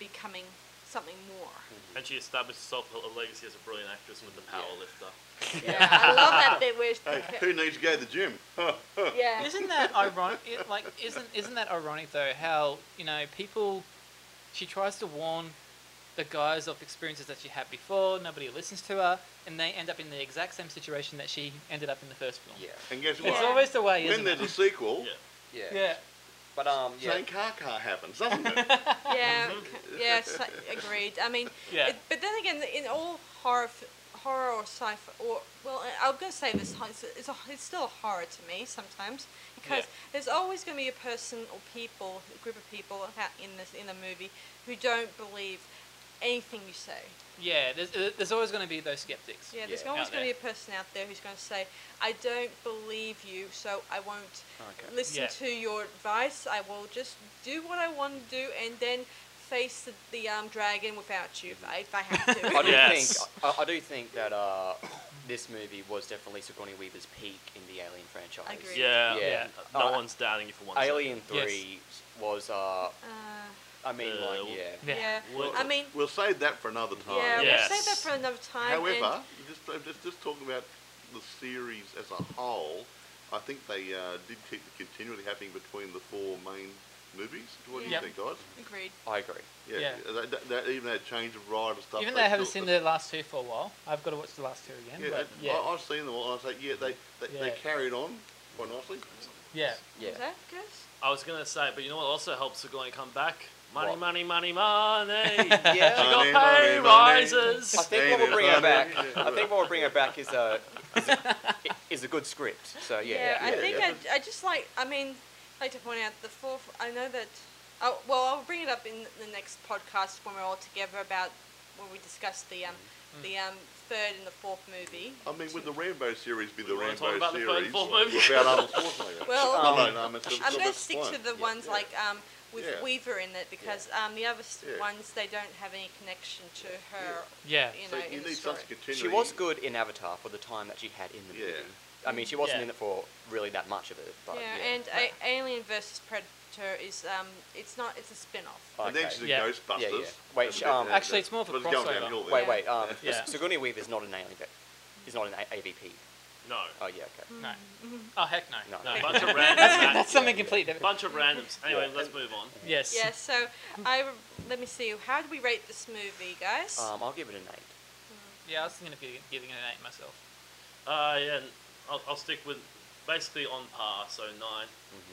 [SPEAKER 1] becoming something
[SPEAKER 2] *laughs*
[SPEAKER 1] more.
[SPEAKER 5] And she established herself a a legacy as a brilliant actress with the
[SPEAKER 3] Yeah.
[SPEAKER 5] power lifter.
[SPEAKER 1] Yeah, I love that bit where she, *laughs*
[SPEAKER 2] Hey, who needs to go to the gym? Huh, huh.
[SPEAKER 1] yeah,
[SPEAKER 4] Isn't that ironic? It, like, isn't isn't that ironic though? How you know people? She tries to warn the guys of experiences that she had before. Nobody listens to her, and they end up in the exact same situation that she ended up in the first film.
[SPEAKER 3] Yeah.
[SPEAKER 2] And guess
[SPEAKER 1] Yeah.
[SPEAKER 4] It's
[SPEAKER 2] what?
[SPEAKER 4] always the way,
[SPEAKER 2] When
[SPEAKER 4] isn't
[SPEAKER 2] there's
[SPEAKER 4] it?
[SPEAKER 2] a sequel,
[SPEAKER 5] Yeah.
[SPEAKER 3] Yeah.
[SPEAKER 4] Yeah.
[SPEAKER 3] But um. Yeah.
[SPEAKER 2] same car car happens, doesn't it?
[SPEAKER 1] yeah, yes, agreed. I mean,
[SPEAKER 4] Yeah.
[SPEAKER 1] It, but then again, in all horror, f- horror or sci-fi, or well, I- I'm gonna say this: it's it's, a, it's still a horror to me sometimes because there's always gonna be a person or people, a group of people ha- in this in the movie who don't believe anything you say.
[SPEAKER 4] yeah. There's, uh, there's always going to be those skeptics.
[SPEAKER 1] Yeah, there's
[SPEAKER 3] Yeah.
[SPEAKER 1] always
[SPEAKER 4] Out
[SPEAKER 1] gonna be
[SPEAKER 4] there.
[SPEAKER 1] a person out there who's gonna say, "I don't believe you, so I won't
[SPEAKER 3] Okay.
[SPEAKER 1] listen
[SPEAKER 4] Yeah.
[SPEAKER 1] to your advice. I will just do what I want to do, and then." Face the, the um, dragon without you if I, if I have to.
[SPEAKER 3] *laughs* I do
[SPEAKER 5] Yes.
[SPEAKER 3] think I, I do think that uh, this movie was definitely Sigourney Weaver's peak in the Alien franchise.
[SPEAKER 1] Agreed.
[SPEAKER 5] Yeah,
[SPEAKER 3] Yeah.
[SPEAKER 5] yeah. No
[SPEAKER 3] Uh,
[SPEAKER 5] one's doubting you for one second.
[SPEAKER 3] Alien
[SPEAKER 4] Yes.
[SPEAKER 3] Three was uh,
[SPEAKER 1] Uh,
[SPEAKER 3] I mean
[SPEAKER 5] Uh,
[SPEAKER 3] like
[SPEAKER 5] w-
[SPEAKER 3] yeah,
[SPEAKER 4] Yeah.
[SPEAKER 1] Yeah.
[SPEAKER 5] Well,
[SPEAKER 1] I mean,
[SPEAKER 2] We'll save that for another time.
[SPEAKER 1] yeah,
[SPEAKER 5] Yes.
[SPEAKER 1] we'll save that for another time. and-
[SPEAKER 2] However, just, I'm just just talking about the series as a whole, I think they uh, did keep the continuity happening between the four main movies. What do
[SPEAKER 4] Yep.
[SPEAKER 2] you think, guys?
[SPEAKER 1] agreed.
[SPEAKER 3] I agree.
[SPEAKER 2] Yeah,
[SPEAKER 4] Yeah.
[SPEAKER 2] They, they, they even had change of ride and stuff.
[SPEAKER 4] Even
[SPEAKER 2] they
[SPEAKER 4] though I haven't
[SPEAKER 2] still-
[SPEAKER 4] seen the last two for a while, I've got to watch the last two again.
[SPEAKER 2] Yeah,
[SPEAKER 4] but
[SPEAKER 2] that-
[SPEAKER 4] yeah,
[SPEAKER 2] I, I've seen them all. And I say, yeah, they they, they
[SPEAKER 4] Yeah.
[SPEAKER 2] carried on quite nicely.
[SPEAKER 4] yeah.
[SPEAKER 3] Yeah.
[SPEAKER 1] Was that Chris?
[SPEAKER 5] I was gonna say, but you know what also helps Sigourney come back? Money,
[SPEAKER 3] What?
[SPEAKER 5] money, money, money.
[SPEAKER 3] Money, Oh.
[SPEAKER 5] yeah,
[SPEAKER 2] money,
[SPEAKER 5] got pay
[SPEAKER 2] money.
[SPEAKER 5] rises.
[SPEAKER 3] I think what
[SPEAKER 2] Amy,
[SPEAKER 3] will bring her
[SPEAKER 2] sorry.
[SPEAKER 3] back.
[SPEAKER 2] Yeah.
[SPEAKER 3] I think what will bring her back is a
[SPEAKER 1] *laughs*
[SPEAKER 3] is a, is a good script. So yeah.
[SPEAKER 1] I
[SPEAKER 2] Uh, yeah,
[SPEAKER 1] think
[SPEAKER 2] yeah.
[SPEAKER 1] I, I just like, I mean, like to point out the fourth, I know that, oh, well, I'll bring it up in the next podcast when we're all together about when we discuss the, um,
[SPEAKER 2] Mm.
[SPEAKER 1] the um, third and the fourth movie.
[SPEAKER 2] I mean, would the Rambo series be
[SPEAKER 5] We
[SPEAKER 2] the
[SPEAKER 5] wanna
[SPEAKER 2] Rambo
[SPEAKER 5] talk about the
[SPEAKER 2] series
[SPEAKER 5] third and fourth movie?
[SPEAKER 2] without Arnold Schwarzenegger?
[SPEAKER 1] Well,
[SPEAKER 2] no, no, no, I'm,
[SPEAKER 1] I'm going to stick to the ones
[SPEAKER 2] yeah.
[SPEAKER 1] like um, with
[SPEAKER 2] Yeah.
[SPEAKER 1] Weaver in it because um, the other s
[SPEAKER 2] Yeah.
[SPEAKER 1] ones they don't have any connection to her.
[SPEAKER 4] Yeah.
[SPEAKER 1] You
[SPEAKER 2] So
[SPEAKER 1] know,
[SPEAKER 2] you
[SPEAKER 1] in the
[SPEAKER 2] need
[SPEAKER 1] story.
[SPEAKER 2] something continuing.
[SPEAKER 3] She was good in Avatar for the time that she had in the
[SPEAKER 2] Yeah.
[SPEAKER 3] movie. I mean, she wasn't
[SPEAKER 4] Yeah.
[SPEAKER 3] in it for really that much of it, but
[SPEAKER 1] yeah,
[SPEAKER 3] yeah.
[SPEAKER 1] and a- Alien versus Predator is um, it's not it's a spin-off.
[SPEAKER 2] *laughs* And then
[SPEAKER 3] Okay.
[SPEAKER 2] she's in
[SPEAKER 4] Yeah.
[SPEAKER 2] Ghostbusters.
[SPEAKER 3] Yeah, yeah. Wait,
[SPEAKER 2] That's
[SPEAKER 3] sh-
[SPEAKER 2] a bit-
[SPEAKER 3] um,
[SPEAKER 2] that's-
[SPEAKER 4] Actually, it's more of a
[SPEAKER 2] but going
[SPEAKER 4] crossover.
[SPEAKER 2] downhill there.
[SPEAKER 3] Wait,
[SPEAKER 1] Yeah.
[SPEAKER 3] wait. Um,
[SPEAKER 4] Yeah.
[SPEAKER 3] Sigourney Weaver is not an alien. vet- Is not an A- AVP.
[SPEAKER 5] No.
[SPEAKER 3] Oh yeah, okay.
[SPEAKER 4] No. Oh heck no.
[SPEAKER 3] No.
[SPEAKER 5] No, bunch of
[SPEAKER 4] *laughs* That's,
[SPEAKER 5] randoms.
[SPEAKER 4] that's something
[SPEAKER 3] Yeah, yeah.
[SPEAKER 4] completely different.
[SPEAKER 5] bunch of randoms. Anyway, let's move on.
[SPEAKER 4] Yes.
[SPEAKER 1] Yeah, so I let me see how do we rate this movie,
[SPEAKER 2] Uh,
[SPEAKER 1] guys?
[SPEAKER 3] Um, I'll give it an eight.
[SPEAKER 4] Yeah, I was thinking of gi- giving it an eight myself.
[SPEAKER 5] Uh, yeah, and I'll, I'll stick with basically on par, so nine.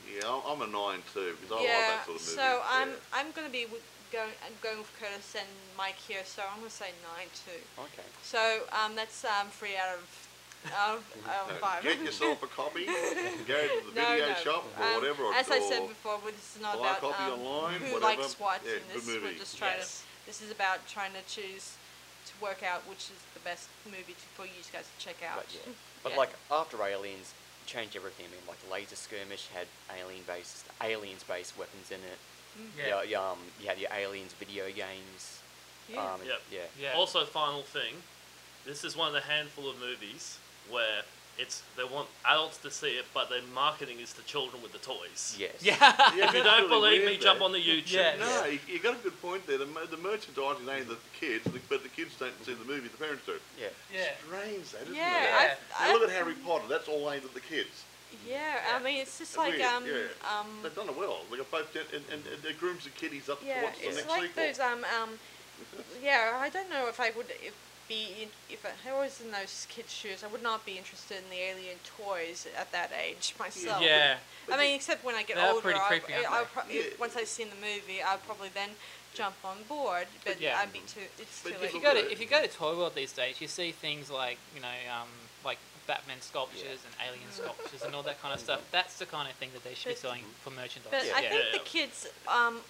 [SPEAKER 2] Yeah, I'm- I'm a nine too because I
[SPEAKER 1] yeah,
[SPEAKER 2] like that sort of movie.
[SPEAKER 1] so I'm
[SPEAKER 2] yeah.
[SPEAKER 1] I'm gonna be with, going I'm going with Curtis and Mike here, so I'm gonna say nine too.
[SPEAKER 3] Okay.
[SPEAKER 1] So um, that's um, three out of
[SPEAKER 2] *laughs*
[SPEAKER 1] out of, out of
[SPEAKER 2] No,
[SPEAKER 1] five.
[SPEAKER 2] Get
[SPEAKER 1] *laughs*
[SPEAKER 2] yourself a copy. Go to the
[SPEAKER 1] No,
[SPEAKER 2] video
[SPEAKER 1] no.
[SPEAKER 2] shop or
[SPEAKER 1] Um,
[SPEAKER 2] whatever. or-
[SPEAKER 1] As I said
[SPEAKER 2] or
[SPEAKER 1] before, well, this is not
[SPEAKER 2] buy a
[SPEAKER 1] about
[SPEAKER 2] copy
[SPEAKER 1] um,
[SPEAKER 2] online.
[SPEAKER 1] who
[SPEAKER 2] whatever.
[SPEAKER 1] likes what,
[SPEAKER 2] Yeah,
[SPEAKER 1] and
[SPEAKER 2] good
[SPEAKER 1] this
[SPEAKER 2] movie.
[SPEAKER 1] we're just trying
[SPEAKER 4] Yes.
[SPEAKER 1] to. This is about trying to choose to work out which is the best movie to, for you guys to check out.
[SPEAKER 3] But,
[SPEAKER 1] *laughs*
[SPEAKER 3] yeah. but
[SPEAKER 1] Yeah.
[SPEAKER 3] like after aliens changed everything. I mean, like laser skirmish had alien based aliens based weapons in it. Yeah. yeah, um, you had your aliens video games.
[SPEAKER 1] Yeah.
[SPEAKER 3] Um,
[SPEAKER 5] Yep.
[SPEAKER 3] Yeah.
[SPEAKER 4] Yeah.
[SPEAKER 5] Also, final thing, this is one of the handful of movies where it's they want adults to see it, but their marketing is to children with the toys.
[SPEAKER 3] Yes.
[SPEAKER 1] *laughs*
[SPEAKER 4] Yeah.
[SPEAKER 2] Yeah,
[SPEAKER 5] If you
[SPEAKER 2] that's
[SPEAKER 5] don't
[SPEAKER 2] really
[SPEAKER 5] believe
[SPEAKER 2] weird,
[SPEAKER 5] me, jump
[SPEAKER 2] though.
[SPEAKER 5] on the YouTube.
[SPEAKER 4] Yeah.
[SPEAKER 2] No, you, you got a good point there. The, mer- the merchandising aimed at the kids, the- but the kids don't see the movie. The parents do.
[SPEAKER 3] Yeah.
[SPEAKER 4] Yeah.
[SPEAKER 2] Strange, that isn't
[SPEAKER 1] Yeah,
[SPEAKER 2] it?
[SPEAKER 4] Yeah.
[SPEAKER 1] I've,
[SPEAKER 2] Now
[SPEAKER 1] I've,
[SPEAKER 2] look at Harry Potter. That's all aimed at the kids.
[SPEAKER 1] yeah, I mean, it's just
[SPEAKER 2] It's
[SPEAKER 1] like
[SPEAKER 2] weird,
[SPEAKER 1] um,
[SPEAKER 2] yeah.
[SPEAKER 1] um,
[SPEAKER 2] They've done it well. They got both, and, and, and it grooms the kiddies up
[SPEAKER 1] yeah,
[SPEAKER 2] to watch the
[SPEAKER 1] it's
[SPEAKER 2] next
[SPEAKER 1] like
[SPEAKER 2] sequel.
[SPEAKER 1] those um, um, yeah. I don't know if I would if be in, if I was in those kids' shoes, I would not be interested in the alien toys at that age *laughs* myself.
[SPEAKER 4] Yeah.
[SPEAKER 1] I mean, except when I get
[SPEAKER 4] They're
[SPEAKER 1] older,
[SPEAKER 4] pretty
[SPEAKER 1] I'll,
[SPEAKER 4] creepy, aren't
[SPEAKER 1] I'll
[SPEAKER 4] they?
[SPEAKER 1] pro-
[SPEAKER 2] Yeah.
[SPEAKER 1] once I've seen the movie, I'll probably then jump on board. But
[SPEAKER 4] yeah.
[SPEAKER 1] I'd be too. It's
[SPEAKER 2] But
[SPEAKER 1] too
[SPEAKER 2] you
[SPEAKER 1] late.
[SPEAKER 4] If you
[SPEAKER 2] look
[SPEAKER 4] go
[SPEAKER 2] at
[SPEAKER 4] to
[SPEAKER 2] it.
[SPEAKER 4] if you go to Toy World these days, you see things like you know um, like Batman sculptures and alien sculptures and all that kind of stuff. That's the kind of thing that they should be
[SPEAKER 1] But-
[SPEAKER 4] selling for merchandise.
[SPEAKER 1] But I
[SPEAKER 4] yeah.
[SPEAKER 1] think
[SPEAKER 5] Yeah.
[SPEAKER 1] the kids, um,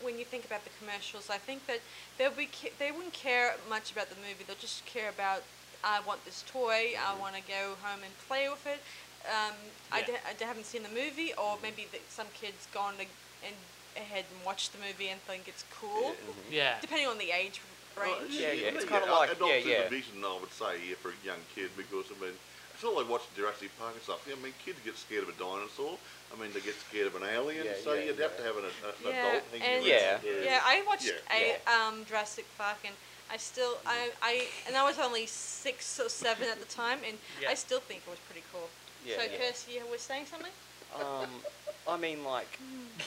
[SPEAKER 1] when you think about the commercials, I think that they'll be ca- they wouldn't care much about the movie. They'll just care about I want this toy. I want to go home and play with it. Um, I,
[SPEAKER 4] Yeah.
[SPEAKER 1] d- I d- haven't seen the movie, or maybe that some kids gone to, and ahead and watched the movie and think it's cool.
[SPEAKER 4] yeah. mm-hmm.
[SPEAKER 1] Depending on the age range.
[SPEAKER 2] Well,
[SPEAKER 3] Oh, Yeah, yeah, it's
[SPEAKER 2] yeah,
[SPEAKER 3] kinda
[SPEAKER 2] yeah,
[SPEAKER 3] like-
[SPEAKER 2] adopted
[SPEAKER 3] yeah, yeah.
[SPEAKER 2] the vision, I would say, yeah, for a young kid because I mean, until they watch Jurassic Park and stuff, yeah, I mean, kids get scared of a dinosaur. I mean, they get scared of an alien,
[SPEAKER 3] Yeah,
[SPEAKER 2] so
[SPEAKER 3] yeah,
[SPEAKER 2] you'd have
[SPEAKER 3] yeah.
[SPEAKER 2] to have an, a, an
[SPEAKER 1] Yeah,
[SPEAKER 2] adult hanging
[SPEAKER 1] and-
[SPEAKER 2] around.
[SPEAKER 3] Yeah.
[SPEAKER 1] Yeah, I watched
[SPEAKER 2] Yeah.
[SPEAKER 1] a
[SPEAKER 3] Yeah.
[SPEAKER 1] um Jurassic Park and I still I, I and I was only six or seven at the time and
[SPEAKER 4] Yeah.
[SPEAKER 1] I still think it was pretty cool.
[SPEAKER 3] Yeah.
[SPEAKER 1] so
[SPEAKER 3] yeah.
[SPEAKER 1] Kirsty, you were saying something?
[SPEAKER 3] Um, I mean, *laughs* like,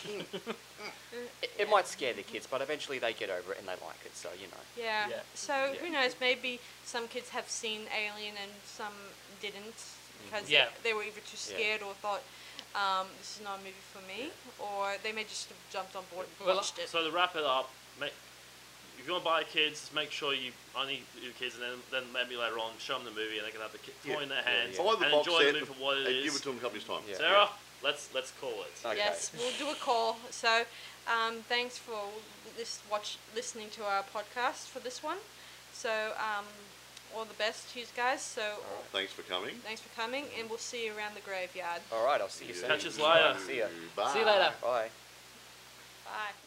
[SPEAKER 3] it, it might scare the kids, but eventually they get over it and they like it. So you know.
[SPEAKER 1] Yeah.
[SPEAKER 4] Yeah.
[SPEAKER 1] So who knows? Maybe some kids have seen Alien and some didn't because
[SPEAKER 4] Yeah.
[SPEAKER 1] they were either too
[SPEAKER 3] Yeah.
[SPEAKER 1] scared or thought um, this is not a movie for me, or they may just have jumped on board and
[SPEAKER 4] Well,
[SPEAKER 1] watched it.
[SPEAKER 5] So to wrap it up, make, if you're gonna buy kids, make sure you only your kids, and then then maybe later on show them the movie, and they can have the ki- toy
[SPEAKER 2] Yeah.
[SPEAKER 5] in their hands
[SPEAKER 2] Buy the
[SPEAKER 5] and
[SPEAKER 2] box
[SPEAKER 5] enjoy the
[SPEAKER 2] set
[SPEAKER 5] movie for what it
[SPEAKER 2] and give
[SPEAKER 5] is.
[SPEAKER 2] it to them a couple of times.
[SPEAKER 3] Yeah.
[SPEAKER 5] Sarah, let's let's call it.
[SPEAKER 3] Okay.
[SPEAKER 1] Yes, we'll do a call. So, um, thanks for this watch listening to our podcast for this one. So, um, all the best to you guys. So,
[SPEAKER 2] Thanks for coming.
[SPEAKER 1] thanks for coming, and we'll see you around the graveyard.
[SPEAKER 3] All right. I'll see you
[SPEAKER 2] Yeah.
[SPEAKER 3] soon.
[SPEAKER 5] Catch us later.
[SPEAKER 3] See ya.
[SPEAKER 2] Bye.
[SPEAKER 4] See you later.
[SPEAKER 3] Bye.
[SPEAKER 1] Bye.